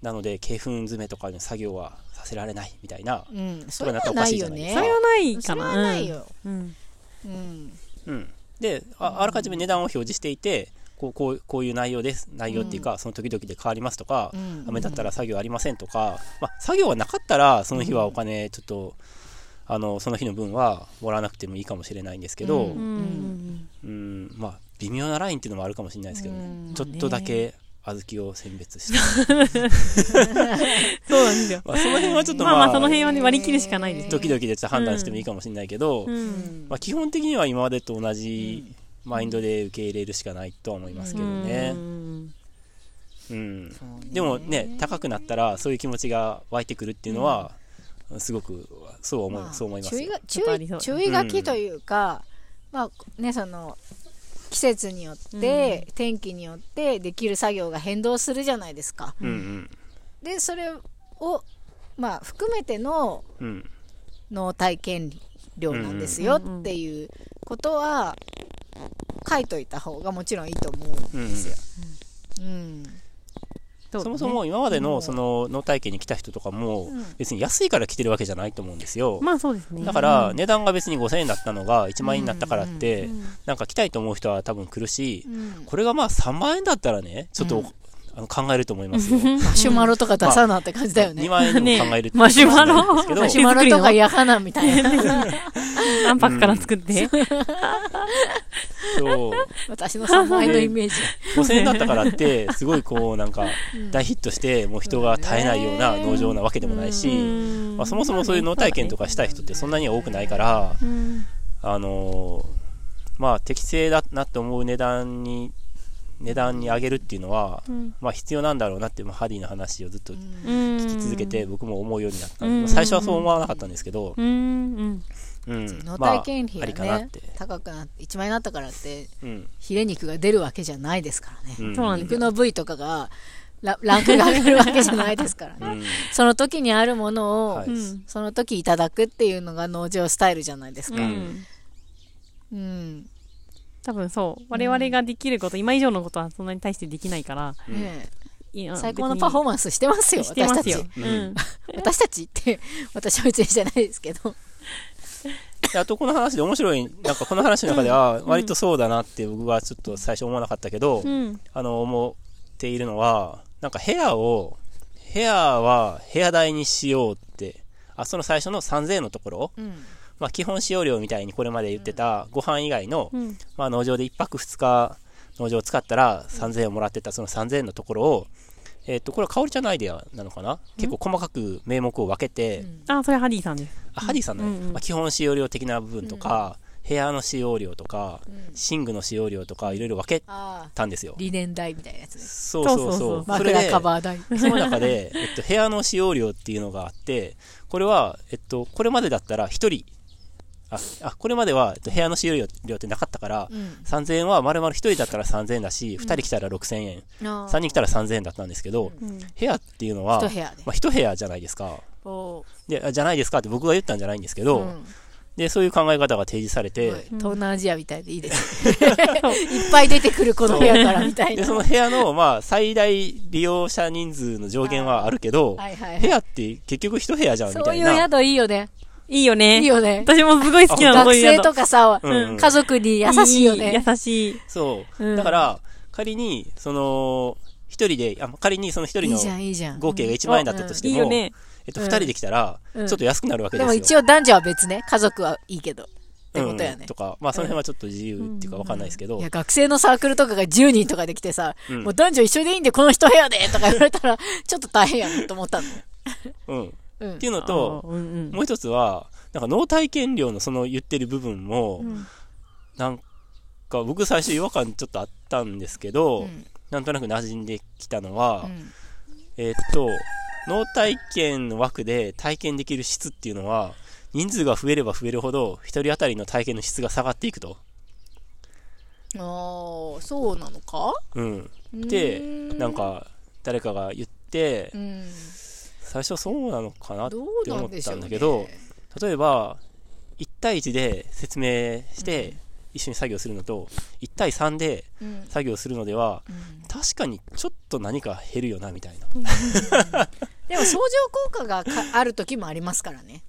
S3: なので鶏粉詰めとかの作業はさせられないみたいな、
S4: うん、そ
S3: そ
S4: れ
S3: れは
S4: はないよ
S3: な
S4: ね
S3: ん
S1: そ
S3: か
S1: れはない
S4: そ
S1: か
S4: れ
S1: な
S4: はない、よ、
S1: うん
S4: うん
S3: うん、でああらかじめ値段を表示していてこうこうこういう内容です内容っていうか、その時々で変わりますとか、
S4: うん
S3: 雨だったら作業ありませんとか、まあ、作業がなかったらその日はお金ちょっと、あのその日の分はもらわなくてもいいかもしれないんですけど、
S1: う
S4: うんん
S3: うんまあ微妙なラインっていうのもあるかもしれないですけどね、
S4: うん
S3: ちょっとだけ小豆を選別して、
S1: <laughs> そうなんですよ
S3: まあ、その辺はちょっと
S1: ま
S3: まあ
S1: あまあその辺はね割り切るしかないです
S3: ドキドキでちょっと判断してもいいかもしれないけど、
S1: うん
S3: まあ、基本的には今までと同じマインドで受け入れるしかないとは思いますけどね、
S1: うん
S4: そ
S3: うん
S4: うね
S3: でもね高くなったらそういう気持ちが湧いてくるっていうのは、すごくそう思い,、
S4: まあ
S3: そう思います
S4: 注意
S3: よ
S4: が注
S1: やっぱあり
S4: 意
S1: そう
S4: 注意書きというか、まあねその季節によって、天気によってできる作業が変動するじゃないですか。
S3: うんうん
S4: でそれをまあ含めての
S3: うん
S4: 納体権料なんですよ
S1: うん
S4: っていうことは書いといた方がもちろんいいと思うんですよ。うん
S1: そう
S3: そもそも今までのその農体験に来た人とかも
S4: ん
S3: 別に安いから来てるわけじゃないと思うんですよ、
S1: まあそうですね
S3: だ
S1: <laughs>
S3: から値段が別に5000円だったのが1万円になったからって、なんか来たいと思う人は多分来るし、
S4: うん
S3: これがまあ3万円だったらねちょっと、
S4: うん
S3: あの考えると思いますよ
S4: マシュマロとか出さなって感じ <laughs> だよ <laughs> ね。
S3: 2万円でも考えるって
S1: ねマシュマロ
S3: ことなんですけど
S4: マシュマロとかやかなみ
S1: <laughs>
S4: たいな。
S1: 卵白から作って、
S3: そう
S4: 私の3万円のイメージ。
S3: 5000円だったからってすごいこうなんか大ヒットしてもう人が絶えないような農場なわけでもないし、まあ、そもそもそういう農体験とかしたい人ってそんなには多くないから、あのーまあ適正だなって思う値段に値段に上げるっていうのは、まあ必要なんだろうなって、まあ、ハディの話をずっと聞
S1: 聞
S3: き続けて僕も思うようになった、
S1: うん
S3: 最初はそう思わなかったんですけど、
S1: うんうん
S3: うん
S4: の体験費
S3: まあ、あ
S4: が
S3: りかなっ
S4: ね
S3: て、
S4: 高くなって1万円になったからって
S3: うん
S4: ヒレ肉が出るわけじゃないですからね、
S3: うん
S1: そうなんです
S4: 肉の部位とかがラランクが上がるわけじゃないですからね、
S3: うん
S4: その時にあるものを、
S3: はい
S1: うん
S4: その時いただくっていうのが農場スタイルじゃないです
S1: う
S4: か、
S1: ん
S4: うん
S1: 多分そう我々ができること今以上のことはそんなに対してできないから
S4: ね
S1: いや
S4: 最高のパフォーマンスしてますよ
S1: 別にしてますよ
S4: 私たち
S1: うん
S4: 私
S3: <laughs>
S4: たちって私は別にじゃないですけど
S3: であとこの話で面白いなんかこの話の中では割とそうだなって僕はちょっと最初思わなかったけど、
S1: うん
S3: あの思っているのはなんか部屋を部屋は部屋代にしようってあその最初の3000円のところ、
S4: ん
S3: まあ、基本使用料みたいにこれまで言ってたご飯以外の、
S1: うん
S3: まあ、農場で1泊2日農場を使ったら3000円をもらってたその3000円のところを、えっとこれは香りちゃんのアイデアなのかな結構細かく名目を分けて、
S1: あそれハディさんです
S3: あハディさんのね、
S1: うんうん
S3: まあ、基本使用量的な部分とか、部屋の使用量とか、寝具の使用量とかいろいろ分け
S4: ああ
S3: たんですよ。
S4: 理念代みたいなやつね
S3: そうそう
S1: そ
S3: そう。
S1: う
S3: そ
S1: そうそう
S3: れ
S4: 枕
S3: で
S4: カ、バー代
S3: その中で、えっと、部屋の使用量っていうのがあって、これは、えっと、これまでだったら1人、あ、あこれまでは、えっと、部屋の使用量ってなかったから、
S4: うん
S3: 3000円は丸々1人だったら3000円だし、2人来たら6000円、
S4: あ
S3: 3人来たら3000円だったんですけど、部屋っていうのは、
S4: 一部屋で
S3: まあ、1部屋じゃないですか。
S4: お
S3: で、あじゃないですかって僕が言ったんじゃないんですけど、
S4: うん
S3: で、そういう考え方が提示されて、
S4: はい東南アジアみたいで <laughs> いいですねいっぱい出てくるこの部屋からみたい
S3: で、
S4: な
S3: その部屋の、まあ、最大利用者人数の上限はあるけど、
S4: はいはい
S3: 部屋って結局一部屋じゃんみ
S4: そ
S3: た
S4: う
S3: い
S4: いう
S3: な。
S4: 宿いいよね
S1: いいよね
S4: いいよね
S1: 私もすごい好きなのそう
S4: 学
S1: いう
S4: 生
S1: の
S4: とかさ
S3: うん
S4: 家族に優しいよね
S1: 優しい
S3: そう。
S1: うん
S3: だから、仮に、その、一人で、あ仮にその一人
S4: いい
S3: の
S4: じゃん、いいじゃん。
S3: 合計が1万円だったとして
S1: いい
S3: も、
S1: よね。
S3: えっと、二人で来たら、ち
S4: う
S3: ょ
S4: ん
S3: っと安くなるわけで
S4: です
S3: よ。
S4: も一応男女は別ね。家族はいいけど。ってことや
S3: う
S4: ね
S3: ん、。とか、まあその辺はちょっと自由っていうかわかんないですけど、
S4: いや、学生のサークルとかが10人とかで来てさ、
S3: うん
S4: もう男女一緒でいいんで、この一部屋でとか言われたら、 <laughs> ちょっと大変やなと思ったの。
S3: うん。っ
S4: うん
S3: て。いうのと、
S1: あーうんうん
S3: もう一つは、なんか脳体験料のその言ってる部分も、なんか僕最初違和感ちょっとあったんですけど、
S4: うん
S3: なんとなく馴染んできたのは、
S4: うん
S3: えーっと、脳体験の枠で体験できる質っていうのは、人数が増えれば増えるほど、一人当たりの体験の質が下がっていくと。
S4: ああ、そうなのか
S3: うん。
S4: う
S3: で
S4: ー、ん
S3: なんか、誰かが言って
S4: う、ん。
S3: 最初そうなのかなって
S4: どうな
S3: 思
S4: ん
S3: っ
S4: でしたょうんね。
S3: だけど、例えば、1対1で説明して、一緒に作業するのと、1対3で
S4: うん、
S3: 作業するのでは、
S4: うん
S3: 確かにちょっと何か減るよな、みたいな。
S4: でも相乗効果がかある時もありますからね。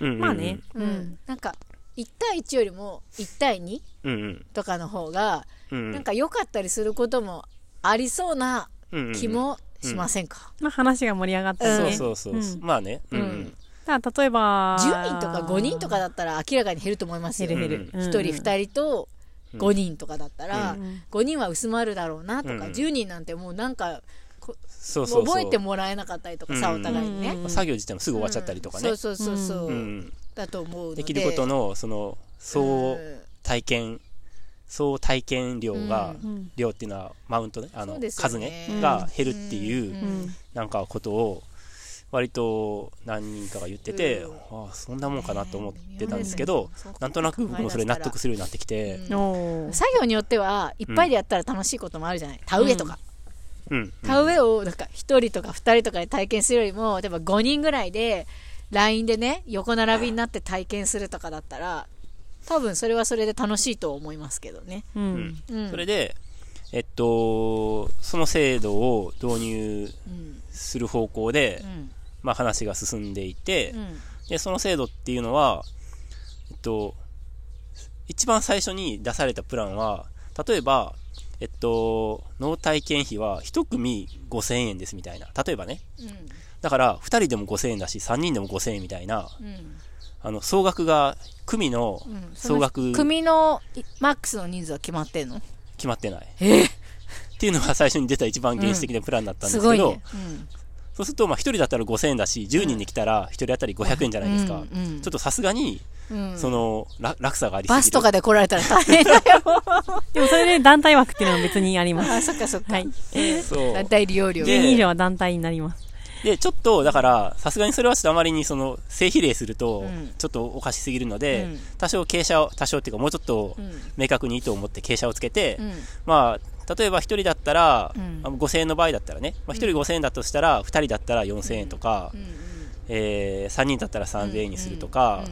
S3: うんうんうん
S1: まあね。
S4: うん。なんか、1対1よりも1対 2?
S3: うんうん。
S4: とかの方が、
S3: うんうん
S4: なんか良かったりすることもありそうな
S3: うんうん
S4: 気もしませんか、
S1: まあ話が盛り上がったり
S3: そ
S1: ね。
S3: うそうそう。
S1: うん
S3: まあね。うんう
S4: うん
S3: ん。
S1: だから例えば、
S4: 10人とか5人とかだったら明らかに減ると思いますよ、
S1: 減る
S3: 減
S1: る
S4: 1人2人と5人とかだったら、5人は薄まるだろうなとか、
S3: うん
S4: 10人なんてもうなんかこ
S3: そうそうそう。
S4: 覚えてもらえなかったりとかさ、
S3: うん
S4: お互いにね、
S1: うん
S3: 作業自体もすぐ終わっちゃったりとかね。
S4: そうそうそうそう、
S3: うん
S4: だと思うので
S3: できることの、その、総体験、総体験量が、
S4: う
S1: うん
S3: 量っていうのは、マウントね、あ
S4: そ
S3: の、
S4: うですよ
S3: 数
S4: ね
S3: ね、が減るっていう、
S1: うんうん
S3: なんかことを、割と何人かが言ってて、ああ、そんなもんかなと思ってたんですけど、なんとなく僕もそれ納得するようになってきて、
S1: うんおー
S4: 作業によってはいっぱいでやったら楽しいこともあるじゃない田植えとか、
S3: うん。
S4: 田植えをなんか1人とか2人とかで体験するよりも例えば5人ぐらいで LINE でね横並びになって体験するとかだったら多分それはそれで楽しいと思いますけどね、
S1: う
S3: うんん
S4: うん、
S3: それで、えっと、その制度を導入
S4: うん
S3: する方向で、
S4: うん
S3: まあ、話が進んでいて、
S4: うん
S3: でその制度っていうのは、えっと、一番最初に出されたプランは例えば、えっと、脳体験費は1組5000円ですみたいな例えばね
S4: うん
S3: だから2人でも5000円だし3人でも5000円みたいな
S4: うん
S3: あの総額が組の
S4: うん
S3: 総額決
S4: 組のいマックスの人数は決まってんの
S3: まってない、
S4: え
S3: っていうのが最初に出た一番原始的なプランだったんですすけ
S4: ごい
S3: ど、
S4: ね、うん、
S3: そうすると、まあ、1人だったら5000円だし10人で来たら1人当たり500円じゃないですか、
S4: うんうん
S3: ちょっとさすがに
S4: うん
S3: その、ら落差がありすぎる
S4: バスとかで来られたら大変だよ
S1: でもそれで団体枠っていうのは別にあり
S4: <laughs>
S1: ます。
S4: あそっかそっか、
S1: はい。
S3: そう
S4: 団体利用料
S1: 10人以
S3: で
S1: 上は団体になります。
S3: でちょっとだからさすがにそれはちょっとあまりにその正比例すると
S4: うん
S3: ちょっとおかしすぎるので、
S4: うん
S3: 多少傾斜を多少っていうかもうちょっと
S4: うん
S3: 明確に意図を持って傾斜をつけて、
S4: うん
S3: まあ例えば1人だったら、
S4: うん
S3: あの5000円の場合だったらね、まあ、1人5000円だとしたら2人だったら4000円とか、え3人だったら3000円にするとか、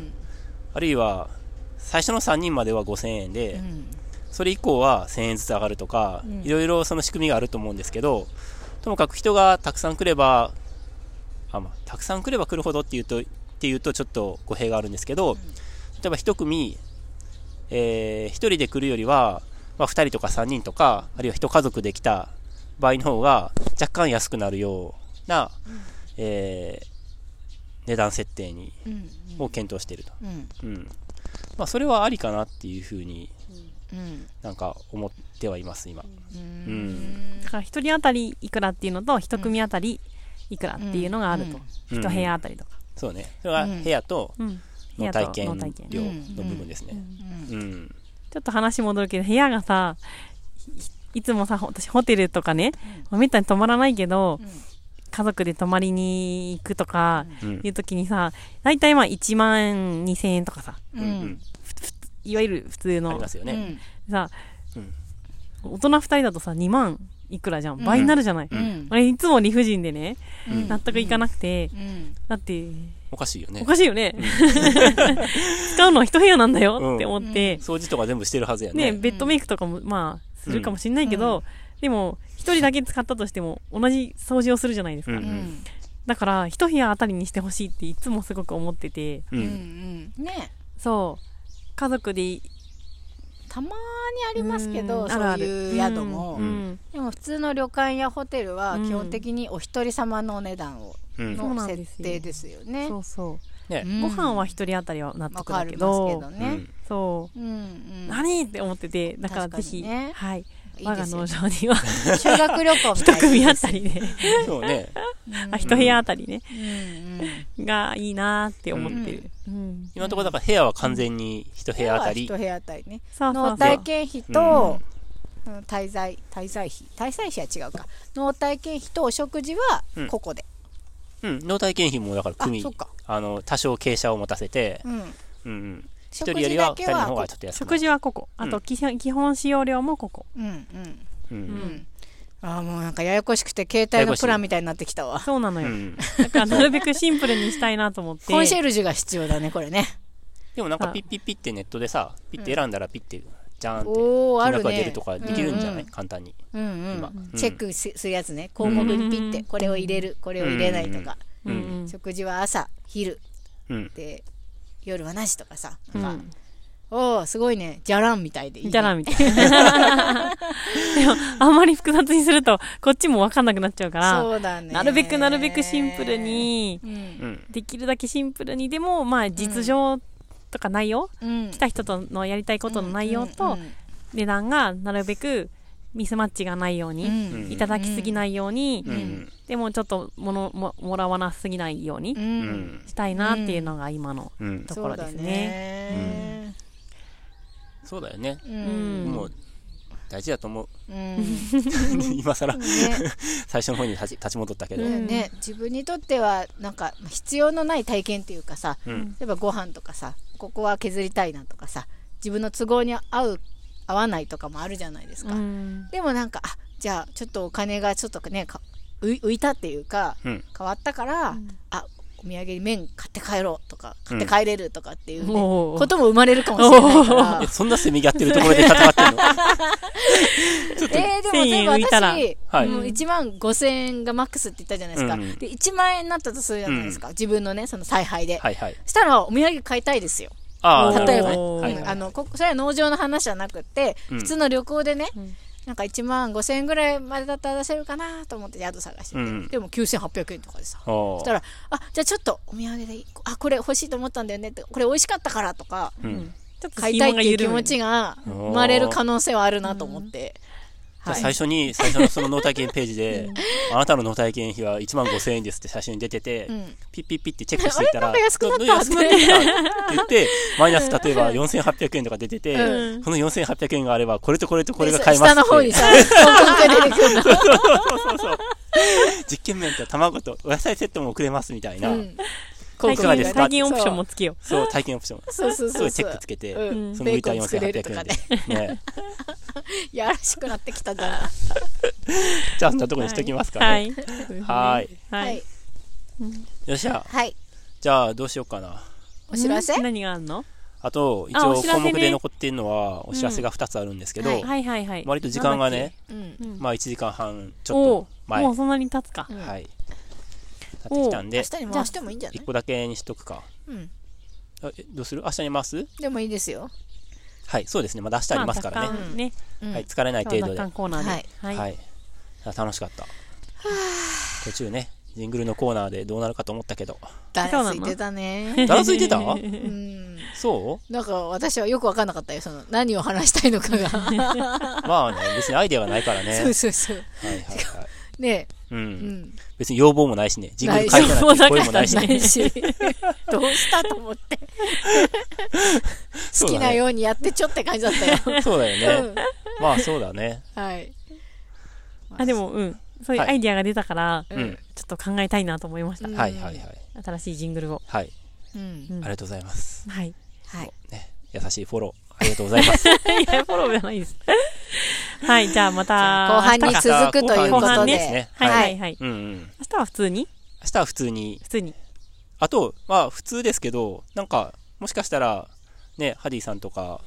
S3: あるいは最初の3人までは5000円で、
S4: うんうん
S3: それ以降は1000円ずつ上がるとか、いろいろその仕組みがあると思うんですけど、ともかく人がたくさん来れば、あまあ、たくさん来れば来るほどっていうと、っていうとちょっと語弊があるんですけど、例えば一組、えー、一人で来るよりは、まあ、二人とか三人とか、あるいは一家族で来た場合の方が、若干安くなるような、えー値段設定に、
S4: うん
S3: を検討していると。
S4: うん
S3: うん。まあ、それはありかなっていうふうに
S4: うん
S3: なんか思ってはいます、今。
S4: うん
S3: うん
S1: だから一人当たりいくらっていうのと、一組当たりいくらっていうのがあると。
S3: うん
S1: 一部屋あたりとか。
S3: そうね。それは
S4: うん
S3: 部屋と
S1: うん。部
S3: の
S1: 屋と
S3: 体験
S1: の体験
S3: 料の部分ですね。
S4: うん
S3: うん。
S1: ちょっと話戻るけど、部屋がさ、いいつもさ、ほ私ホテルとかね、めったに泊まらないけど、家族で泊まりに行くとか、
S3: うん
S1: いう時にさ、大体まあ1万2千円とかさ、
S4: う
S3: うんん。
S1: いわゆる普通
S3: あり
S1: の
S3: ますよ
S4: う
S3: ね。
S4: ん
S1: さ、
S3: うん
S1: 大人2人だとさ、2万いくらじゃん。倍になるじゃない。
S4: うん
S1: あれ、いつも理不尽でね、
S3: うん
S1: 納得いかなくて、
S4: うん
S1: だって、
S3: おかしいよね
S1: お。かしいよね。使うのは一部屋なんだよって思って、
S3: 掃除とか全部してるはずや
S1: ね、
S3: ね。
S1: ベッドメイクとかも、まあ、するかもしんないけど、でも、一人だけ使ったとしても、同じ掃除をするじゃないです
S3: う
S1: か。
S3: ん
S4: うん
S1: だから、一部屋あたりにしてほしいっていつもすごく思ってて、
S3: うん。う
S4: うん
S3: ん。
S4: うんね
S1: そう、家族で
S4: たまにありますけ
S1: う
S4: ど
S1: ん
S4: そ
S1: あるあ
S4: う
S1: る
S4: いう宿も、
S3: うん
S4: でも普通の旅館やホテルは
S1: うん
S4: 基本的にお一人様のお値段を、
S3: うん
S1: そうな
S4: の
S1: んですよ
S4: 設定ですよね。
S1: そうそう
S3: ね
S4: うん
S1: ご飯は一人当たりは納
S4: わ
S1: 得
S4: か
S1: だ
S4: り
S1: け
S4: ます
S1: ど
S4: けど
S3: う
S4: ね。
S3: ん
S1: そう
S4: うんうん
S1: 何って思っててだからぜひ、
S4: 確かにね
S1: はい
S4: いい
S1: 我
S4: で
S1: が
S4: すよ
S1: 農場
S4: ね
S1: には
S4: 修学旅行みたい
S1: 一
S4: な
S1: 組あたりで、
S3: そうね。
S1: <laughs> あ一部屋あたりね、
S4: うんうん
S1: がいいなーって思ってる、うん
S3: 今のところだから部屋は完全に一部屋あたり
S4: 一。部屋あたりね。
S1: そうそうそ
S4: の
S1: う
S4: 体験費と、うん滞在滞在費滞在費は違うか脳体験費とお食事は
S3: うん
S4: ここで、
S3: うん。脳体験費もだから
S4: あ
S3: 組
S4: そっか、
S3: あの、多少傾斜を持たせて、
S4: うん
S3: うんうん。一
S4: 食
S3: 人よ
S4: 事
S3: りは
S4: だ
S3: 二
S4: け
S3: 人の
S4: は
S3: 方
S4: こ
S3: がちょっと安くな
S1: 食
S3: る。
S1: 事はここあ
S3: う
S1: と
S3: ん
S1: 基本,、基本使用料もここ
S4: うんうん
S3: う
S4: う
S3: ん
S4: んああもうなんかややこしくて携帯のプランみたいになってきたわ
S1: そうなの
S3: う
S1: よ、
S3: ん。
S1: だからなるべくシンプルにしたいなと思って
S4: コンシェルジュが必要だねこれね
S3: でもなんか
S1: あ
S3: ピッピッピッってネットでさ、ピッて選んだらピッて、じゃーんって、
S4: おーある
S3: 金
S4: ね
S3: 額が出るとかできるんじゃない
S4: うん
S3: 簡単に。
S4: うんう
S3: 今
S4: ん
S3: うん
S4: チェックすするやつね項目にピッてこれを入れるこれを入れないとか、
S1: うんうん
S4: 食事は朝昼
S3: うん。
S4: で夜はなしとかさ、
S1: うん
S4: なんかおおすごいねじゃらんみたいでいい、ね、
S1: じゃらんみたいなでもあんまり複雑にするとこっちも分かんなくなっちゃうから
S4: そうだね
S1: なるべくなるべくシンプルに
S4: うん
S3: うん。
S1: できるだけシンプルにでもまあ実情とか内容、
S4: うん
S1: 来た人とのやりたいことの内容と値段がなるべくミスマッチがないよう
S4: う
S1: に、
S4: ん
S1: いただきすぎないように、
S3: うんうん。
S1: でもちょっと物ももらわなすぎないように
S4: う
S3: うんん。
S1: したいなっていうのが今の
S3: うん。
S1: ところですね。
S4: ね
S3: そうだよね。
S4: う
S1: うんん
S3: もう、大事だと思う。 <laughs>
S4: うん
S3: 今更、
S4: ね
S3: 最初の方に立ち立ち戻ったけど。
S1: うん
S4: ね自分にとってはなんか必要のない体験っていうかさ
S3: うん。
S4: 例えばご飯とかさここは削りたいなとかさ自分の都合に合う合わないとかもあるじゃないですか、
S1: うん
S4: でもなんかあじゃあちょっとお金がちょっとねか浮い浮いたっていうか
S3: うん。
S4: 変わったから、あお土産に麺買って帰ろうとか買って帰れるとかっていうね、
S1: おー
S4: ことも生まれるかもしれないから
S3: <laughs> え、そんなセミがやってるところで戦っ
S4: <laughs>
S3: てるの
S4: えー、で
S1: 1000
S4: も例え
S1: 円
S4: ば
S1: 浮いたら
S4: 私、
S3: はい
S4: もう1万5000円がマックスって言ったじゃないですか、
S3: うん
S4: で1万円になったとするじゃないですか、自分のねその采配で、
S3: はいはい。
S4: したらお土産買いたいですよ
S3: ああ、な
S4: 例え
S3: るほ
S4: ば、
S3: どね。はい
S4: うん
S3: は
S4: あ
S3: い。
S4: のこそれは農場の話じゃなくて、
S3: うん
S4: 普通の旅行でね、
S1: ん
S4: なんか1万5000円ぐらいまでだったら出せるかなと思って宿探してて、
S3: うん
S4: でも9800円とかでさそ
S3: おー
S4: したら「あじゃあちょっとお土産でいいあこれ欲しいと思ったんだよね」って「これ美味しかったから」とか
S3: うん。
S1: ちょっと
S4: 買いたいっていう気持
S1: 気
S4: ちが生まれる可能性はあるなと思って、
S3: じゃあ
S4: はい
S3: 最初に、最初のその脳体験ページで、あなたの脳体験費は1万5000円ですって最初に出てて、
S4: ん
S3: ピッピッピッってチェックしていったら、
S4: <laughs> あれなんか安くなった
S3: どど安くなってきたって言
S4: <laughs>
S3: って、マイナス例えば4800円とか出てて、
S4: う
S3: この4800円があれば、これとこれとこれが
S4: で
S3: 買えますって。
S4: 下の
S3: <laughs>
S4: 方にさ、広告が出てくるの。
S3: 実験面と卵とお野菜セットも送れますみたいな、
S4: うん
S1: 最
S3: いかがで
S1: 近
S3: すか
S1: 最近オプションもつけよ
S3: そう、体験オプション。
S4: そうそう
S3: そ
S4: そうう。
S3: チェックつけて、
S4: うん
S3: その浮いた
S4: ベーコン作れると
S3: 4800
S4: か
S3: 円
S4: ね
S3: で。ね
S4: やらしくなってきたじゃん。
S3: じゃあ、そんなとこ
S1: う。
S3: にしときますか
S1: は
S3: ね。
S1: い。
S3: はい。
S1: は
S4: はいい。。
S3: よっしゃ。
S4: はい。
S3: じゃあ、どうしようかな。
S4: お知らせ
S1: ん何があるの
S3: あと、一
S1: あお
S3: 応
S1: 知らせ
S3: 項
S1: ね
S3: 目で残っているのは、お知らせが2つあるんですけど、
S4: うん
S1: はいはいはい。
S3: 割と時間がね、
S4: うん。
S1: なんだっけ、うん
S3: まあ1時間半ち
S1: お
S3: ょっと
S1: ー
S3: 前、
S1: もうそんなに経つか。
S4: ん
S3: はい。なってきたん
S4: 明
S3: で、
S4: 日に回してもいいんじゃない
S3: 1個だけにしとくか。
S4: うん。
S3: あえどうする明日に回す
S4: でもいいですよ。
S3: はい、そうですね。まだ明日ありますから
S1: まあ
S3: ね。
S1: 若干ね。
S4: うん
S3: はい、疲れない
S1: 今日
S3: 程
S1: は
S3: 度
S1: 若
S3: で。
S1: 干コーナーで。
S4: はい
S1: はい。
S3: はい。あ楽しかった。途中ね、ジングルのコーナーでどうなるかと思ったけ <laughs> ど。
S4: ダンスいてたね。
S3: だらついて <laughs> た
S4: うん。
S3: そ
S4: なんか私はよくわかんなかったよ。その、何を話したいのか
S3: <laughs>
S4: が。
S3: うまあね、別にアイデアはないからね。
S4: そうそうそう。
S3: はいはいはい。
S4: ね
S3: う
S4: え。う
S3: ん。
S4: ん。
S3: 別に要望もないしね。ジングル書いてないっていう声もないしね。
S4: ない
S3: <laughs>
S4: し。どうしたと思って。好きなようにやってちょって感じだった
S3: <laughs> そうだよ
S4: よ。
S3: ね。まあそうだね。
S4: うん。はい。
S1: あ、でも、うん。そういう
S3: はい
S1: アイディアが出たから、
S3: うん。
S1: ちょっと考えたいなと思いました。
S4: うん
S3: はいはいはい。
S1: 新しいジングルを。
S3: はい。
S4: うん
S1: う。ん
S3: ありがとうございます。
S1: はい。
S4: はい。
S3: ね。優しいフォロー。ありがとうございます。
S1: い <laughs> や、フォローじゃないです。はい、じゃあまた。
S4: 後半に続くとい
S1: 後
S4: うこと
S1: 半
S4: で。
S1: ね。は
S3: はい
S1: はい
S3: い
S1: はい。
S3: うんうん。
S1: 明日は普通に
S3: 明日は普通に。
S1: 普通に。
S3: あと、まあ普通ですけど、なんか、もしかしたら、ね、ハディさんとか、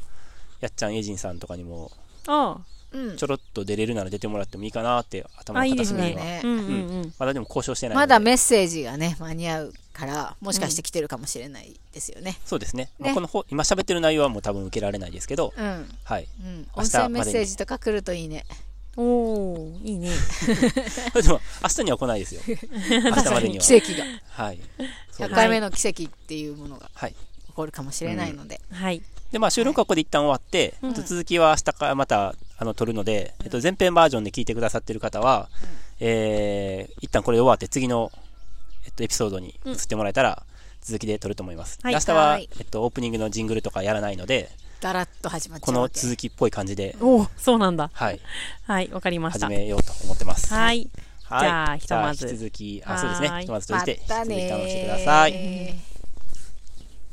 S3: やっちゃん、エイジンさんとかにも、
S1: あ
S4: うん
S3: ちょろっと出れるなら出てもらってもいいかなって、頭
S1: あ、
S3: の
S1: いいで
S3: 片
S1: す
S3: 隅には。
S1: ね。うんうんうん。
S3: まだでも交渉してないので。
S4: まだメッセージがね、間に合うから、もしかして来てるかもしれないですよね。
S3: そうですね。まあ
S4: ね
S3: このほ今喋ってる内容はもう多分受けられないですけど、
S4: うん。
S3: はい。
S4: うん。
S3: 明
S4: 音
S3: 日
S4: 声
S3: までに
S4: メッセージとか来るといいね。
S1: おー、いいね。
S3: <laughs> でも、明日には来ない
S1: <laughs>
S3: ですよ。明日までには。
S4: 奇跡が。
S3: はい。そう
S4: 100
S3: です
S4: 回目の奇跡っていうものが
S3: はい。
S4: 起こるかもしれないので。
S1: はい。
S3: で、まあ、収録はここで一旦終わって、えっと続きは明日からまた、あの、撮るので、えっと、前編バージョンで聞いてくださってる方は、えー、一旦これで終わって、次の、えっと、エピソードに移ってもらえたら、続きで撮ると思います。
S1: はい
S3: で明日は、
S4: はい
S3: えっと、オープニングのジングルとかやらないので、
S4: だらっと始まっちゃ
S3: こ
S4: うわ
S3: の
S4: け。
S3: 続きっぽい感じで、
S1: おー、そうなんだ。
S3: はい、
S1: はい、わかりまし
S3: 始
S1: た。
S3: めようと思ってます。
S1: は
S3: はい。
S1: い。じゃあひとまず
S3: 引き続き、あ、そうですね。
S1: はい
S3: ひとまずとして、引き
S4: また
S3: 続き
S4: ね
S3: 楽しんでくだ
S4: ー
S3: さい。
S4: えー